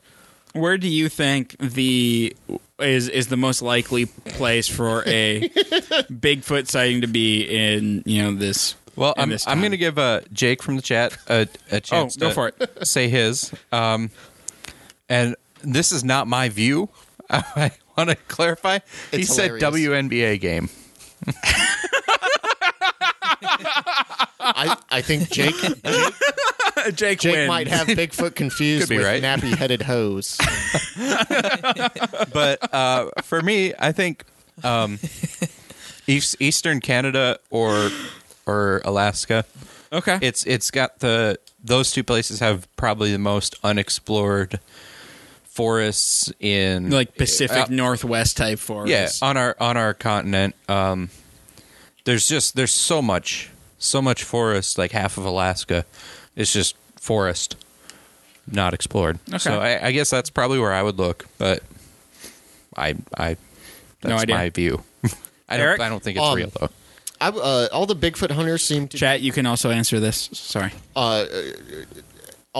[SPEAKER 1] where do you think the is is the most likely place for a Bigfoot sighting to be in you know this?
[SPEAKER 7] Well,
[SPEAKER 1] in
[SPEAKER 7] I'm,
[SPEAKER 1] this
[SPEAKER 7] I'm
[SPEAKER 1] time?
[SPEAKER 7] going to give uh, Jake from the chat a,
[SPEAKER 3] Oh,
[SPEAKER 7] a chance
[SPEAKER 1] Oh, go
[SPEAKER 7] to
[SPEAKER 1] for it.
[SPEAKER 7] say his. Um, and this is not my view. I want to clarify. he
[SPEAKER 3] It's
[SPEAKER 7] said
[SPEAKER 3] hilarious.
[SPEAKER 7] WNBA game.
[SPEAKER 3] I, I think Jake Jake,
[SPEAKER 1] Jake,
[SPEAKER 3] Jake
[SPEAKER 1] wins.
[SPEAKER 3] might have Bigfoot confused
[SPEAKER 7] Could be
[SPEAKER 3] with
[SPEAKER 7] right.
[SPEAKER 3] nappy headed hose.
[SPEAKER 7] But uh, for me, I think um, East, Eastern Canada or or Alaska.
[SPEAKER 1] okay.
[SPEAKER 7] It's it's got the those two places have probably the most unexplored forests in
[SPEAKER 1] like Pacific
[SPEAKER 7] uh,
[SPEAKER 1] Northwest type forest.
[SPEAKER 7] yeah on our on our continent um there's just there's so much so much forest like half of alaska is just forest not explored so I, I guess that's probably where i would look but i i that's
[SPEAKER 1] No idea.
[SPEAKER 7] my view i don't
[SPEAKER 1] Eric?
[SPEAKER 7] i don't think it's
[SPEAKER 3] Um,
[SPEAKER 7] real though
[SPEAKER 3] I, uh, all the Bigfoot hunters seem to
[SPEAKER 1] Chat, you can also answer this. Sorry.
[SPEAKER 3] all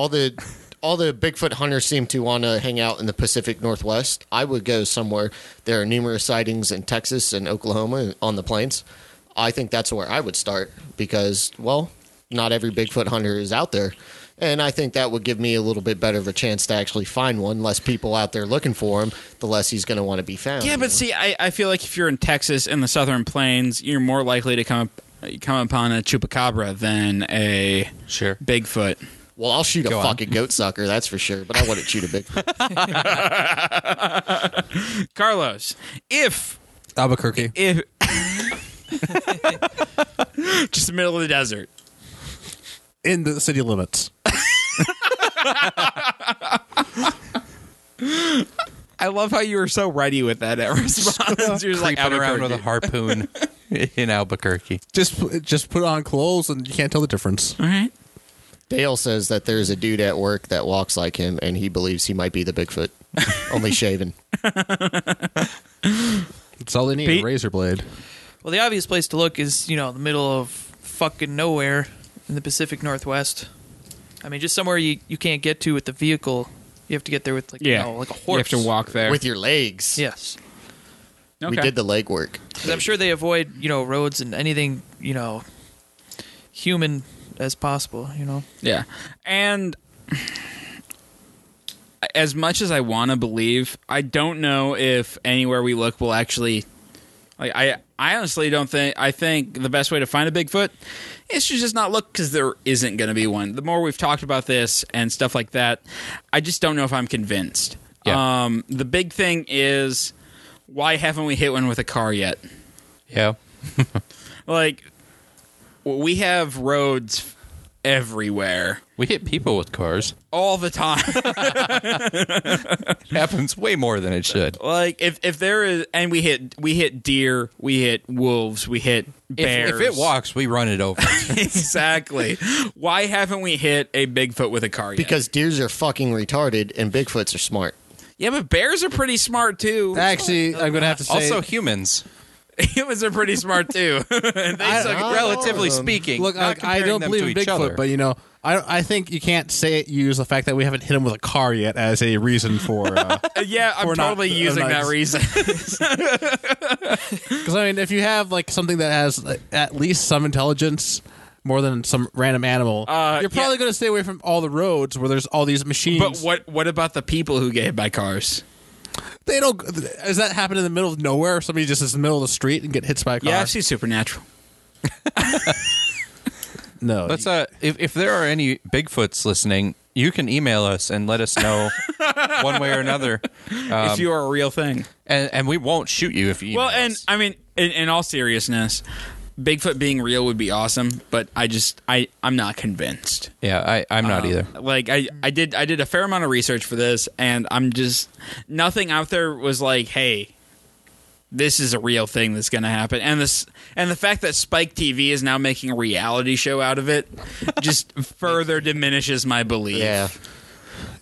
[SPEAKER 3] the all the Bigfoot hunters seem to want to hang out in the Pacific Northwest. I would go somewhere. There are numerous sightings in Texas and Oklahoma on the plains. I think that's where I would start because, well, not every Bigfoot hunter is out there. And I think that would give me a little bit better of a chance to actually find one. Less people out there looking for him, the less he's going to want to be found.
[SPEAKER 1] Yeah,
[SPEAKER 3] you
[SPEAKER 1] but
[SPEAKER 3] know?
[SPEAKER 1] see, I, I feel like if you're in Texas in the Southern Plains, you're more likely to come come upon a chupacabra than a
[SPEAKER 7] Sure.
[SPEAKER 1] Bigfoot.
[SPEAKER 3] well, I'll shoot a
[SPEAKER 7] Go on.
[SPEAKER 3] fucking goat sucker, that's for sure. But I wouldn't shoot a big.
[SPEAKER 1] Carlos, if
[SPEAKER 8] Albuquerque.
[SPEAKER 1] if just the middle of the desert.
[SPEAKER 8] In the city limits.
[SPEAKER 1] I love how you were so ready with that at response. You're just like
[SPEAKER 7] Creeping around with a
[SPEAKER 1] Albuquerque.
[SPEAKER 7] harpoon in Albuquerque.
[SPEAKER 8] Just just put on clothes and you can't tell the difference.
[SPEAKER 1] All right.
[SPEAKER 3] Dale says that there's a dude at work that walks like him, and he believes he might be the Bigfoot, only shaven.
[SPEAKER 8] That's all they need.
[SPEAKER 1] Pete?
[SPEAKER 8] A razor blade.
[SPEAKER 6] Well, the obvious place to look is, you know, the middle of fucking nowhere in the Pacific Northwest. I mean, just somewhere you, you can't get to with the vehicle. You have to get there with, like,
[SPEAKER 1] Yeah.
[SPEAKER 6] you know, Oh, like a horse.
[SPEAKER 1] You have to walk there.
[SPEAKER 3] with your legs.
[SPEAKER 6] Yes.
[SPEAKER 3] we did the leg work.
[SPEAKER 6] 'Cause I'm sure they avoid, you know, roads and anything, you know, human as possible, you know?
[SPEAKER 1] Yeah. And as much as I want to believe, I don't know if anywhere we look will actually like I I honestly don't think I think the best way to find a Bigfoot is to just not look cuz there isn't going to be one. The more we've talked about this and stuff like that, I just don't know if I'm convinced.
[SPEAKER 7] Yeah.
[SPEAKER 1] Um the big thing is why haven't we hit one with a car yet?
[SPEAKER 7] Yeah.
[SPEAKER 1] Like we have roads everywhere
[SPEAKER 7] We hit people with cars.
[SPEAKER 1] all the time.
[SPEAKER 7] happens way more than it should.
[SPEAKER 1] Like if if there is, and we hit we hit deer, we hit wolves, we hit bears.
[SPEAKER 7] If, if it walks, we run it over.
[SPEAKER 1] exactly. Why haven't we hit a Bigfoot with a car yet?
[SPEAKER 3] Because deers are fucking retarded and Bigfoots are smart.
[SPEAKER 1] yeah, but bears are pretty smart too.
[SPEAKER 8] Actually, I'm gonna have to say.
[SPEAKER 7] also, humans.
[SPEAKER 1] Humans are pretty smart too. and they suck.
[SPEAKER 3] Not
[SPEAKER 7] relatively
[SPEAKER 3] all of them.
[SPEAKER 7] speaking,
[SPEAKER 8] look,
[SPEAKER 7] not
[SPEAKER 8] I, I
[SPEAKER 7] comparing
[SPEAKER 8] don't
[SPEAKER 7] them
[SPEAKER 8] believe
[SPEAKER 7] to
[SPEAKER 8] in
[SPEAKER 7] each
[SPEAKER 8] Bigfoot,
[SPEAKER 7] other.
[SPEAKER 8] but you know, I I think you can't say it. Use the fact that we haven't hit him with a car yet as a reason for. Uh,
[SPEAKER 1] yeah, I'm
[SPEAKER 8] We're not-
[SPEAKER 1] totally
[SPEAKER 8] I'm
[SPEAKER 1] using
[SPEAKER 8] not-
[SPEAKER 1] that reason.
[SPEAKER 8] Because I mean, if you have like something that has like, at least some intelligence more than some random animal,
[SPEAKER 1] Uh,
[SPEAKER 8] you're probably going to stay away from all the roads where there's all these machines.
[SPEAKER 1] but what what about the people who get hit by cars?
[SPEAKER 8] they don't? Does that happen in the middle of nowhere? Somebody just is in the middle of the street and get hit by a car?
[SPEAKER 1] Yeah, I've seen Supernatural.
[SPEAKER 8] no.
[SPEAKER 7] Let's uh, if if there are any Bigfoots listening, you can email us and let us know one way or another, Um,
[SPEAKER 1] if you are a real thing.
[SPEAKER 7] and and we won't shoot you if you. Email
[SPEAKER 1] Well, and
[SPEAKER 7] us.
[SPEAKER 1] I mean, in, in all seriousness, Bigfoot being real would be awesome, but I just I I'm not convinced.
[SPEAKER 7] yeah, I I'm not either.
[SPEAKER 1] Like I I did I did a fair amount of research for this, and I'm just nothing out there was like, hey, this is a real thing that's going to happen, and this and the fact that Spike TV is now making a reality show out of it just further diminishes my belief.
[SPEAKER 3] Yeah.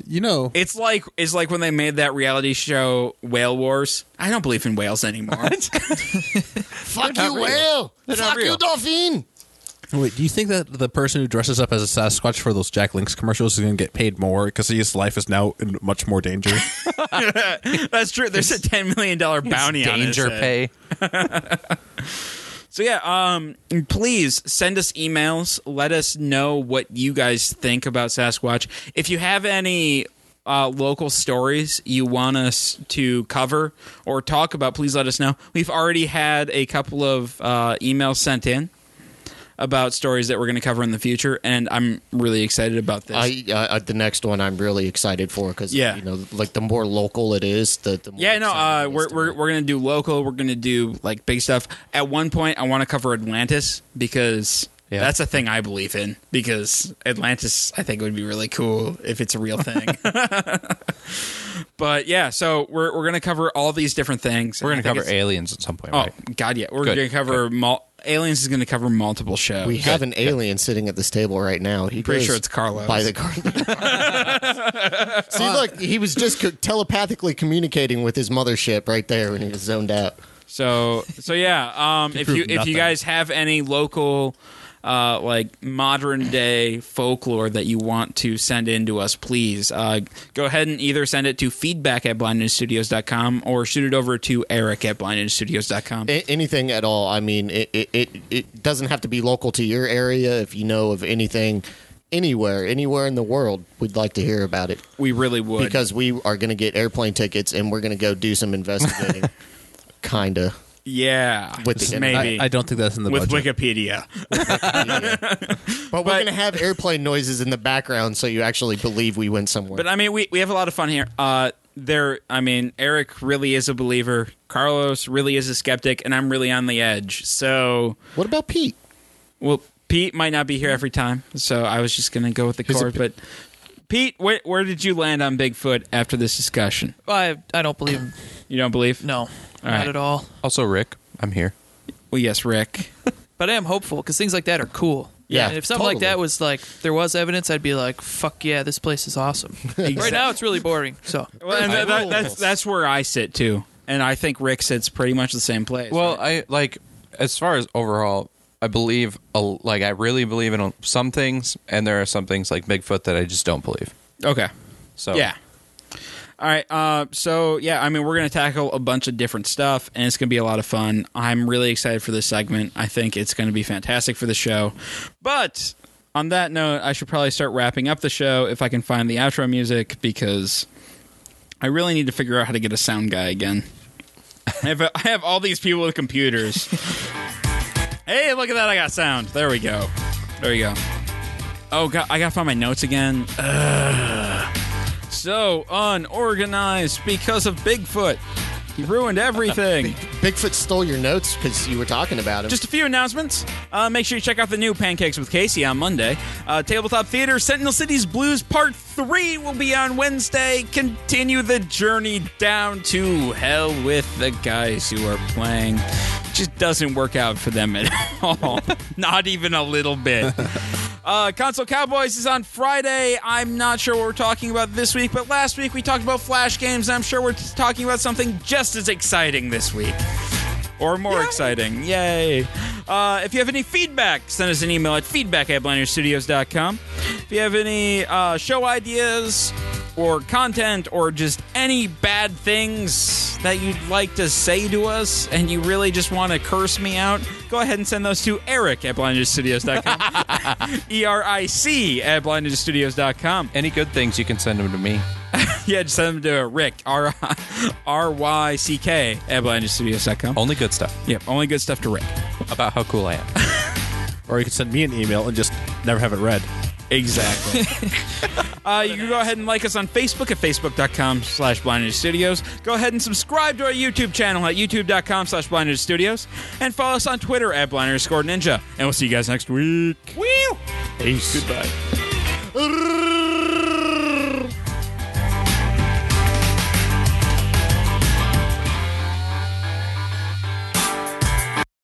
[SPEAKER 8] you know,
[SPEAKER 1] It's like it's like when they made that reality show Whale Wars. I don't believe in whales anymore.
[SPEAKER 3] Fuck you, whale. Fuck you, dolphin.
[SPEAKER 8] wait. Do you think that the person who dresses up as a Sasquatch for those Jack Links commercials is going to get paid more because his life is now in much more danger?
[SPEAKER 1] That's true. There's a ten million dollar bounty on his
[SPEAKER 7] Danger
[SPEAKER 1] head.
[SPEAKER 7] pay.
[SPEAKER 1] So yeah, um, please send us emails. Let us know what you guys think about Sasquatch. If you have any uh, local stories you want us to cover or talk about, please let us know. We've already had a couple of uh, emails sent in about stories that we're going to cover in the future, and I'm really excited about this.
[SPEAKER 3] I, I, I the next one I'm really excited for because
[SPEAKER 1] Yeah.
[SPEAKER 3] you know like the more local it is, the, the more
[SPEAKER 1] Yeah, no,
[SPEAKER 3] exciting
[SPEAKER 1] uh,
[SPEAKER 3] it is
[SPEAKER 1] we're,
[SPEAKER 3] to
[SPEAKER 1] we're,
[SPEAKER 3] me.
[SPEAKER 1] we're going to do local. We're going to do like big stuff. At one point, I want to cover Atlantis because
[SPEAKER 7] Yeah.
[SPEAKER 1] that's a thing I believe in. Because Atlantis, I think, would be really cool if it's a real thing. but yeah, so we're, we're going to cover all these different things.
[SPEAKER 7] We're
[SPEAKER 1] and I
[SPEAKER 7] gonna
[SPEAKER 1] think
[SPEAKER 7] cover
[SPEAKER 1] it's-
[SPEAKER 7] aliens at some point.
[SPEAKER 1] Oh,
[SPEAKER 7] right?
[SPEAKER 1] God, yeah. We're
[SPEAKER 7] Good,
[SPEAKER 1] going to cover. Mul- Aliens is going to cover multiple shows.
[SPEAKER 3] we have an alien sitting at this table right now. He
[SPEAKER 1] Pretty
[SPEAKER 3] goes
[SPEAKER 1] sure it's Carlos.
[SPEAKER 3] By the car. See, look, he was just co- telepathically communicating with his mothership right there when he was zoned out.
[SPEAKER 1] So so yeah, um, if you
[SPEAKER 8] prove
[SPEAKER 1] if you
[SPEAKER 8] nothing.
[SPEAKER 1] guys have any local uh, like modern day folklore that you want to send in to us, please uh, go ahead and either send it to feedback at blindnewsstudios.com or shoot it over to Eric at blindnewsstudios.com.
[SPEAKER 3] A- anything at all. I mean, it, it, it, it doesn't have to be local to your area. If you know of anything anywhere, anywhere in the world, we'd like to hear about it
[SPEAKER 1] We really would.
[SPEAKER 3] because we are going to get airplane tickets and we're going to go do some investigating. Kinda.
[SPEAKER 1] yeah,
[SPEAKER 3] With the-
[SPEAKER 1] maybe
[SPEAKER 8] I, I don't think that's in the
[SPEAKER 1] with
[SPEAKER 8] budget.
[SPEAKER 1] Wikipedia.
[SPEAKER 3] But, we're going to have airplane noises in the background so you actually believe we went somewhere.
[SPEAKER 1] But I mean, we we have a lot of fun here. Uh, there, I mean, Eric really is a believer. Carlos really is a skeptic, and I'm really on the edge. So,
[SPEAKER 3] what about Pete?
[SPEAKER 1] well, Pete might not be here every time, so I was just gonna go with the core. But Pete, where where did you land on Bigfoot after this discussion?
[SPEAKER 6] I I don't believe him.
[SPEAKER 1] You don't believe?
[SPEAKER 6] No, not
[SPEAKER 1] right.
[SPEAKER 6] at all.
[SPEAKER 7] Also, Rick, I'm here.
[SPEAKER 1] Well, yes, Rick.
[SPEAKER 6] But I am hopeful because things like that are cool.
[SPEAKER 3] Yeah,
[SPEAKER 6] And if something like
[SPEAKER 3] totally.
[SPEAKER 6] that was like there was evidence, I'd be like, "Fuck yeah, this place is awesome." Right now, it's really boring. So
[SPEAKER 1] Well, and that, that, that's that's where I sit too, and I think Rick sits pretty much the same place.
[SPEAKER 7] Well,
[SPEAKER 1] right?
[SPEAKER 7] I like as far as overall, I believe a, like I really believe in some things, and there are some things like Bigfoot that I just don't believe.
[SPEAKER 1] okay,
[SPEAKER 7] So
[SPEAKER 1] yeah. All right, uh, so yeah, I mean, we're gonna tackle a bunch of different stuff, and it's gonna be a lot of fun. I'm really excited for this segment. I think it's gonna be fantastic for the show. But on that note, I should probably start wrapping up the show if I can find the outro music because I really need to figure out how to get a sound guy again. I have, I have all these people with computers. hey, look at that! I got sound. There we go. There we go. Oh god, I gotta find my notes again. Ugh. So unorganized because of Bigfoot. He ruined everything.
[SPEAKER 3] Bigfoot stole your notes because you were talking about him.
[SPEAKER 1] Just a few announcements. Uh, make sure you check out the new Pancakes with Casey on Monday. Uh, Tabletop Theater, Sentinel Cities Blues Part 3 will be on Wednesday. Continue the journey down to hell with the guys who are playing. Just doesn't work out for them at all. Not even a little bit. Uh, Console Cowboys is on Friday. I'm not sure what we're talking about this week, but last week we talked about Flash games. I'm sure we're talking about something just as exciting this week or more exciting. Yay. Uh, if you have any feedback, send us an email at feedback at blenderstudios.com. If you have any uh, show ideas or content or just any bad things that you'd like to say to us and you really just want to curse me out, go ahead and send those to eric at blenderstudios.com. E R I C at blenderstudios.com.
[SPEAKER 7] any good things you can send them to me.
[SPEAKER 1] Yeah, just send them to Rick, R R Y C K at blenderstudios.com.
[SPEAKER 7] Only good stuff
[SPEAKER 1] Yep, only good stuff to Rick.
[SPEAKER 7] about how cool I am.
[SPEAKER 8] or you can send me an email and just never have it read.
[SPEAKER 1] Exactly. uh, you can go ahead and like us on Facebook at facebook.com slash Blind Ninja studios. Go ahead and subscribe to our YouTube channel at youtube.com slash Blind Ninja studios. And follow us on Twitter at blind underscore ninja. And we'll see you guys next week. Woo! Peace. Goodbye.